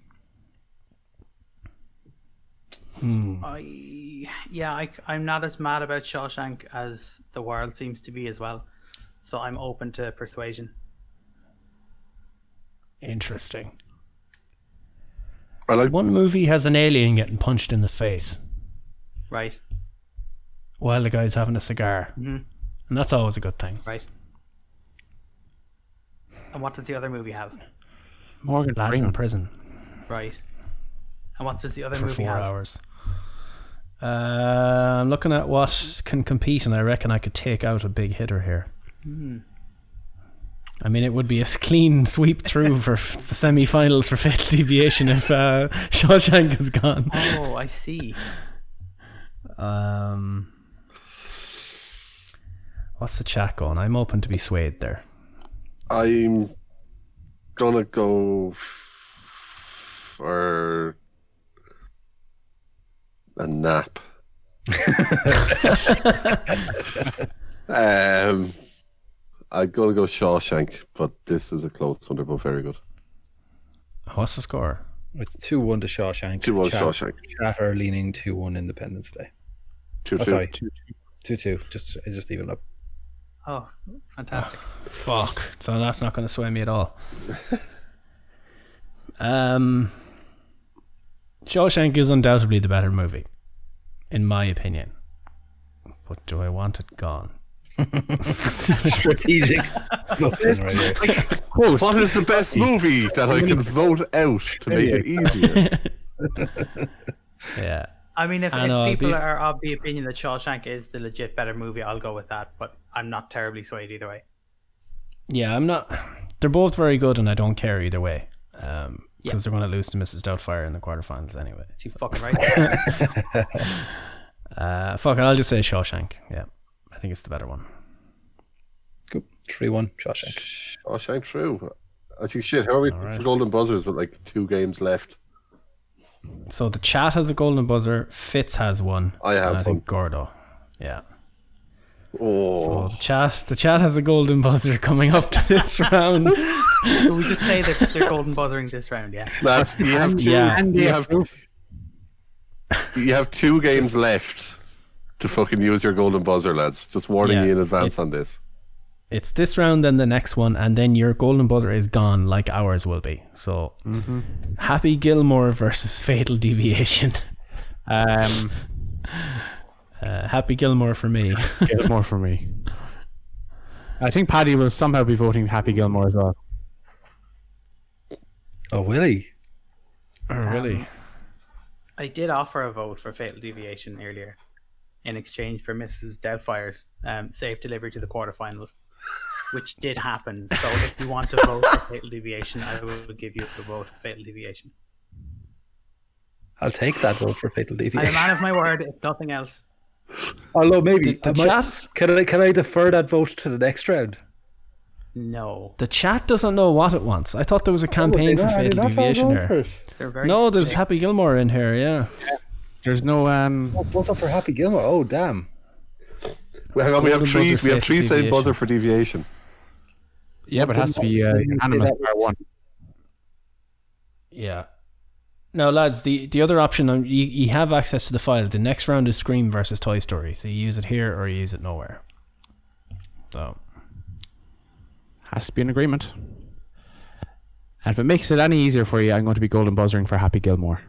Speaker 4: I yeah, I, I'm not as mad about Shawshank as the world seems to be as well. So I'm open to persuasion.
Speaker 2: Interesting.
Speaker 3: I like
Speaker 2: One movie has an alien getting punched in the face
Speaker 4: Right,
Speaker 2: while the guy's having a cigar,
Speaker 4: Mhm.
Speaker 2: and that's always a good thing.
Speaker 4: right. And what does the other movie have?
Speaker 5: Morgan
Speaker 2: Lads in
Speaker 5: Freeman.
Speaker 2: prison.
Speaker 4: Right. And what does the other
Speaker 2: for
Speaker 4: movie
Speaker 2: four
Speaker 4: have?
Speaker 2: hours. Uh, I'm looking at what can compete, and I reckon I could take out a big hitter here. I mean, it would be a clean sweep through for f- the semi-finals for Fatal Deviation if uh, Shawshank is gone.
Speaker 4: Oh, I see.
Speaker 2: Um, what's the chat going? I'm open to be swayed there.
Speaker 3: I'm gonna go f- for a nap. um, I'm gonna go Shawshank, but this is a close one. They're both very good.
Speaker 2: What's the score?
Speaker 7: It's 2 1 to Shawshank.
Speaker 3: Two one
Speaker 7: Chat-
Speaker 3: Shawshank.
Speaker 7: Chat are leaning 2 1 Independence Day.
Speaker 3: Two
Speaker 7: Oh,
Speaker 3: two.
Speaker 7: sorry. 2 2. 2 Just, I just even up.
Speaker 4: Oh, fantastic.
Speaker 2: Fuck. So that's not going to sway me at all. um, Shawshank is undoubtedly the better movie, in my opinion. But do I want it gone?
Speaker 7: Strategic. That's been right here.
Speaker 3: What is the best movie that I can vote out to make it easier?
Speaker 2: yeah.
Speaker 4: I mean, if,
Speaker 2: I
Speaker 4: if
Speaker 2: know, I'll
Speaker 4: people
Speaker 2: be-
Speaker 4: are of the opinion that Shawshank is the legit better movie, I'll go with that. But I'm not terribly swayed either way.
Speaker 2: Yeah, I'm not. They're both very good, and I don't care either way. Um, because they're going to lose to Mrs. Doubtfire in the quarterfinals anyway.
Speaker 4: Too
Speaker 2: [laughs]
Speaker 4: fucking right.
Speaker 2: Uh, fuck it, I'll just say Shawshank. Yeah, I think it's the better one.
Speaker 7: Cool. 3 1 Shawshank.
Speaker 3: Shawshank true. I think shit. How are we for golden buzzers with like two games left?
Speaker 2: So the chat has a golden buzzer. Fitz has one.
Speaker 3: I have
Speaker 2: and I
Speaker 3: one.
Speaker 2: think Gordo. Yeah.
Speaker 3: Oh,
Speaker 2: The chat, the chat has a golden buzzer [laughs] coming up to this round.
Speaker 4: But we just say they're, they're golden buzzering this round, yeah.
Speaker 3: [laughs] that's you have two.
Speaker 2: Yeah.
Speaker 3: You have you
Speaker 2: [laughs]
Speaker 3: have two games left to fucking use your golden buzzer, lads. Just warning
Speaker 2: Yeah,
Speaker 3: you in advance
Speaker 2: it's-
Speaker 3: on this.
Speaker 2: It's this round, then the next one, and then your golden buzzer is gone, like ours will be. So, Happy Gilmore versus Fatal Deviation. [laughs]
Speaker 5: Um,
Speaker 2: Uh, Happy Gilmore for me.
Speaker 5: Gilmore for me. I think Paddy will somehow be voting Happy Gilmore as well.
Speaker 7: Oh, Willie.
Speaker 2: really?
Speaker 4: I did offer a vote for Fatal Deviation earlier in exchange for Mrs. Doubtfire's um, safe delivery to the quarterfinals, which did happen. So if you want to vote for Fatal Deviation, I will give you a vote for Fatal Deviation.
Speaker 7: I'll take that vote for Fatal
Speaker 4: I'm a
Speaker 7: Deviation.
Speaker 4: man of my word, if nothing else.
Speaker 7: [laughs] Although maybe
Speaker 2: The- the
Speaker 7: I might-
Speaker 2: chat-
Speaker 7: can I can I defer that vote to the next round?
Speaker 4: No.
Speaker 2: The chat doesn't know what it wants. I thought there was a campaign for Fatal Deviation here.
Speaker 4: They're very
Speaker 2: No, there's Happy Gilmore in here, yeah.
Speaker 5: There's no um.
Speaker 7: What's up for Happy Gilmore? Oh damn!
Speaker 3: We, hang on, we have
Speaker 2: Golden
Speaker 3: three.
Speaker 2: buzzer
Speaker 3: We have
Speaker 2: for
Speaker 3: three same
Speaker 2: deviation.
Speaker 3: buzzer
Speaker 2: [laughs]
Speaker 3: for deviation.
Speaker 5: Yeah, but it has to be uh, unanimous by one.
Speaker 2: Yeah. Now, lads, the, the other option, um, you, you have access to the file. The next round is Scream versus Toy Story. So you use it here or you use it nowhere. So,
Speaker 5: Has to be an agreement. And if it makes it any easier for you, I'm going to be golden buzzering for Happy Gilmore.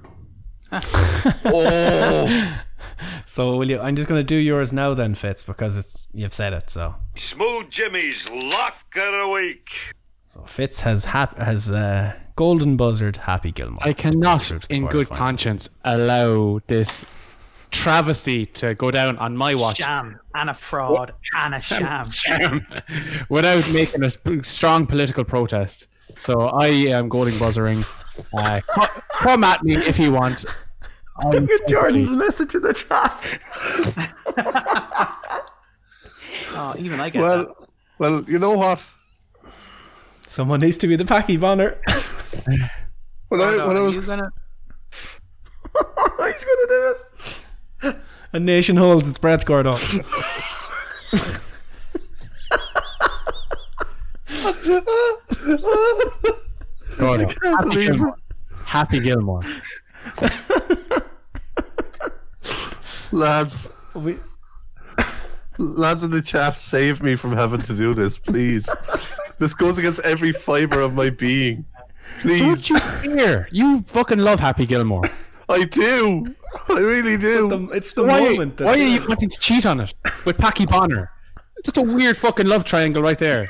Speaker 3: Oh. [laughs]
Speaker 2: so will you? I'm just going to do yours now, then, Fitz, because it's you've said it. So,
Speaker 1: [laughs] Smooth Jimmy's lock of the week.
Speaker 2: so Fitz has hap- has uh, golden buzzard Happy Gilmore.
Speaker 5: I cannot,
Speaker 2: Through to the
Speaker 5: in good
Speaker 2: quarterfinals.
Speaker 5: conscience, allow this travesty to go down on my watch
Speaker 4: sham and a fraud and a sham.
Speaker 5: [laughs] without making a sp- strong political protest. So I am golden buzzering. Uh, co- come at me if you want.
Speaker 2: Look at Jordan's message in the chat.
Speaker 4: Oh, even I get that.
Speaker 3: Well, well, you know what?
Speaker 2: Someone needs to be the Packy Bonner. He's
Speaker 3: When I, when I
Speaker 4: Are
Speaker 3: was
Speaker 4: you gonna?
Speaker 2: going to do it. A nation holds its breath, Gordo.
Speaker 5: Gordon. Happy
Speaker 3: believe
Speaker 5: Gilmore. Happy Gilmore.
Speaker 3: lads,
Speaker 2: We-
Speaker 3: lads in the chat, save me from having to do this, please. this goes against every fiber of my being.
Speaker 5: Don't
Speaker 3: Please,
Speaker 5: you fear? You fucking love Happy Gilmore.
Speaker 3: I do. I really do.
Speaker 2: the- Um, it's the
Speaker 5: Why,
Speaker 2: moment. that-
Speaker 5: why are you wanting to cheat on it with Packy Bonner? Just a weird fucking love triangle right there.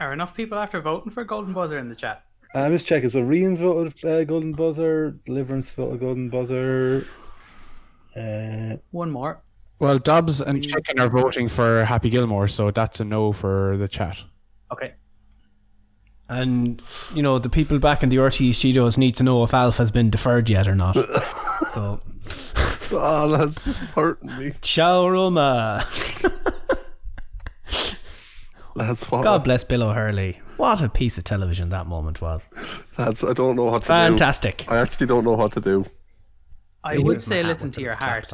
Speaker 4: Are enough people after voting for golden buzzer in the chat?
Speaker 7: I'm just checking. So Rian's voted uh, Golden Buzzer, Deliverance voted Golden Buzzer. Uh,
Speaker 4: One more.
Speaker 5: Well, Dobbs and Chicken are voting for Happy Gilmore, so that's a no for the chat.
Speaker 4: Okay.
Speaker 2: And you know the people back in the RTE studios need to know if Alf has been deferred yet or not.
Speaker 5: [laughs]
Speaker 2: so,
Speaker 3: Oh, lads, this is hurting me.
Speaker 2: ciao Roma.
Speaker 3: That's what.
Speaker 2: God bless Bill O'Hurley. What a piece of television that moment was.
Speaker 3: Lads, I don't know what to
Speaker 2: Fantastic.
Speaker 3: do. I actually don't know what to do.
Speaker 4: I would say listen to your heart,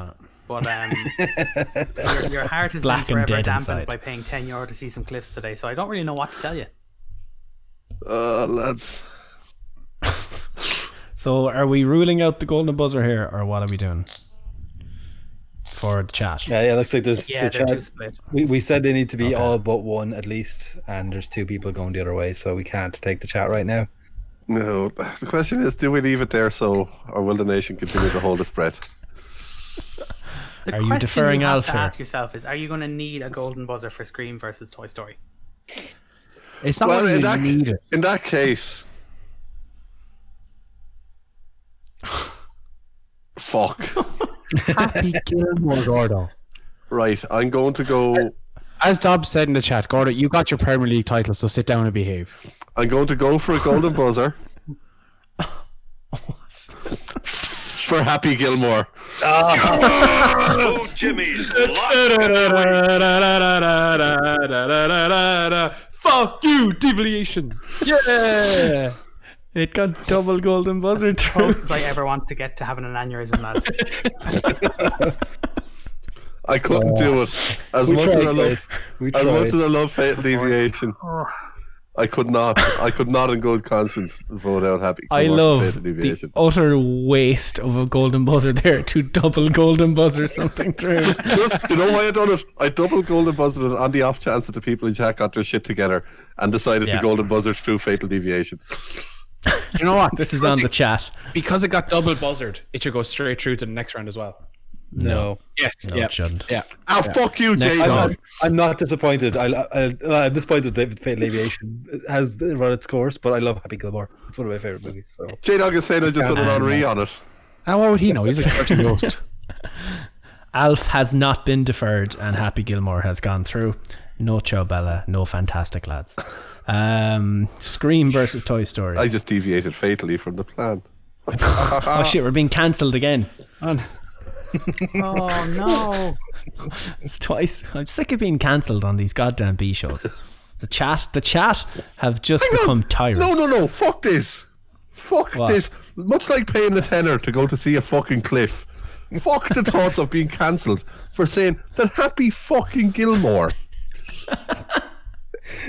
Speaker 4: but um, your, your heart has been
Speaker 2: black and
Speaker 4: forever
Speaker 2: dead
Speaker 4: dampened
Speaker 2: inside.
Speaker 4: by paying ten euro to see some cliffs today. So I don't really know what to tell you.
Speaker 3: Uh, lads,
Speaker 2: So, are we ruling out the golden buzzer here, or what are we doing for the chat?
Speaker 7: yeah, yeah. Looks like there's
Speaker 4: Yeah,
Speaker 7: the
Speaker 4: they're too
Speaker 7: chat.
Speaker 4: split.
Speaker 7: We, we said they need to be all but one at least, and there's two people going the other way, so we can't take the chat right now.
Speaker 3: no. The question is, do we leave it there so, or will the nation continue to hold its breath?
Speaker 4: The
Speaker 2: Are you
Speaker 4: question
Speaker 2: deferring
Speaker 4: you have
Speaker 2: Alf
Speaker 4: To
Speaker 2: here?
Speaker 4: ask yourself is: Are you going to need a golden buzzer for Scream versus Toy Story?
Speaker 5: It's not
Speaker 3: Well,
Speaker 5: well,
Speaker 3: in
Speaker 5: really
Speaker 3: that-
Speaker 5: needed.
Speaker 3: In that case, fuck.
Speaker 2: [laughs]
Speaker 5: Happy Gilmore, Gordo.
Speaker 3: Right, I'm going to go.
Speaker 5: As Dobbs said in the chat, Gordo, you got your Premier League title, so sit down and behave.
Speaker 3: I'm going to go for a golden
Speaker 2: [laughs]
Speaker 3: buzzer. for Happy Gilmore.
Speaker 1: Smooth Jimmy's lock.
Speaker 5: [laughs] Fuck you, deviation. Yeah.
Speaker 2: It got double golden buzzer through.
Speaker 4: If I ever want to get to having an aneurysm, lads.
Speaker 3: I couldn't do it. As much as I love,
Speaker 7: We
Speaker 3: as much as
Speaker 7: tried.
Speaker 3: I love Fatal Deviation, I could not. I could not, in good conscience, vote out Happy.
Speaker 2: I
Speaker 3: Gilmore for
Speaker 2: love
Speaker 3: Fatal
Speaker 2: the
Speaker 3: Deviation.
Speaker 2: utter waste of a golden buzzer there to double golden buzzer something [laughs] through.
Speaker 3: Just, do you know why I done it? I double golden buzzed it on the off chance that the people in chat got their shit together and decided
Speaker 2: Yeah.
Speaker 3: to golden buzzard through fatal deviation.
Speaker 5: You know what?
Speaker 2: This is on the chat.
Speaker 5: Because it got double buzzard, it should go straight through to the next round as well.
Speaker 2: No,
Speaker 5: Yes.
Speaker 2: no,
Speaker 5: yeah.
Speaker 2: it shouldn't.
Speaker 5: Yeah.
Speaker 3: Ah, fuck you, J
Speaker 7: I'm
Speaker 3: Dog.
Speaker 7: not, I'm not disappointed. I, uh, I, I'm disappointed that Fatal Aviation has run its course, but I love Happy Gilmore. It's one of my favorite movies. So
Speaker 3: J Dog is saying I just done an Henri on it.
Speaker 5: How why would he know? He's a dirty [laughs] ghost.
Speaker 2: Alf has not been deferred, and Happy Gilmore has gone through. No Chobella, no fantastic lads. Um, Scream versus Toy Story.
Speaker 3: I just deviated fatally from the plan.
Speaker 2: oh shit, we're being cancelled again.
Speaker 4: Oh no!
Speaker 2: It's twice. I'm sick of being cancelled on these goddamn B shows. The chat, the chat have just become tyrants.
Speaker 3: No, no, no. Fuck this. Fuck
Speaker 2: What?
Speaker 3: this. Much like paying a tenner to go to see a fucking cliff. Fuck the thoughts of being cancelled for saying that happy
Speaker 2: [laughs]
Speaker 3: fucking Gilmore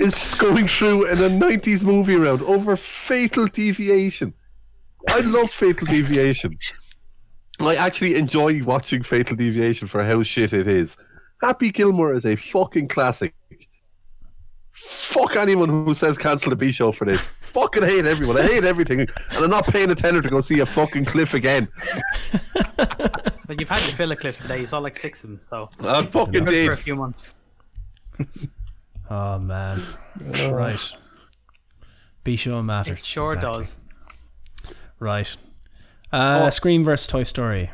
Speaker 3: is going through in a 90s movie round over Fatal Deviation. I love Fatal Deviation. I actually enjoy watching Fatal Deviation for how shit it is. Happy Gilmore is a fucking classic. Fuck anyone who says cancel the B show for this. Fucking hate everyone. I hate everything, and I'm not paying a tenner to go see a fucking cliff again.
Speaker 4: But you've had your filler clips today. You saw like six of them, so
Speaker 3: I fucking
Speaker 4: for
Speaker 3: did.
Speaker 4: a few months.
Speaker 2: Oh man, right. B show
Speaker 4: It
Speaker 2: matters.
Speaker 4: sure
Speaker 2: Exactly.
Speaker 4: does.
Speaker 2: Right. Uh, Scream versus Toy Story.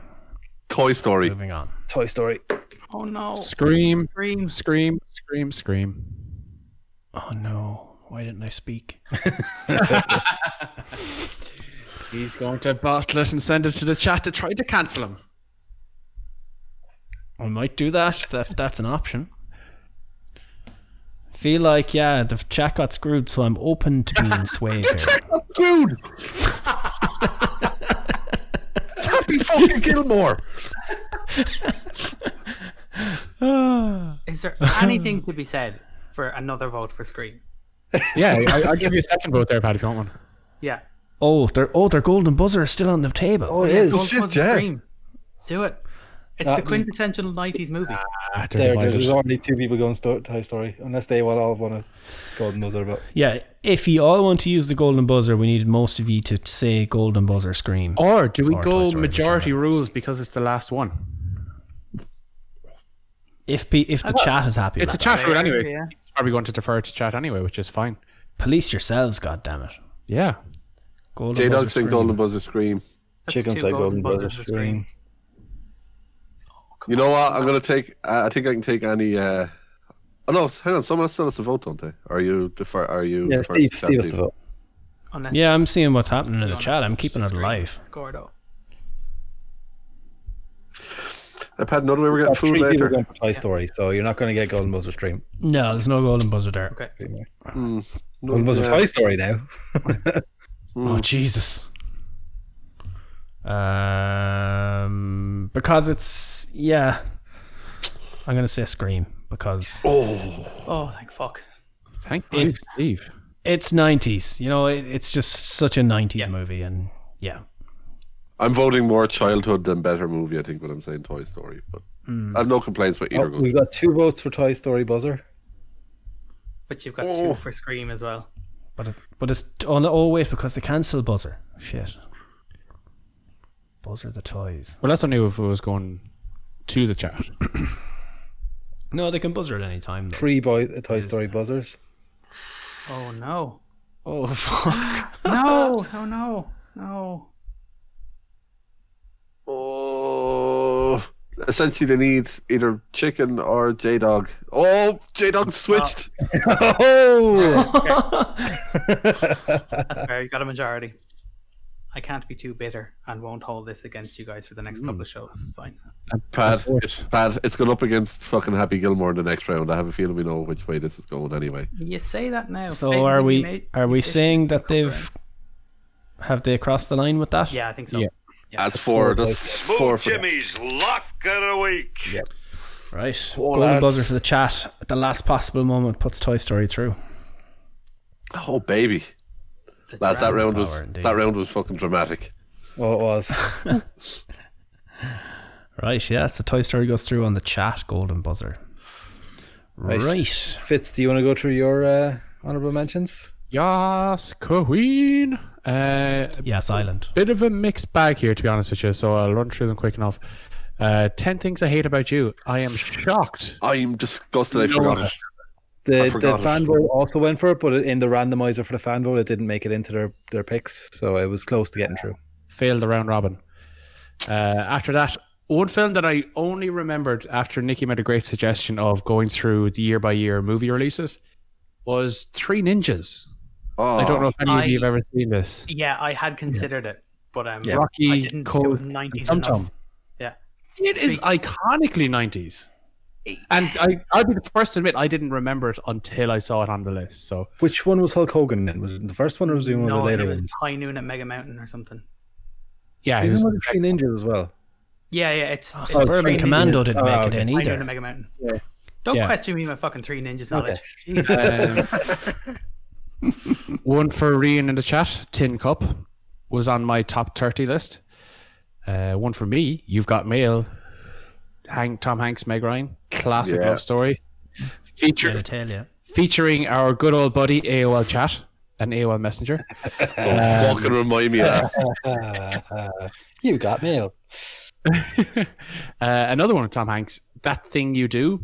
Speaker 3: Toy Story.
Speaker 2: Moving on.
Speaker 7: Toy Story.
Speaker 4: Oh no!
Speaker 5: Scream,
Speaker 4: Scream.
Speaker 5: scream, scream, scream.
Speaker 2: Oh no! Why didn't I speak?
Speaker 5: He's going to bottle it and send it to the chat to try to cancel him.
Speaker 2: I might do that. If if that's an option. Feel like yeah, the chat got screwed, so I'm open to being swayed. here.
Speaker 3: Dude! It's Happy fucking Gilmore.
Speaker 2: [laughs]
Speaker 4: Is there anything to be said for another vote for Scream?
Speaker 5: Yeah, I, I'll give you a second vote there, Pat, if you want one.
Speaker 4: Yeah.
Speaker 2: Oh, their oh, their golden buzzer is still on the table.
Speaker 7: Oh, it is.
Speaker 4: Don't
Speaker 3: shit,
Speaker 4: fuck
Speaker 3: yeah.
Speaker 4: Scream. Do it. It's the
Speaker 7: That-
Speaker 4: quintessential '90s movie.
Speaker 5: Ah, they're
Speaker 7: There,
Speaker 5: divided.
Speaker 7: there's already two people going sto- Toy Story, unless they want all want to Golden Buzzer. But
Speaker 2: Yeah, if you all want to use the golden buzzer, we need most of you to say golden buzzer scream.
Speaker 5: Or do we
Speaker 2: Or Toy
Speaker 5: go
Speaker 2: Story,
Speaker 5: majority rules because it's the last one?
Speaker 2: If pe- if the chat is happy,
Speaker 5: It's a
Speaker 2: with
Speaker 5: chat rule anyway.
Speaker 4: yeah.
Speaker 5: It's probably going to defer to chat anyway, which is fine.
Speaker 2: that. police yourselves. God damn it,
Speaker 5: Yeah.
Speaker 2: golden
Speaker 3: J
Speaker 2: buzzer
Speaker 3: Dog sing
Speaker 2: scream.
Speaker 3: Golden Buzzer Scream.
Speaker 4: That's
Speaker 8: Chicken
Speaker 4: two
Speaker 8: say Golden Buzzer
Speaker 4: Buzzers for
Speaker 8: Scream.
Speaker 3: You know what? I'm gonna take. Uh, I think I can take any. Uh... Oh no! Hang on. Someone else still has to vote, don't they? Are you? Defer- are you?
Speaker 7: yeah,
Speaker 3: defer-
Speaker 7: Steve,
Speaker 3: Chat
Speaker 7: Steve has to vote.
Speaker 4: Unless
Speaker 2: Yeah, I'm seeing what's happening in the
Speaker 4: wanna
Speaker 2: chat. I'm keeping it
Speaker 4: Scream.
Speaker 2: alive.
Speaker 4: Gordo.
Speaker 3: I've had another way. We're
Speaker 7: Uh,
Speaker 3: getting food
Speaker 7: three people
Speaker 3: later.
Speaker 7: going for Toy Story, so you're not going to get Golden Buzzer Stream.
Speaker 2: No, there's no golden buzzer there.
Speaker 4: Okay.
Speaker 3: No,
Speaker 7: Golden Buzzer
Speaker 3: yeah.
Speaker 7: Toy Story now.
Speaker 2: Oh Jesus. Um, because it's yeah. I'm gonna say scream because
Speaker 4: Oh, thank fuck.
Speaker 5: Thank you, Steve.
Speaker 2: it's 90s. You know, it, it's just such a 90s movie, and yeah.
Speaker 3: I'm voting more childhood than better movie. I think when I'm saying Toy Story, but I have no complaints with either.
Speaker 7: Oh,
Speaker 3: of those.
Speaker 7: we've got two votes for Toy Story Buzzer.
Speaker 4: But you've got
Speaker 2: Oh.
Speaker 4: two for Scream as well.
Speaker 2: But it, but it's oh, no, oh wait because the cancel buzzer shit. Buzzer the toys.
Speaker 5: Well, that's only if it was going to the chat.
Speaker 2: No, they can buzzer at any time. Though.
Speaker 7: Three boy uh, Toy Story Buzzers.
Speaker 4: Oh no.
Speaker 2: Oh [laughs] fuck!
Speaker 4: [gasps] No, no, no, no.
Speaker 3: Oh, essentially, they need either chicken or J Dog. Oh, J Dog switched.
Speaker 7: Oh,
Speaker 4: That's fair. You got a majority. I can't be too bitter and won't hold this against you guys for the next couple
Speaker 2: Mm.
Speaker 4: of shows. It's fine.
Speaker 3: Pat, it's Pat. It's going up against fucking Happy Gilmore in the next round. I have a feeling we know which way this is going anyway.
Speaker 4: You say that now.
Speaker 2: So
Speaker 4: Fate
Speaker 2: are
Speaker 4: really
Speaker 2: we
Speaker 4: made-
Speaker 2: are we
Speaker 4: it is-
Speaker 2: saying that
Speaker 4: cover
Speaker 2: they've have they crossed the line with that?
Speaker 4: Yeah, I think so.
Speaker 5: Yeah.
Speaker 3: That's four. That's four
Speaker 1: Smooth
Speaker 3: for
Speaker 1: Jimmy's lock of the week.
Speaker 2: Right. Golden buzzer for the chat at the last possible moment puts Toy Story through.
Speaker 3: Oh baby, lads, that round was
Speaker 2: power, indeed.
Speaker 3: that round was fucking dramatic.
Speaker 7: well, it was.
Speaker 2: Right. Yeah. So Toy Story goes through on the chat. Golden buzzer. Right.
Speaker 7: Fitz, do you want to go through your uh, honorable mentions?
Speaker 5: Yes, Queen. Uh,
Speaker 2: Yeah. Silent.
Speaker 5: bit of a mixed bag here, to be honest with you. So I'll run through them quick enough. Uh, Ten things I hate about you. I am shocked.
Speaker 3: I'm disgusted. I forgot it.
Speaker 7: The, the
Speaker 3: forgot it.
Speaker 7: fan vote also went for it, but in the randomizer for the fan vote, it didn't make it into their, their picks, so it was close to getting through.
Speaker 5: Failed the round robin. Uh, after that, one film that I only remembered after Nikki made a great suggestion of going through the year by year movie releases was Three Ninjas.
Speaker 3: Oh,
Speaker 5: I don't know if any
Speaker 4: Oh, I-
Speaker 5: of you have ever seen this.
Speaker 4: Yeah, I had considered it. But um,
Speaker 3: Yeah.
Speaker 4: I
Speaker 5: Rocky,
Speaker 4: didn't- it
Speaker 5: Cold,
Speaker 4: was
Speaker 5: and
Speaker 4: 90s
Speaker 5: Tum
Speaker 4: enough.
Speaker 5: Tum.
Speaker 4: Yeah.
Speaker 5: It is iconically 90s. And I, I'll be the first to admit I didn't remember it until I saw it on the list. So
Speaker 8: Which one was Hulk Hogan in? Was it the first one or was it one of
Speaker 4: no,
Speaker 8: the
Speaker 4: it
Speaker 8: later
Speaker 4: was
Speaker 8: ones?
Speaker 4: High Noon at Mega Mountain or something.
Speaker 5: yeah, it
Speaker 8: Isn't
Speaker 5: was-
Speaker 8: one of the Three Ninjas as well?
Speaker 4: Yeah, yeah, it's, it's
Speaker 2: Suburban
Speaker 4: Three Ninjas.
Speaker 2: Commando didn't
Speaker 8: Oh,
Speaker 2: make it
Speaker 8: okay.
Speaker 2: in
Speaker 4: High Noon
Speaker 2: Oh, either.
Speaker 4: at Mega Mountain. Don't
Speaker 5: Yeah.
Speaker 4: question me my fucking three ninjas knowledge.
Speaker 5: Um, one for Rian in the chat, Tin Cup, was on my top 30 list. Uh, one for me, You've Got Mail, Hank, Tom Hanks, Meg Ryan, classic
Speaker 3: Yeah.
Speaker 5: love story. Feature,
Speaker 2: I'll tell you.
Speaker 5: featuring our good old buddy AOL Chat and AOL Messenger.
Speaker 3: Oh, Don't fucking remind me of that.
Speaker 8: You got mail.
Speaker 5: [laughs] uh, another one with Tom Hanks, That Thing You Do.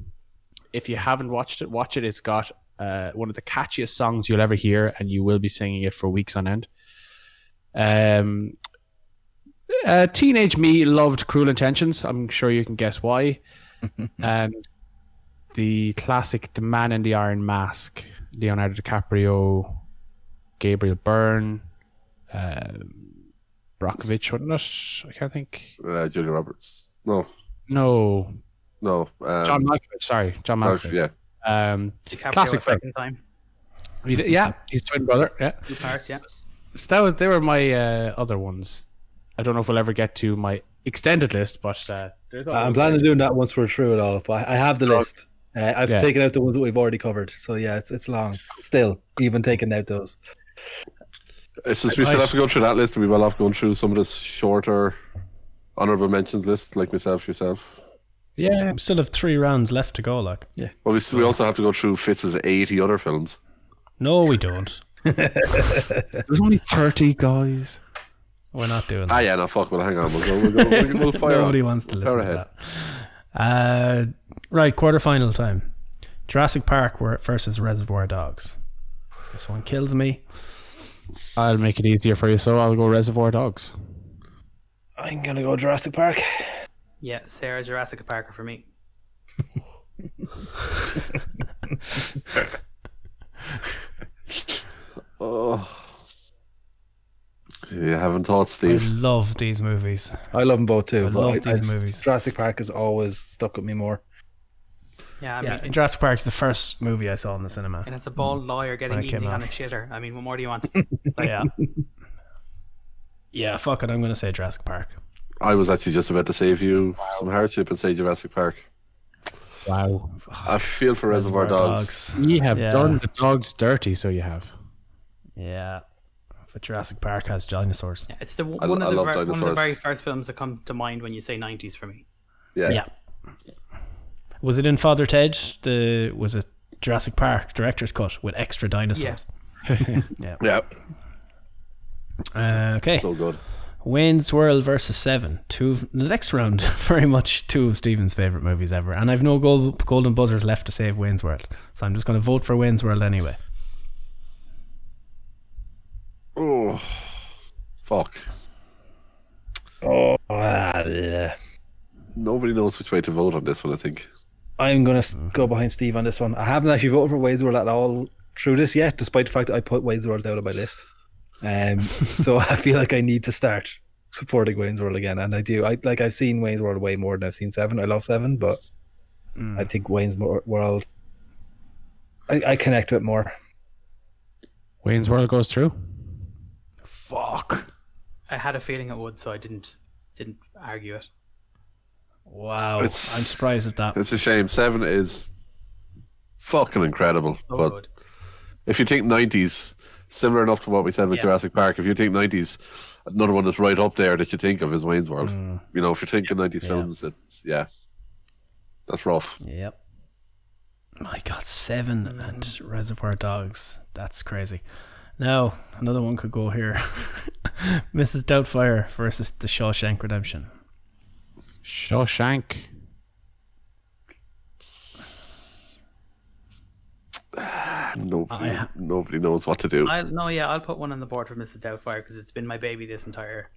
Speaker 5: If you haven't watched it, watch it. It's got uh, one of the catchiest songs you'll ever hear, and you will be singing it for weeks on end. Um, uh, teenage me loved Cruel Intentions. I'm sure you can guess why. and the classic The Man in the Iron Mask, Leonardo DiCaprio, Gabriel Byrne, uh, Brockovich, wasn't it? I can't think.
Speaker 3: Uh, Julia Roberts. No,
Speaker 5: No,
Speaker 3: no. Um,
Speaker 5: John Malkovich. Sorry, John
Speaker 3: no,
Speaker 5: Malkovich.
Speaker 3: yeah.
Speaker 5: Um,
Speaker 4: DiCaprio
Speaker 5: Classic
Speaker 4: a second time.
Speaker 5: he did- yeah, his twin brother. Yeah.
Speaker 4: Two parts, yeah.
Speaker 5: So that was. They were my uh, other ones. I don't know if we'll ever get to my extended list, but uh, there's other
Speaker 7: I'm
Speaker 5: ones.
Speaker 7: planning on doing that once we're through it all, but I I have the list. Uh, I've
Speaker 5: Yeah.
Speaker 7: taken out the ones that we've already covered, so yeah, it's it's long. Still, even taking out those.
Speaker 3: Since we still have to go through that list, we will have gone through some of the shorter honorable mentions list, like myself, yourself.
Speaker 5: yeah.
Speaker 2: We still have three rounds left to go, like.
Speaker 3: But we, we also have to go through Fitz's 80 other films.
Speaker 2: No, we don't.
Speaker 5: There's only thirty guys.
Speaker 2: We're not doing that.
Speaker 3: Ah, yeah, no, fuck, well, hang on. We'll, go, we'll, go, we'll, we'll fire
Speaker 2: Nobody
Speaker 3: on.
Speaker 2: wants to
Speaker 3: Power
Speaker 2: listen to that. Uh, right, quarterfinal time. Jurassic Park wer- versus Reservoir Dogs. This one kills me.
Speaker 5: I'll make it easier for you, so I'll go Reservoir Dogs.
Speaker 7: I'm gonna go Jurassic Park.
Speaker 4: Yeah, Sarah Jurassic Parker for me.
Speaker 3: Oh. You haven't thought,
Speaker 2: I
Speaker 3: Steve.
Speaker 2: love these movies.
Speaker 7: I love them both too.
Speaker 2: I
Speaker 7: but
Speaker 2: love these
Speaker 7: just-
Speaker 2: movies.
Speaker 7: Jurassic Park has always stuck with me more.
Speaker 4: Yeah, I mean,
Speaker 2: Yeah, Jurassic Park is the first movie I saw in the cinema.
Speaker 4: and it's a bald lawyer getting
Speaker 2: When it
Speaker 4: eaten
Speaker 2: came
Speaker 4: on a
Speaker 2: out.
Speaker 4: shitter. I mean, what more do you want?
Speaker 2: [laughs] Yeah. yeah, fuck it. I'm going to say Jurassic Park.
Speaker 3: I was actually just about to save you some hardship and say Jurassic Park.
Speaker 5: Wow,
Speaker 3: I feel for Reservoir, Dogs.
Speaker 5: you have
Speaker 2: Yeah.
Speaker 5: done the dogs dirty, so you have.
Speaker 2: Yeah. But Jurassic Park has dinosaurs.
Speaker 4: It's the
Speaker 3: I-
Speaker 4: one,
Speaker 3: I
Speaker 4: of the,
Speaker 3: love
Speaker 4: ver- one of the
Speaker 3: dinosaurs.
Speaker 4: very first films that come to mind when you say 90s for me.
Speaker 3: Yeah.
Speaker 2: Yeah. Was it in Father Ted? The was it Jurassic Park director's cut with extra dinosaurs?
Speaker 3: Yeah.
Speaker 2: Uh, okay.
Speaker 3: So good.
Speaker 2: Wayne's World versus Seven. Two of, the next round, [laughs] very much two of Steven's favorite movies ever, and I've no gold, golden buzzers left to save Wayne's World, so I'm just going to vote for Wayne's World anyway.
Speaker 3: Oh. Fuck.
Speaker 7: Ah, yeah.
Speaker 3: Nobody knows which way to vote on this one, I think.
Speaker 7: I'm gonna s-
Speaker 2: Mm.
Speaker 7: go behind Steve on this one. I haven't actually voted for Wade's World at all through this yet, despite the fact that I put Wade's World out of my list.
Speaker 2: [laughs]
Speaker 7: Um, so I feel like I need to start supporting Wayne's World again, and I do. I like I've seen Wayne's World way more than I've seen Seven. I love Seven, but
Speaker 2: Mm.
Speaker 7: I think Wayne's Mo- World, I, I connect with more.
Speaker 5: Wayne's World goes through.
Speaker 2: Fuck.
Speaker 4: I had a feeling it would, so I didn't didn't argue it.
Speaker 2: Wow.
Speaker 3: It's-
Speaker 2: I'm surprised at that.
Speaker 3: It's a shame. Seven is fucking incredible.
Speaker 4: So
Speaker 3: but
Speaker 4: good.
Speaker 3: if you think 90s, similar enough to what we said with
Speaker 4: Yeah.
Speaker 3: Jurassic Park, if you think 90s, another one that's right up there that you think of is Wayne's World.
Speaker 4: Mm.
Speaker 3: You know, if you're thinking 90s films, it's, yeah, that's rough.
Speaker 2: Yep. My God, seven and Reservoir Dogs. That's crazy. Now another one could go here. [laughs] Mrs. Doubtfire versus The Shawshank Redemption.
Speaker 5: Shawshank.
Speaker 3: Nobody,
Speaker 2: I-
Speaker 3: nobody knows what to do.
Speaker 4: I'll, no, yeah, I'll put one on the board for Mrs. Doubtfire because it's been my baby this entire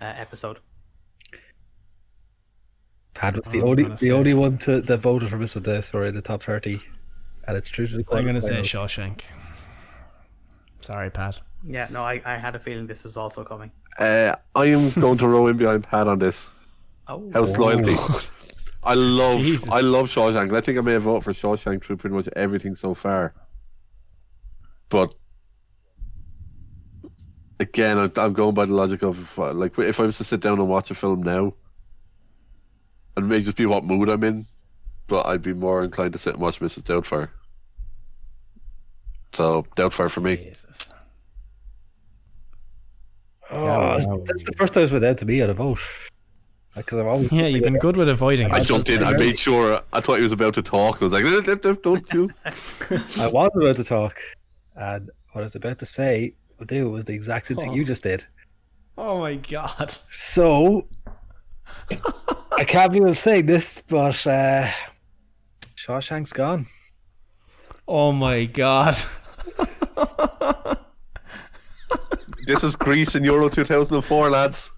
Speaker 4: uh, episode.
Speaker 7: Pad was the
Speaker 2: I'm
Speaker 7: only
Speaker 2: gonna
Speaker 7: the
Speaker 2: say-
Speaker 7: only one to that voted for Mr. Day, sorry, the top thirty, and it's true to the.
Speaker 2: I'm going to say
Speaker 7: quarterfinals.
Speaker 2: Shawshank. Sorry, Pat.
Speaker 4: Yeah, no, I, I had a feeling this was also coming.
Speaker 3: Uh, I am going to row in behind Pat on this.
Speaker 4: Oh,
Speaker 3: House loyalty. [laughs] I love
Speaker 2: Jesus.
Speaker 3: I love Shawshank. and I think I may have voted for Shawshank through pretty much everything so far. But again, I'm, I'm going by the logic of if I, like if I was to sit down and watch a film now, it may just be what mood I'm in, but I'd be more inclined to sit and watch Mrs. Doubtfire. So Doubtfire for me.
Speaker 2: Jesus.
Speaker 7: Oh, that's, that's the first time it's without to be at a vote. Because I've always
Speaker 2: [laughs] Yeah, you've been good with avoiding.
Speaker 3: I
Speaker 2: it.
Speaker 3: jumped in. I made sure. I thought he was about to talk. I was like, "Eh, eh, eh, "Don't you?"
Speaker 7: I was about to talk, and what I was about to say or do was the exact same thing you just did.
Speaker 2: Oh my god.
Speaker 7: So I can't believe I'm saying this, but uh, Shawshank's gone.
Speaker 2: Oh my god.
Speaker 3: This is Greece in Euro 2004, lads.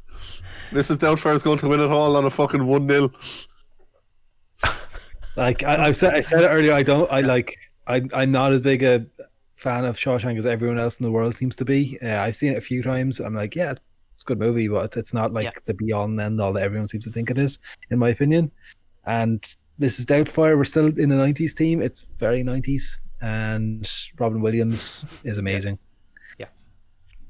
Speaker 3: Mrs. Doubtfire is going to win it all on a fucking 1 0.
Speaker 7: Like I, I've said, I said it earlier. I don't. I like. I, I'm not as big a fan of Shawshank as everyone else in the world seems to be. Uh, I've seen it a few times. I'm like, yeah, it's a good movie, but it's not like
Speaker 4: Yeah.
Speaker 7: the beyond end all that everyone seems to think it is, in my opinion. And Mrs. Doubtfire, we're still in the '90s team. It's very '90s, and Robin Williams is amazing.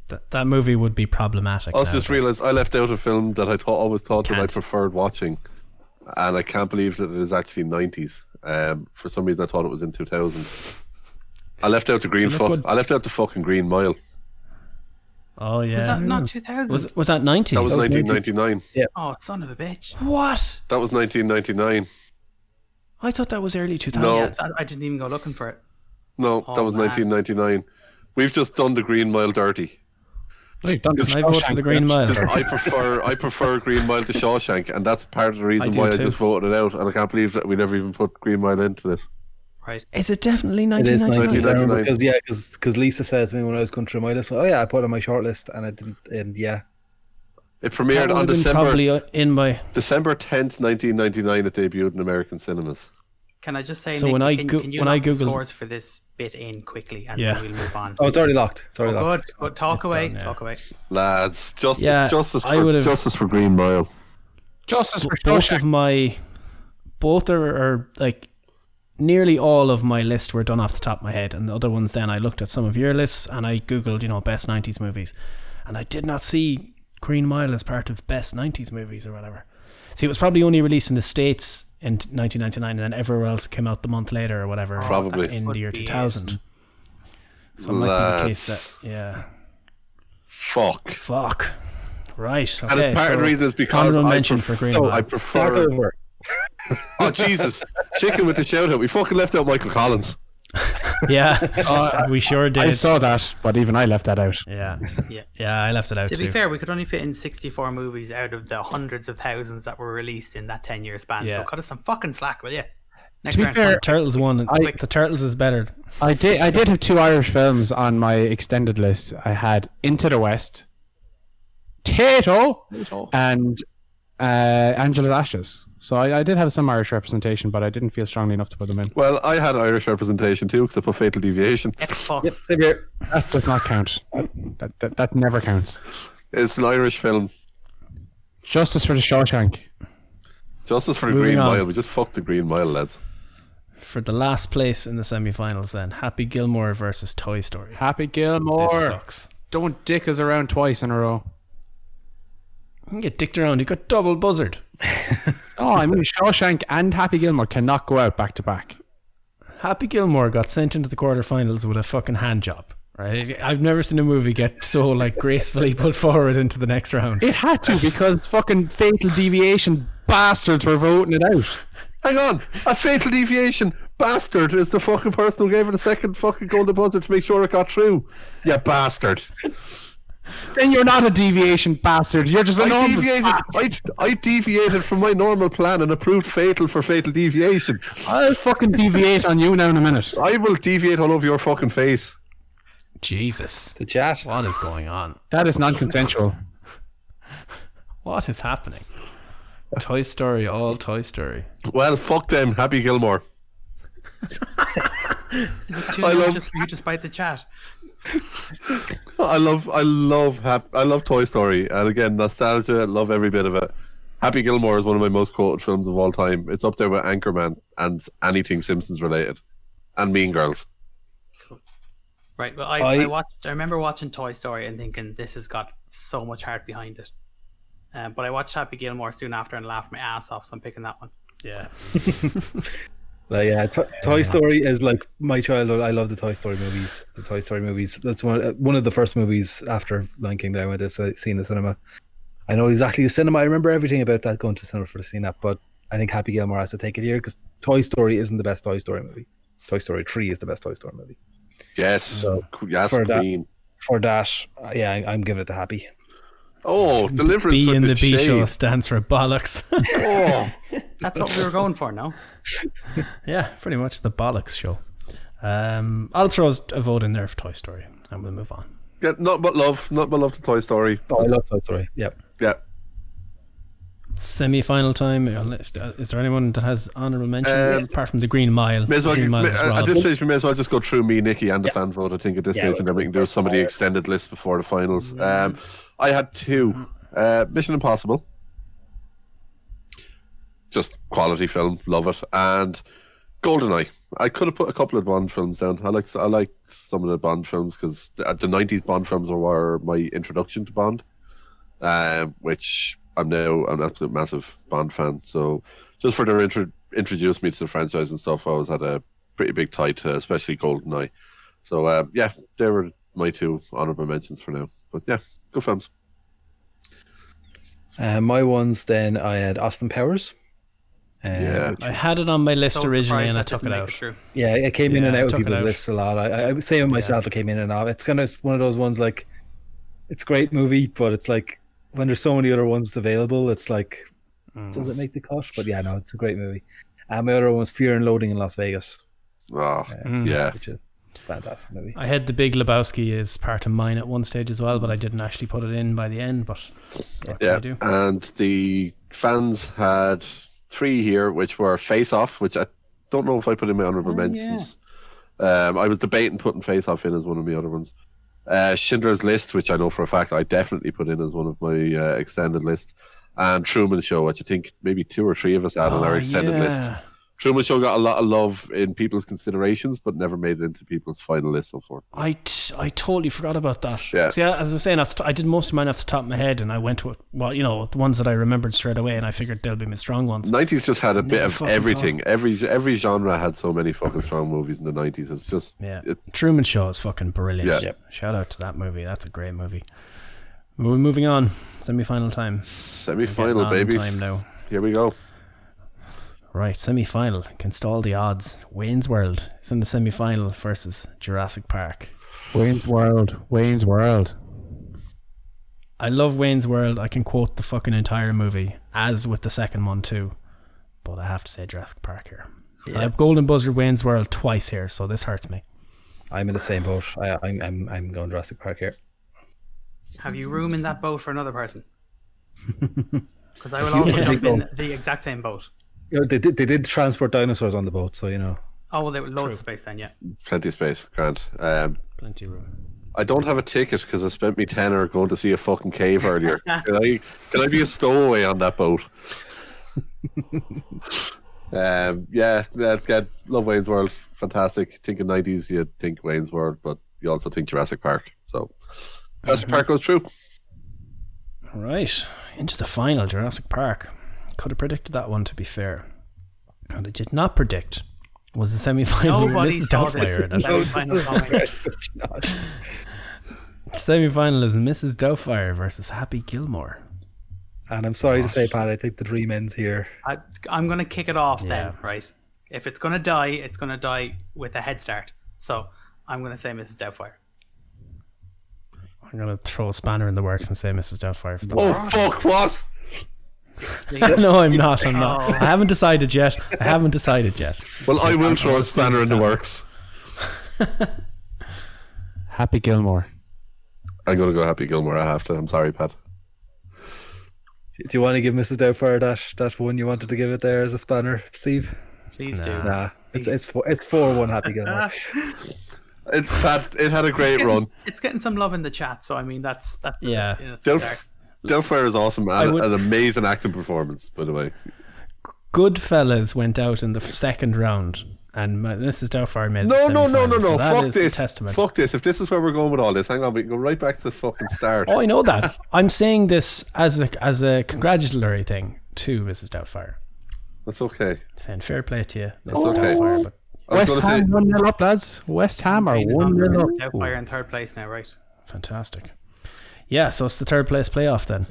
Speaker 2: That, that movie would be problematic.
Speaker 3: I also
Speaker 2: now.
Speaker 3: just realised I left out a film that I thought always thought that I
Speaker 2: Can't.
Speaker 3: preferred watching, and I can't believe that it is actually 90s. Um, for some reason, I thought it was in 2000. I left out the green
Speaker 2: Look
Speaker 3: fuck.
Speaker 2: good.
Speaker 3: I left out the fucking Green Mile.
Speaker 2: Oh
Speaker 4: was
Speaker 2: yeah.
Speaker 4: that not 2000?
Speaker 2: was was that ninety?
Speaker 3: That was
Speaker 7: That was
Speaker 3: 1999.
Speaker 4: Oh, son of a bitch.
Speaker 2: What?
Speaker 3: That was 1999.
Speaker 2: I thought that was early two
Speaker 3: No.
Speaker 2: thousand.
Speaker 4: I, I didn't even go looking for it.
Speaker 3: No, that
Speaker 4: Oh,
Speaker 3: was
Speaker 4: man.
Speaker 3: 1999. We've just done the Green Mile dirty.
Speaker 5: Hey, done this
Speaker 2: I vote for
Speaker 5: Shawshank
Speaker 2: the Green Mile.
Speaker 3: Just- I prefer I prefer Green Mile to Shawshank, and that's part of the reason
Speaker 2: do
Speaker 3: why I
Speaker 2: too.
Speaker 3: just voted it out. And I can't believe that we never even put Green Mile into this.
Speaker 4: Right.
Speaker 2: Is it definitely
Speaker 7: It
Speaker 2: nineteen
Speaker 7: is
Speaker 2: ninety
Speaker 3: 1999.
Speaker 2: nine?
Speaker 7: 1999 because yeah, because Lisa said to me when I was going through my list, oh yeah, I put it on my short list, and I didn't, and yeah,
Speaker 2: That
Speaker 3: It premiered
Speaker 2: would
Speaker 3: on
Speaker 2: have been
Speaker 3: December
Speaker 2: probably uh, in my.
Speaker 3: December tenth, nineteen ninety nine. It debuted in American cinemas.
Speaker 4: Can I just say,
Speaker 2: So
Speaker 4: Nick,
Speaker 2: when I
Speaker 4: can,
Speaker 2: go-
Speaker 4: can you
Speaker 2: when I
Speaker 4: lock the
Speaker 2: Googled-
Speaker 4: scores for this bit in quickly and
Speaker 2: Yeah.
Speaker 4: then we'll
Speaker 2: [laughs]
Speaker 4: move on?
Speaker 7: oh, it's already locked. It's already
Speaker 4: good.
Speaker 7: locked.
Speaker 4: But talk
Speaker 2: It's
Speaker 4: away.
Speaker 2: done, yeah.
Speaker 4: Talk away.
Speaker 3: Lads, justice,
Speaker 2: Yeah,
Speaker 3: justice,
Speaker 2: I
Speaker 3: for,
Speaker 2: would've-
Speaker 3: justice for Green Mile.
Speaker 5: Justice for
Speaker 2: Both of
Speaker 5: Shawshank.
Speaker 2: my, both are, are like, nearly all of my list were done off the top of my head, and the other ones. Then I looked at some of your lists and I googled, you know, best nineties movies, and I did not see Green Mile as part of best nineties movies or whatever. See, it was probably only released in the states in 1999, and then everywhere else came out the month later or whatever. uh,
Speaker 3: Probably.
Speaker 2: in the year
Speaker 4: Would be it.
Speaker 2: 2000. So it might be the case that
Speaker 3: Lads.
Speaker 2: yeah.
Speaker 3: Fuck.
Speaker 2: Fuck. Right. Okay,
Speaker 3: And it's part
Speaker 2: so
Speaker 3: of the reason is because
Speaker 2: honorable
Speaker 3: I,
Speaker 2: mention
Speaker 3: pref-
Speaker 2: for Green
Speaker 3: I
Speaker 2: Mile.
Speaker 7: Start
Speaker 3: prefer.
Speaker 7: over.
Speaker 3: [laughs] Oh Jesus! Chicken with the shout out. We fucking left out Michael Collins.
Speaker 2: [laughs]
Speaker 3: [laughs]
Speaker 2: yeah,
Speaker 3: Uh,
Speaker 2: we sure did.
Speaker 5: I saw that, but even I left that out.
Speaker 2: yeah,
Speaker 4: Yeah.
Speaker 2: yeah, I left it out
Speaker 4: To
Speaker 2: too.
Speaker 4: be fair, we could only fit in 64 movies out of the hundreds of thousands that were released in that 10 year span.
Speaker 2: Yeah.
Speaker 4: So cut us some fucking slack, will you? Next
Speaker 5: To be
Speaker 4: round.
Speaker 5: fair,
Speaker 2: Turtles one.
Speaker 5: I-
Speaker 2: the Turtles is better.
Speaker 5: I did. I did have two Irish films on my extended list. I had Into the West, Tato, and uh, Angela's Ashes. So I, I did have some Irish representation, but I didn't feel strongly enough to put them in.
Speaker 3: Well, I had Irish representation too because I put Fatal Deviation.
Speaker 4: Get fucked.
Speaker 7: Same here.
Speaker 5: That does not count. That, that, that never counts.
Speaker 3: It's an Irish film.
Speaker 5: Justice for the Shawshank.
Speaker 3: Justice for the
Speaker 2: Moving
Speaker 3: Green
Speaker 2: on.
Speaker 3: Mile. We just fucked the Green Mile, lads.
Speaker 2: For the last place in the semi-finals, then Happy Gilmore versus Toy Story.
Speaker 5: Happy
Speaker 2: This
Speaker 5: Gilmore.
Speaker 2: sucks.
Speaker 5: Don't dick us around twice in a row.
Speaker 2: You can get dicked around. You got double buzzard.
Speaker 5: Oh, I mean Shawshank and Happy Gilmore cannot go out back to back.
Speaker 2: Happy Gilmore got sent into the quarterfinals with a fucking hand job. Right? I've never seen a movie get so like gracefully put forward into the next round.
Speaker 5: It had to because fucking fatal deviation bastards were voting it out.
Speaker 3: Hang on, a fatal deviation bastard is the fucking person who gave it a second fucking golden buzzer to make sure it got through. Yeah, bastard.
Speaker 5: Then you're not a deviation bastard. You're just a
Speaker 3: I
Speaker 5: normal
Speaker 3: deviated. I, I deviated from my normal plan and approved fatal for fatal deviation.
Speaker 5: I'll fucking deviate on you now in a minute.
Speaker 3: I will deviate all over your fucking face.
Speaker 2: Jesus,
Speaker 7: The chat.
Speaker 2: what is going on?
Speaker 5: That is non-consensual.
Speaker 2: What is happening? Toy Story, all Toy Story.
Speaker 3: Well, fuck them, Happy Gilmore.
Speaker 4: Is it too
Speaker 3: I
Speaker 4: much
Speaker 3: love-
Speaker 4: just for you despite the chat?
Speaker 3: I love, I love, hap- I love Toy Story, and again, nostalgia. Love every bit of it. Happy Gilmore is one of my most quoted films of all time. It's up there with Anchorman and anything Simpsons related, and Mean Girls.
Speaker 4: Right. Well, I, I,
Speaker 7: I-
Speaker 4: watched. I remember watching Toy Story and thinking this has got so much heart behind it. Um, but I watched Happy Gilmore soon after and laughed my ass off, so I'm picking that one.
Speaker 2: Yeah.
Speaker 7: Like, yeah, to- Toy Story is like my childhood. I love the Toy Story movies. The Toy Story movies. That's one uh, one of the first movies after Lion King that I went to see see in the cinema. I know exactly the cinema. I remember everything about that going to the cinema for seeing that. But I think Happy Gilmore has to take it here because Toy Story isn't the best Toy Story movie. Toy Story Three is the best Toy Story movie.
Speaker 3: Yes, Qu- yes,
Speaker 7: for that-
Speaker 3: Queen.
Speaker 7: For that, uh, yeah, I, I'm giving it to Happy.
Speaker 3: Oh, Deliverance
Speaker 2: B
Speaker 3: with
Speaker 2: in the B
Speaker 3: shade.
Speaker 2: show stands for bollocks.
Speaker 3: Oh,
Speaker 4: That's what we were going
Speaker 2: [laughs]
Speaker 4: for, no?
Speaker 2: yeah, pretty much the bollocks show. Um, I'll throw a vote in there for Toy Story, and we'll move on.
Speaker 3: yeah, not but love, not but love to Toy Story.
Speaker 7: Oh, I love Toy Story. Yep.
Speaker 3: Yeah.
Speaker 2: Semi-final time. Is there anyone that has honourable mention
Speaker 3: Um,
Speaker 2: apart from the Green Mile?
Speaker 3: May as well,
Speaker 2: Green Mile
Speaker 3: may- uh,
Speaker 2: is
Speaker 3: at
Speaker 2: Rob.
Speaker 3: this stage, we may as well just go through me, Nikki, and the fan vote. I think at this
Speaker 7: Yeah,
Speaker 3: stage,
Speaker 7: let's
Speaker 3: and then we can do some of the extended list before the finals. Um, I had two uh, Mission Impossible, just quality film, love it, and Goldeneye. I could have put a couple of Bond films down. I like I like some of the Bond films because the, the '90s Bond films were my introduction to Bond, um, which I'm now an absolute massive Bond fan. So just for their intro introduce me to the franchise and stuff, I always had a pretty big tie to, especially Goldeneye. So uh, yeah, they were my two honorable mentions for now. But yeah, good films.
Speaker 7: Uh, my ones then I had Austin Powers. Uh,
Speaker 3: Yeah,
Speaker 2: I had it on my list
Speaker 4: So
Speaker 2: originally,
Speaker 4: surprised
Speaker 2: and I
Speaker 4: that
Speaker 2: took it
Speaker 4: didn't make
Speaker 2: out.
Speaker 4: through.
Speaker 7: Yeah, it came in
Speaker 2: Yeah,
Speaker 7: and
Speaker 2: I
Speaker 7: out of
Speaker 2: took it
Speaker 7: people's
Speaker 2: out.
Speaker 7: lists a lot. I, I, I was saying myself, it came in and out. It's kind of one of those ones like, it's a great movie, but it's like when there's so many other ones available, it's like,
Speaker 2: Mm.
Speaker 7: does it make the cut? But yeah, no, it's a great movie. And my other one was Fear and Loading in Las Vegas,
Speaker 3: oh, yeah.
Speaker 7: which is a fantastic movie.
Speaker 2: I had the Big Lebowski as part of mine at one stage as well, but I didn't actually put it in by the end. But what can
Speaker 3: Yeah,
Speaker 2: I do?
Speaker 3: and the fans had three here, which were Face Off, which I don't know if I put in my honorable
Speaker 2: Oh,
Speaker 3: mentions. Um, I was debating putting Face Off in as one of the other ones. Uh, Schindler's List, which I know for a fact I definitely put in as one of my uh, extended list, and Truman Show, which I think maybe two or three of us had on our
Speaker 2: Oh,
Speaker 3: extended list.
Speaker 2: yeah.
Speaker 3: Truman Show got a lot of love in people's considerations, but never made it into people's final list, unfortunately.
Speaker 2: I, t- I totally forgot about that.
Speaker 3: Yeah.
Speaker 2: See, as I was saying, I, was t- I did most of mine off the top of my head, and I went to well, you know, the ones that I remembered straight away, and I figured they'll be my strong ones.
Speaker 3: Nineties just had a bit
Speaker 2: Never
Speaker 3: of
Speaker 2: fucking
Speaker 3: everything. Every every genre had so many fucking strong movies in the nineties. It's just
Speaker 2: Yeah.
Speaker 3: it's
Speaker 2: Truman Show is fucking brilliant.
Speaker 3: Yeah. Yep.
Speaker 2: Shout out to that movie. That's a great movie. We're moving on. Semi final time.
Speaker 3: semi
Speaker 2: Getting
Speaker 3: final
Speaker 2: on
Speaker 3: babies.
Speaker 2: time now.
Speaker 3: Here we go.
Speaker 2: Right, semi final. Can stall the odds. Wayne's World is in the semi final versus Jurassic Park.
Speaker 5: Wayne's World. Wayne's World.
Speaker 2: I love Wayne's World. I can quote the fucking entire movie, as with the second one too. But I have to say Jurassic Park here. I have Golden Buzzer Wayne's World twice here, so this hurts me.
Speaker 7: I'm in the same boat. I, I'm, I'm, I'm going Jurassic Park here.
Speaker 4: Have you room in that boat for another person?
Speaker 2: [laughs]
Speaker 4: Because I will also jump in the exact same boat.
Speaker 7: You know, they, did, they did transport dinosaurs on the boat, so you
Speaker 2: [laughs]
Speaker 7: know.
Speaker 4: Oh, well, there was loads of space then, yeah.
Speaker 3: Plenty of space, Grant. Um,
Speaker 2: Plenty of room.
Speaker 3: I don't have a ticket because I spent me tenner going to see a fucking cave earlier. can I can I be a stowaway on that boat? um, yeah, yeah, good. Love Wayne's World. Fantastic. Think of nineties, you think Wayne's World, but you also think Jurassic Park. So Jurassic
Speaker 2: Mm-hmm.
Speaker 3: Park goes true.
Speaker 2: All right, into the final Jurassic Park. Could have predicted that one to be fair. What I did not predict was the semi final.
Speaker 4: Nobody
Speaker 2: Mrs.
Speaker 4: saw this.
Speaker 2: Doubtfire. [laughs]
Speaker 4: That was final comment.
Speaker 2: Semi final is Mrs. Doubtfire versus Happy Gilmore.
Speaker 7: And I'm sorry to say, Pat, I think the dream ends here.
Speaker 4: I, I'm going to kick it off
Speaker 2: Yeah.
Speaker 4: then, right? If it's going to die, it's going to die with a head start. So I'm going to say Mrs. Doubtfire.
Speaker 2: I'm gonna throw a spanner in the works and say Mrs. Doubtfire for the
Speaker 3: Oh fuck! What?
Speaker 2: [laughs] No, I'm not. I'm not.
Speaker 4: Oh.
Speaker 2: I haven't decided yet. I haven't decided yet.
Speaker 3: Well, I will throw a spanner in
Speaker 2: [laughs]
Speaker 3: the works.
Speaker 5: Happy Gilmore.
Speaker 3: I'm gonna go Happy Gilmore. I have to. I'm sorry, Pat.
Speaker 7: Do you want to give Mrs. Doubtfire that, that one you wanted to give it there as a spanner, Steve?
Speaker 4: Please do.
Speaker 2: [laughs]
Speaker 7: Nah, it's it's four, it's four one Happy Gilmore.
Speaker 3: It had it had a great run.
Speaker 4: It's getting some love in the chat, so I mean that's that's the-
Speaker 2: Yeah.
Speaker 4: you know, it's
Speaker 3: Del,
Speaker 4: there.
Speaker 3: Del Frere is awesome.
Speaker 2: I
Speaker 3: and
Speaker 2: would-
Speaker 3: An amazing acting performance, by the way.
Speaker 2: Goodfellas went out in the second round, and my, Mrs. Doubtfire made.
Speaker 3: No,
Speaker 2: the
Speaker 3: no, no, no,
Speaker 2: semifinals, so
Speaker 3: no.
Speaker 2: that
Speaker 3: Fuck
Speaker 2: is
Speaker 3: this.
Speaker 2: A testament.
Speaker 3: Fuck this. If this is where we're going with all this, hang on. We can go right back to the fucking start.
Speaker 2: Oh, I know that. [laughs] I'm saying this as a as a congratulatory thing to Mrs. Doubtfire,
Speaker 3: That's okay.
Speaker 2: saying fair play to you, Mrs.
Speaker 3: okay.
Speaker 2: Doubtfire. But
Speaker 3: I was
Speaker 5: West
Speaker 3: gonna
Speaker 5: Ham 1 0 up, lads. West Ham are 1 0 up.
Speaker 4: Doubtfire in third place now, right?
Speaker 2: fantastic. Yeah, so it's the third place playoff then.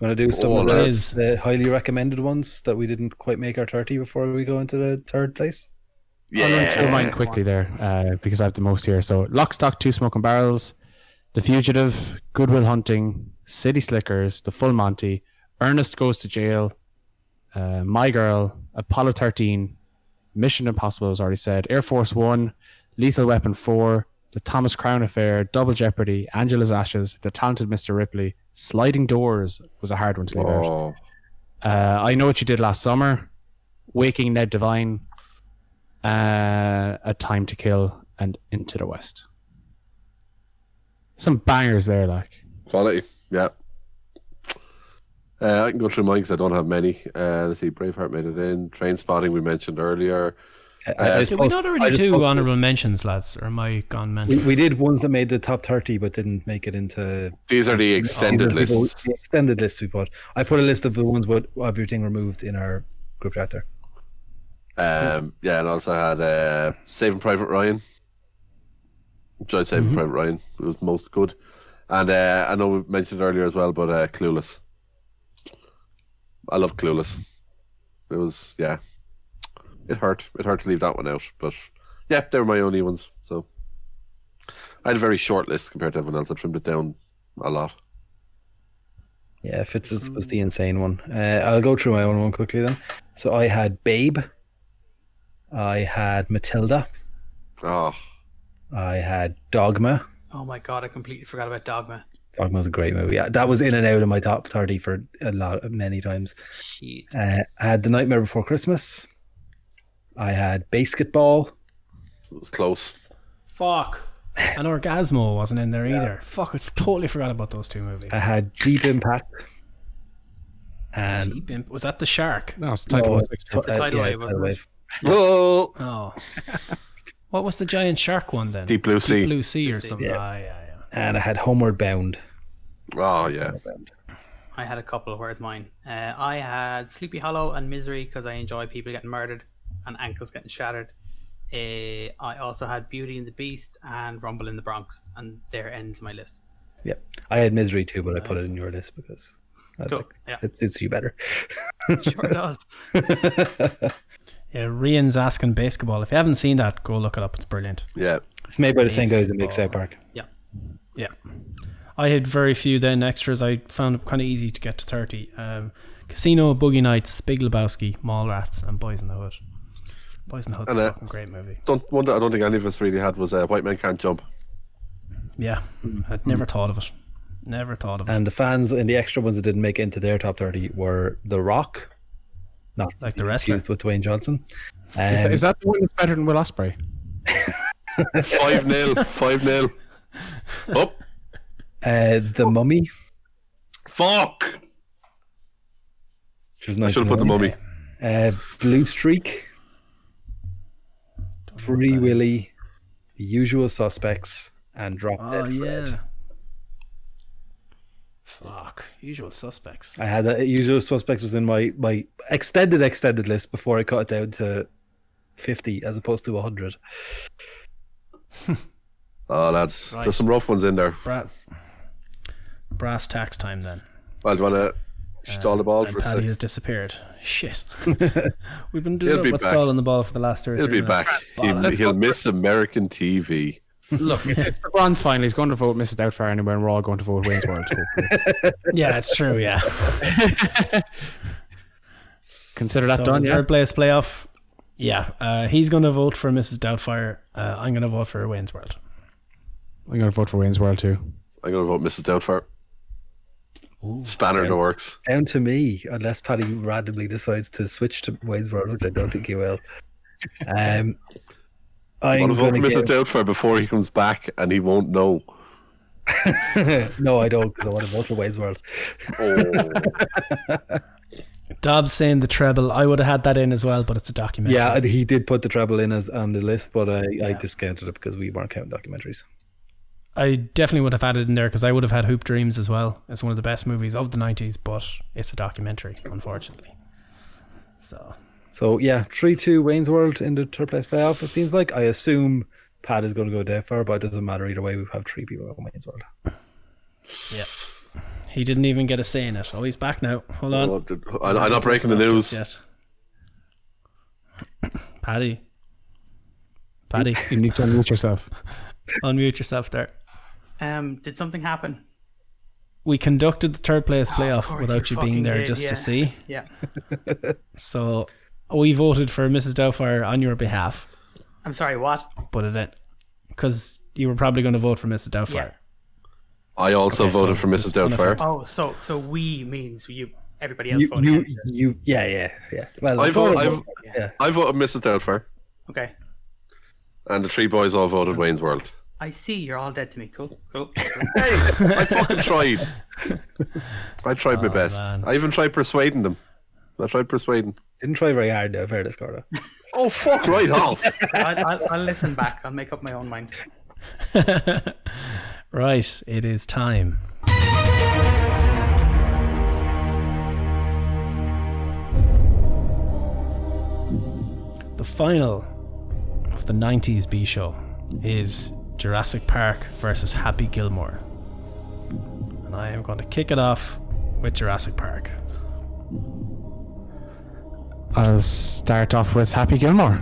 Speaker 7: you want to do some
Speaker 3: Oh,
Speaker 7: of
Speaker 3: that-
Speaker 7: the,
Speaker 2: is-
Speaker 7: the highly recommended ones that we didn't quite make our 30 before we go into the third place?
Speaker 5: I'll run mine quickly there uh, because I have the most here. So, Lockstock, Two Smoking Barrels, The Fugitive, Goodwill Hunting, City Slickers, The Full Monty, Ernest Goes to Jail, uh, My Girl, Apollo 13, Mission Impossible, as already said, Air Force One, Lethal Weapon 4, The Thomas Crown Affair, Double Jeopardy, Angela's Ashes, The Talented Mr. Ripley, Sliding Doors was a hard one to leave out.
Speaker 3: Oh,
Speaker 5: Uh, I know what you did last summer. Waking Ned Divine, uh, A Time to Kill, and Into the West. Some bangers there, like.
Speaker 3: quality. Yeah. Uh, I can go through mine because I don't have many. Uh, let's see. Braveheart made it in. Train Spotting we mentioned earlier.
Speaker 7: I, I
Speaker 2: Did we
Speaker 7: suppose-
Speaker 2: not
Speaker 7: I
Speaker 2: already
Speaker 7: just
Speaker 2: do
Speaker 7: posted-
Speaker 2: honorable mentions, lads? Or am I gone
Speaker 7: we,
Speaker 2: mental?
Speaker 7: we did ones that made the top 30 but didn't make it into
Speaker 3: These are the
Speaker 7: These are
Speaker 3: extended
Speaker 7: the people-
Speaker 3: lists.
Speaker 7: the extended lists we put. I put a list of the ones with everything removed in our group chat there.
Speaker 3: Um, yeah, and also had uh, Saving Private Ryan. Enjoyed Saving Private Ryan. It was most good. And uh, I know we mentioned earlier as well, but uh, Clueless. I love Clueless. It was yeah. It hurt. It hurt to leave that one out, but yeah, they were my only ones. So I had a very short list compared to everyone else. I trimmed it down a lot.
Speaker 7: Yeah, Fitz's was
Speaker 2: Hmm.
Speaker 7: the insane one. Uh, I'll go through my own one quickly then. So I had Babe. I had Matilda.
Speaker 3: Oh,
Speaker 7: I had Dogma.
Speaker 4: Oh my god, I completely forgot about Dogma.
Speaker 7: Dogma's a great movie. Yeah, That was in and out of my top 30 for a lot, many times.
Speaker 4: Shit.
Speaker 7: Uh, I had The Nightmare Before Christmas. I had Basketball.
Speaker 3: it was [laughs] close.
Speaker 2: Fuck. And Orgasmo wasn't in there either. Fuck, I totally forgot about those two movies.
Speaker 7: I had Deep Impact. And
Speaker 2: Deep Imp- was that the shark?
Speaker 5: No, it's title
Speaker 7: Oh,
Speaker 5: was
Speaker 7: it's to- uh,
Speaker 4: Tidal
Speaker 7: yeah,
Speaker 4: Wave, wasn't
Speaker 7: Tidal
Speaker 4: it?
Speaker 7: Wave.
Speaker 3: Whoa,
Speaker 2: Oh. what was the giant shark one then?
Speaker 3: Deep Blue Sea.
Speaker 2: Blue Sea or something.
Speaker 7: Yeah.
Speaker 2: Ah, yeah, yeah.
Speaker 7: And I had Homeward Bound.
Speaker 3: Oh yeah.
Speaker 4: I had a couple. Where's mine? Uh, I had Sleepy Hollow and Misery because I enjoy people getting murdered and ankles getting shattered. Uh, I also had Beauty and the Beast and Rumble in the Bronx, and there ends my list.
Speaker 7: Yep. I had Misery too, but I put it in your list because I was
Speaker 4: Cool.
Speaker 7: like,
Speaker 4: Yeah.
Speaker 7: it suits you better.
Speaker 4: Sure does.
Speaker 2: Yeah, Rian's asking basketball. If you haven't seen that, go look it up. It's brilliant.
Speaker 3: Yeah.
Speaker 7: It's made by the same guys that make South Park.
Speaker 2: Yeah. I had very few then extras. I found it kind of easy to get to 30. Um, Casino, Boogie Nights, The Big Lebowski, Mall Rats, and Boys in the Hood. Boys in the Hood's
Speaker 3: And, uh,
Speaker 2: a fucking great movie.
Speaker 3: Don't wonder. I don't think any of us really had was uh, White Man Can't Jump.
Speaker 2: Yeah.
Speaker 3: Hmm.
Speaker 2: I'd never thought of it. Never thought of it.
Speaker 7: And the fans and the extra ones that didn't make it into their top 30 were The Rock, not
Speaker 2: Like
Speaker 7: to be
Speaker 2: the wrestler.
Speaker 7: confused with Dwayne Johnson.
Speaker 5: Is
Speaker 7: Um,
Speaker 5: that the one that's better than Will Osprey?
Speaker 3: Five 0 Five Oh, 0 Up.
Speaker 7: uh, the Mummy,
Speaker 3: Fuck.
Speaker 7: which was
Speaker 3: I should have put the mummy.
Speaker 7: Uh, Blue Streak, Free Willy, The Usual Suspects, and Drop
Speaker 2: Oh,
Speaker 7: Dead Fred.
Speaker 2: yeah. Fuck. Usual suspects.
Speaker 7: I had that usual suspects was in my my extended extended list before I cut it down to fifty as opposed to hundred.
Speaker 3: Oh, lads,
Speaker 2: Right.
Speaker 3: there's some rough ones in there.
Speaker 2: Bra- brass tax time then.
Speaker 3: I'd want to stall the ball
Speaker 2: and
Speaker 3: for a
Speaker 2: Uh, Paddy
Speaker 3: second.
Speaker 2: has disappeared.
Speaker 3: [laughs]
Speaker 2: Shit. We've been doing
Speaker 3: He'll
Speaker 2: nothing
Speaker 3: be
Speaker 2: but
Speaker 3: back.
Speaker 2: stalling the ball for the last two or
Speaker 3: He'll
Speaker 2: three
Speaker 3: be back.
Speaker 2: minutes.
Speaker 3: He'll,
Speaker 5: Let's
Speaker 3: he'll
Speaker 5: look
Speaker 3: miss American TV.
Speaker 5: Look, it's, it's [laughs] the bronze final. He's going to vote Mrs. Doubtfire anyway, and we're all going to vote Wayne's World.
Speaker 2: Yeah, it's true, yeah.
Speaker 5: Consider that
Speaker 2: so
Speaker 5: done,
Speaker 2: the
Speaker 5: yeah.
Speaker 2: third place playoff. Yeah, uh, he's going to vote for Mrs. Doubtfire. Uh, I'm going to vote for Wayne's World.
Speaker 5: I'm going to vote for Wayne's World too.
Speaker 3: I'm going to vote Mrs. Doubtfire. Spanner in the works.
Speaker 7: Down to me, unless
Speaker 2: [laughs]
Speaker 7: Paddy randomly decides to switch to Wayne's World, which I don't think he will. Um,
Speaker 3: i
Speaker 7: I'm
Speaker 3: want to vote
Speaker 7: gonna
Speaker 3: for Mrs.
Speaker 7: give-
Speaker 3: Doubtfire before he comes back and he won't know.
Speaker 7: [laughs] No, I don't, because I want to vote for Wade's World.
Speaker 3: Oh.
Speaker 2: Dobbs saying the treble. I would have had that in as well, but it's a documentary.
Speaker 7: Yeah, and he did put the treble in as on the list, but I, I discounted it because we weren't counting documentaries.
Speaker 2: I definitely would have had it in there because I would have had Hoop Dreams as well. It's one of the best movies of the 90s, but it's a documentary, unfortunately. So,
Speaker 7: So yeah, three two Wayne's World in the third place playoff. It seems like I assume Pat is going to go there far, but it doesn't matter either way. We have three people on Wayne's World.
Speaker 2: yeah. He didn't even get a say in it. Oh, he's back now. Hold on.
Speaker 3: Oh, did- I- I'm not breaking the
Speaker 2: Just
Speaker 3: news.
Speaker 2: yet. [coughs] Paddy. Paddy,
Speaker 5: You need to unmute yourself.
Speaker 2: unmute yourself there.
Speaker 4: Um, did something happen?
Speaker 2: We conducted the third place playoff
Speaker 4: Oh, course
Speaker 2: without
Speaker 4: you
Speaker 2: you being
Speaker 4: fucking
Speaker 2: there
Speaker 4: did,
Speaker 2: just
Speaker 4: yeah.
Speaker 2: to see.
Speaker 4: Yeah.
Speaker 2: So we voted for Mrs. Doubtfire on your behalf,
Speaker 4: I'm sorry, what?
Speaker 2: but it because you were probably going to vote for Mrs. Doubtfire.
Speaker 4: Yeah.
Speaker 3: I also
Speaker 2: Okay, so
Speaker 3: voted for Mrs.
Speaker 2: it's
Speaker 3: Doubtfire.
Speaker 4: Oh, so so we means you everybody else
Speaker 7: You,
Speaker 4: voted.
Speaker 7: you,
Speaker 4: against it.
Speaker 7: you, yeah, yeah, yeah. Well,
Speaker 3: I vote- I
Speaker 7: voted-
Speaker 3: vote-
Speaker 7: yeah.
Speaker 3: I voted Mrs. Doubtfire,
Speaker 4: Okay.
Speaker 3: and the three boys all voted Wayne's World.
Speaker 4: I see you're all dead to me. Cool. Cool.
Speaker 3: Hey, I fucking tried. I tried my best.
Speaker 2: Oh, man.
Speaker 3: I even tried persuading them. I tried persuading.
Speaker 7: Didn't try very hard though, fair discord.
Speaker 3: Oh fuck! Right off.
Speaker 4: I'll, I'll, I'll listen back. I'll make up my own mind.
Speaker 2: [laughs] Right, it is time. The final of the 90s B show is Jurassic Park versus Happy Gilmore. And I am going to kick it off with Jurassic Park.
Speaker 5: I'll start off with Happy Gilmore.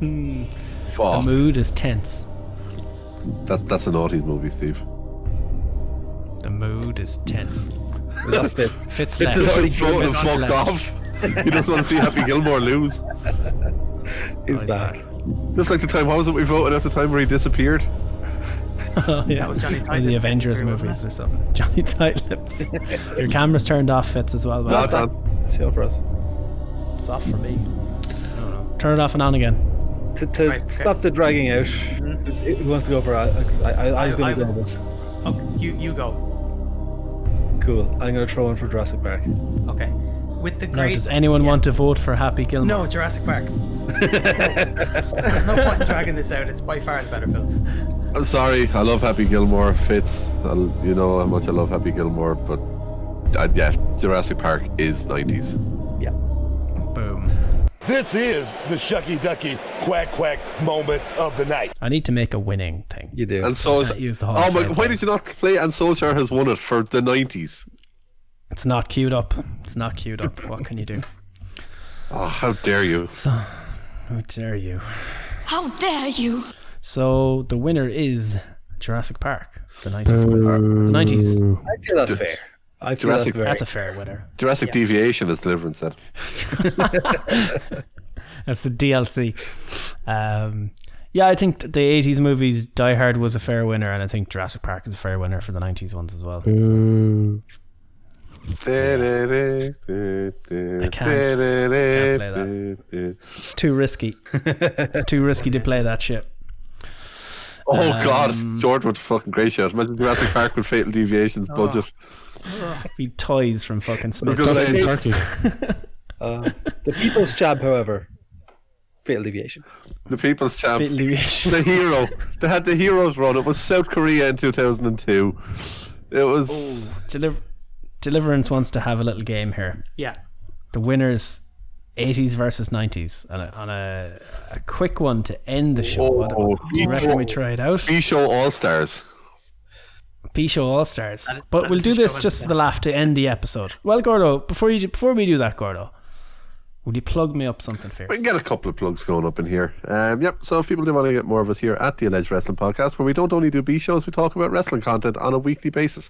Speaker 2: The
Speaker 3: Fuck.
Speaker 2: mood is tense.
Speaker 3: That's that's a naughty movie, Steve.
Speaker 2: The mood is tense.
Speaker 7: That's it.
Speaker 2: Fitz
Speaker 3: He
Speaker 2: left.
Speaker 3: doesn't vote and
Speaker 2: Fitz
Speaker 3: fucked
Speaker 2: left.
Speaker 3: off. He doesn't want to see Happy Gilmore lose.
Speaker 7: He's
Speaker 2: He's
Speaker 7: back.
Speaker 2: back.
Speaker 3: Just like the time, what was it we voted at the time where he disappeared?
Speaker 2: Oh, yeah.
Speaker 4: That was Johnny
Speaker 2: One of the
Speaker 4: Tideslip,
Speaker 2: Avengers
Speaker 4: wasn't it?
Speaker 2: movies or something. [laughs] Johnny [laughs] Titlips. Your camera's turned off, Fitz, as well.
Speaker 3: That's
Speaker 2: Well,
Speaker 3: on.
Speaker 7: It's all for us.
Speaker 2: it's off for me. I don't know. Turn it off and on again.
Speaker 7: To, to
Speaker 4: Right, okay.
Speaker 7: stop the dragging out. Who wants to go for? Alex? I, I, I was
Speaker 4: I-
Speaker 7: going
Speaker 4: I
Speaker 7: to go.
Speaker 4: was-
Speaker 7: with-
Speaker 4: Okay, you you go.
Speaker 7: Cool. I'm going to throw in for Jurassic Park.
Speaker 4: Okay. With the
Speaker 2: Now,
Speaker 4: great.
Speaker 2: does anyone
Speaker 4: yeah.
Speaker 2: want to vote for Happy Gilmore?
Speaker 4: No, Jurassic Park. There's no point in dragging this out. It's by far the better film.
Speaker 3: I'm sorry, I love Happy Gilmore. Fitz, I, you know how much I love Happy Gilmore, but uh, yeah, Jurassic Park is 90s.
Speaker 2: Boom.
Speaker 10: This is the Shucky Ducky Quack Quack moment of the night.
Speaker 2: I need to make a winning thing.
Speaker 7: You do.
Speaker 3: And so is.
Speaker 2: Can't use the Hall
Speaker 3: Oh
Speaker 2: of
Speaker 3: my!
Speaker 2: Fame
Speaker 3: Why
Speaker 2: thing.
Speaker 3: did you not play? And Solskjaer has won it for the 90s.
Speaker 2: It's not queued up. It's not queued up. What can you do?
Speaker 3: Oh, how dare you!
Speaker 2: How dare you?
Speaker 9: How dare you?
Speaker 2: So the winner is Jurassic Park. The 90s. quiz. The 90s.
Speaker 7: I feel that's fair. I feel
Speaker 3: Jurassic-
Speaker 7: that's fair.
Speaker 2: That's a fair winner.
Speaker 3: Jurassic Deviation, as Deliverance said.
Speaker 2: That's the DLC. Um, yeah, I think th- the 80s movies, Die Hard was a fair winner, and I think Jurassic Park is a fair winner for the 90s ones as well.
Speaker 3: Mm. I
Speaker 2: can't. Can't It's too risky. it's too risky to play that shit.
Speaker 3: Oh God, George with a fucking great shot. Imagine Jurassic Park with Fatal Deviations budget.
Speaker 2: Be toys from fucking Smith.
Speaker 3: Because
Speaker 5: That's in
Speaker 3: it-
Speaker 5: Turkey.
Speaker 7: The people's jab, however, fatal deviation.
Speaker 3: the People's Champ,
Speaker 2: Bit Louis-
Speaker 3: the hero. They had the heroes run. It was South Korea in 2002. It was
Speaker 2: [laughs] Deliver- Deliverance wants to have a little game here.
Speaker 4: Yeah.
Speaker 2: The winners, 80s versus 90s, and a, on a, a quick one to end the show. What-
Speaker 3: Oh,
Speaker 2: I reckon we try it out.
Speaker 3: B Show All Stars.
Speaker 2: B Show All Stars. But we'll do this just for the laugh to end the episode. Well, Gordo, before you before we do that, Gordo, will you plug me up something fierce?
Speaker 3: We can get a couple of plugs going up in here. Um, yep. So if people do want to get more of us here at the Alleged Wrestling Podcast, where we don't only do B shows, we talk about wrestling content on a weekly basis.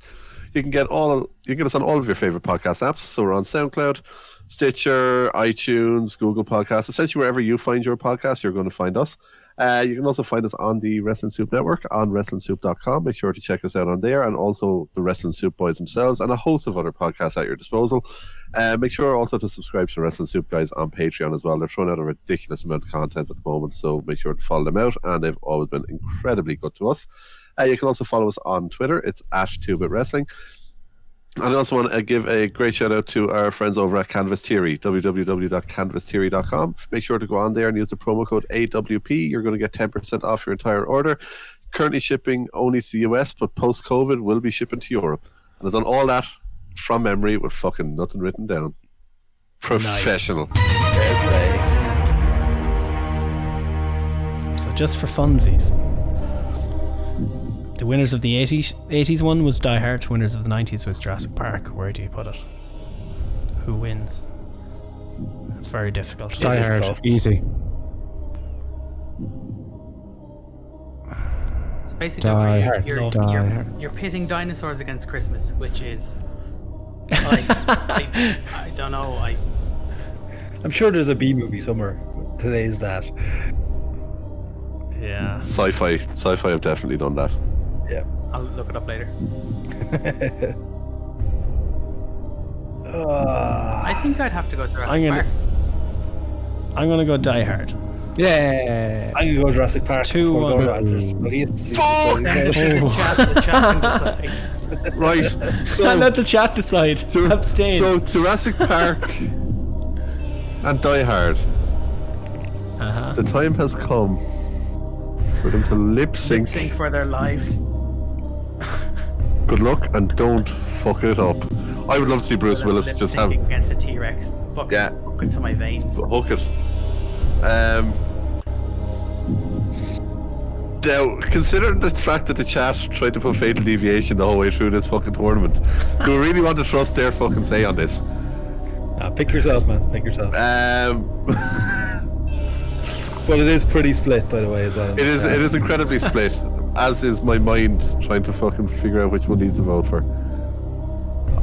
Speaker 3: You can get all you can get us on all of your favorite podcast apps. So we're on SoundCloud, Stitcher, iTunes, Google Podcasts. Essentially, wherever you find your podcast, you're going to find us. Uh, you can also find us on the Wrestling Soup Network on WrestlingSoup.com. Make sure to check us out on there and also the Wrestling Soup Boys themselves and a host of other podcasts at your disposal. Uh, make sure also to subscribe to the Wrestling Soup guys on Patreon as well. They're throwing out a ridiculous amount of content at the moment, so make sure to follow them out. And they've always been incredibly good to us. Uh, you can also follow us on Twitter. It's at 2bit Wrestling. And I also want to give a great shout out to our friends over at Canvas Theory, www.canvastheory.com. Make sure to go on there and use the promo code AWP. You're going to get 10% off your entire order. Currently shipping only to the US, but post COVID will be shipping to Europe. And I've done all that from memory with fucking nothing written down. Professional.
Speaker 2: So just for funsies. The winners of the 80s, 80s one was Die Hard, winners of the 90s was Jurassic Park. Where do you put it? Who wins? That's very difficult.
Speaker 5: Die
Speaker 2: It is
Speaker 5: Hard,
Speaker 2: tough.
Speaker 5: easy.
Speaker 4: So basically,
Speaker 5: Die
Speaker 4: where you're,
Speaker 5: hard.
Speaker 4: you're,
Speaker 5: Die
Speaker 4: you're,
Speaker 5: hard.
Speaker 4: you're pitting dinosaurs against Christmas, which is
Speaker 2: [laughs]
Speaker 4: like I, I don't know. I
Speaker 7: I'm sure there's a B movie somewhere. but Today is that.
Speaker 2: Yeah.
Speaker 3: Sci fi. Sci fi have definitely done that.
Speaker 7: Yeah. [laughs]
Speaker 4: I'll look it up later. I
Speaker 7: Ah,
Speaker 4: think I'd have to go Jurassic
Speaker 2: I'm gonna-
Speaker 4: Park.
Speaker 2: I'm gonna go Die Hard.
Speaker 5: Yeah.
Speaker 7: I'm gonna go Jurassic Park.
Speaker 2: two,
Speaker 7: before
Speaker 2: one.
Speaker 7: going to answers. What do you
Speaker 2: [laughs]
Speaker 7: think?
Speaker 4: Chat- the chat can decide.
Speaker 3: Right.
Speaker 2: Can't
Speaker 3: So,
Speaker 2: Oh. [laughs] let the chat decide. Abstain.
Speaker 3: so Jurassic Park and Die Hard.
Speaker 2: uh-huh.
Speaker 3: The time has come for them to lip sync.
Speaker 4: Think for their lives.
Speaker 3: Good luck and don't fuck it up. I would love to see Bruce
Speaker 4: Lip
Speaker 3: Willis just have
Speaker 4: syncing against a T Rex. Fuck
Speaker 3: Yeah.
Speaker 4: Fuck it to my veins.
Speaker 3: hook it. Um, now, considering the fact that the chat tried to put fatal deviation the whole way through this fucking tournament, do we really want to trust their fucking say on this?
Speaker 7: Nah, Ah, pick yourself, man. Pick yourself.
Speaker 3: Um,
Speaker 7: But it is pretty split, by the way, as well.
Speaker 3: it is
Speaker 7: Yeah.
Speaker 3: it is incredibly split, as is my mind trying to fucking figure out which one needs to vote for.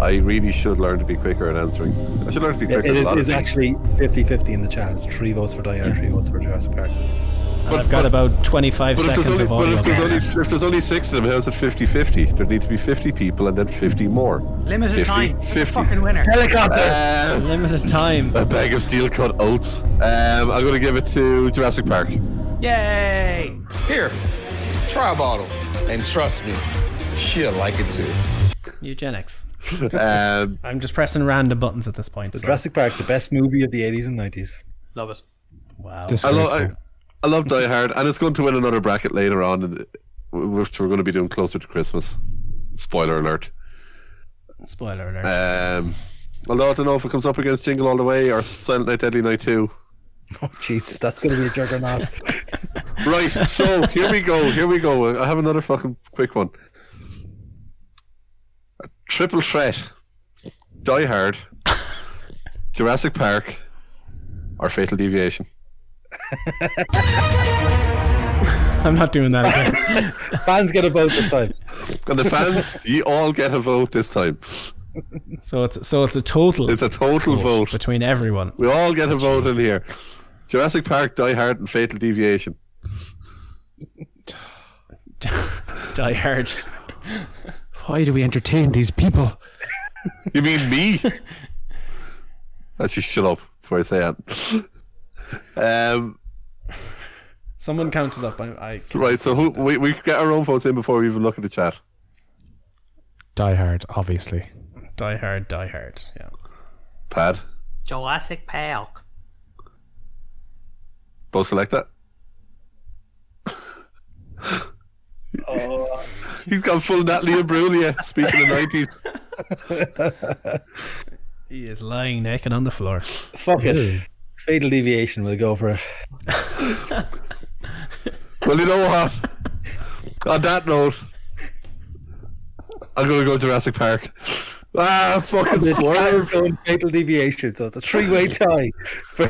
Speaker 3: I really should learn to be quicker at answering. I should learn to be
Speaker 7: It-
Speaker 3: quicker.
Speaker 7: it
Speaker 3: at a
Speaker 7: is,
Speaker 3: lot of
Speaker 7: it's
Speaker 3: things.
Speaker 7: actually 50 50 in the chat. It's three votes for Die Hard, three votes for Jurassic Park.
Speaker 2: And
Speaker 3: but-
Speaker 2: I've got
Speaker 3: but-
Speaker 2: about 25
Speaker 3: But if
Speaker 2: seconds
Speaker 3: there's only
Speaker 2: of
Speaker 3: but
Speaker 2: audio.
Speaker 3: if there's
Speaker 2: there.
Speaker 3: only if there's only six of them, how's it 50-50? There need to be fifty people and then fifty more.
Speaker 4: Limited
Speaker 3: 50,
Speaker 4: time. Who's the
Speaker 3: 50.
Speaker 4: Fucking winner.
Speaker 3: Um,
Speaker 2: Limited
Speaker 3: [laughs]
Speaker 2: time.
Speaker 3: a bag of steel cut oats. Um, I'm gonna give it to Jurassic Park.
Speaker 4: Yay!
Speaker 11: Here, try a bottle. And trust me, she'll like it too.
Speaker 2: Eugenics.
Speaker 3: Um,
Speaker 2: [laughs] I'm just pressing random buttons at this point.
Speaker 7: So
Speaker 2: so-
Speaker 7: Jurassic Park, the best movie of the 80s and 90s.
Speaker 4: Love it.
Speaker 2: Wow.
Speaker 3: I love I,
Speaker 5: Disgraceful.
Speaker 3: I love Die Hard, and it's going to win another bracket later on, and- which we're going to be doing closer to Christmas. Spoiler alert.
Speaker 2: Spoiler alert.
Speaker 3: Um, although I don't know if it comes up against Jingle All the Way or Silent Night Deadly Night Two.
Speaker 7: Oh, jeez, that's going to be a juggernaut.
Speaker 3: Right, so here we go. Here we go. I have another fucking quick one. A triple threat: Die Hard, Jurassic Park, or Fatal Deviation.
Speaker 2: [laughs] I'm not doing that
Speaker 3: [laughs]
Speaker 2: again.
Speaker 7: Fans get a vote this time.
Speaker 3: And the fans, you all get a vote this time.
Speaker 2: so it's so it's a total
Speaker 3: It's a total vote.
Speaker 2: between
Speaker 3: [laughs]
Speaker 2: everyone.
Speaker 3: We all get a vote in here. Jurassic Park, Die Hard, and Fatal Deviation.
Speaker 2: Die Hard.
Speaker 5: Why do we entertain these people?
Speaker 3: You mean [laughs] me? Let's just shut up before I say that. Um,
Speaker 2: Someone counted up. I, I
Speaker 3: right, so who, we, we get our own votes in before we even look at the chat.
Speaker 5: Die Hard, obviously.
Speaker 2: Die Hard. Die Hard. Yeah.
Speaker 3: Pad,
Speaker 4: Jurassic Park.
Speaker 3: both select that.
Speaker 2: Oh.
Speaker 3: He's gone full Natalie Imbruglia, speaking of 90s.
Speaker 2: He is lying naked on the floor.
Speaker 7: Fuck it. Fatal Deviation, we'll go for it.
Speaker 3: Well, you know what? On that note, I'm going to go Jurassic Park. Ah, fucking
Speaker 7: Fans
Speaker 3: swerve.
Speaker 7: going Fatal Deviation, so it's a three way tie.
Speaker 3: [laughs]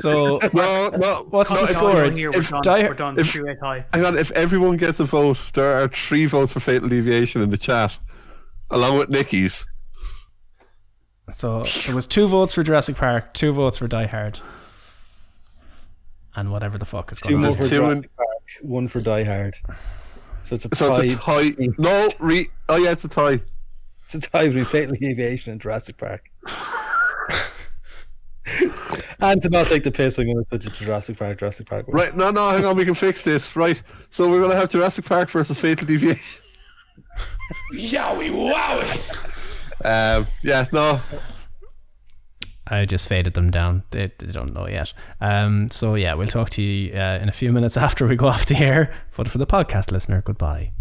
Speaker 2: So
Speaker 3: No, no.
Speaker 2: What's
Speaker 3: no,
Speaker 2: the
Speaker 3: if-
Speaker 2: score?
Speaker 4: We're
Speaker 2: It's-
Speaker 4: done.
Speaker 2: Die-
Speaker 3: if
Speaker 4: we're done. We're done.
Speaker 3: if-
Speaker 4: Three-way tie.
Speaker 3: Hang on, if everyone gets a vote, there are three votes for Fatal Deviation in the chat, along with Nikki's.
Speaker 2: So there was two votes for Jurassic Park, two votes for Die Hard, and whatever the fuck is
Speaker 7: Two
Speaker 2: going
Speaker 7: more
Speaker 2: on.
Speaker 7: for Jurassic Park, one for Die Hard. So it's a
Speaker 3: So
Speaker 7: tie.
Speaker 3: it's a tie. No, re- oh yeah, it's a tie.
Speaker 7: It's a tie between Fatal Aviation and Jurassic
Speaker 3: [laughs]
Speaker 7: Park. and to not take the piss, I'm going to put you to Jurassic Park. Jurassic Park. wins.
Speaker 3: Right, no, no, hang on, we can fix this. Right, so we're gonna have Jurassic Park versus Fatal Deviation.
Speaker 12: Yowie wowie!
Speaker 3: Um, yeah, no,
Speaker 2: I just faded them down. They, they don't know yet. Um, so yeah, we'll talk to you [laughs] uh, in a few minutes after we go off the air. But for the podcast listener, goodbye.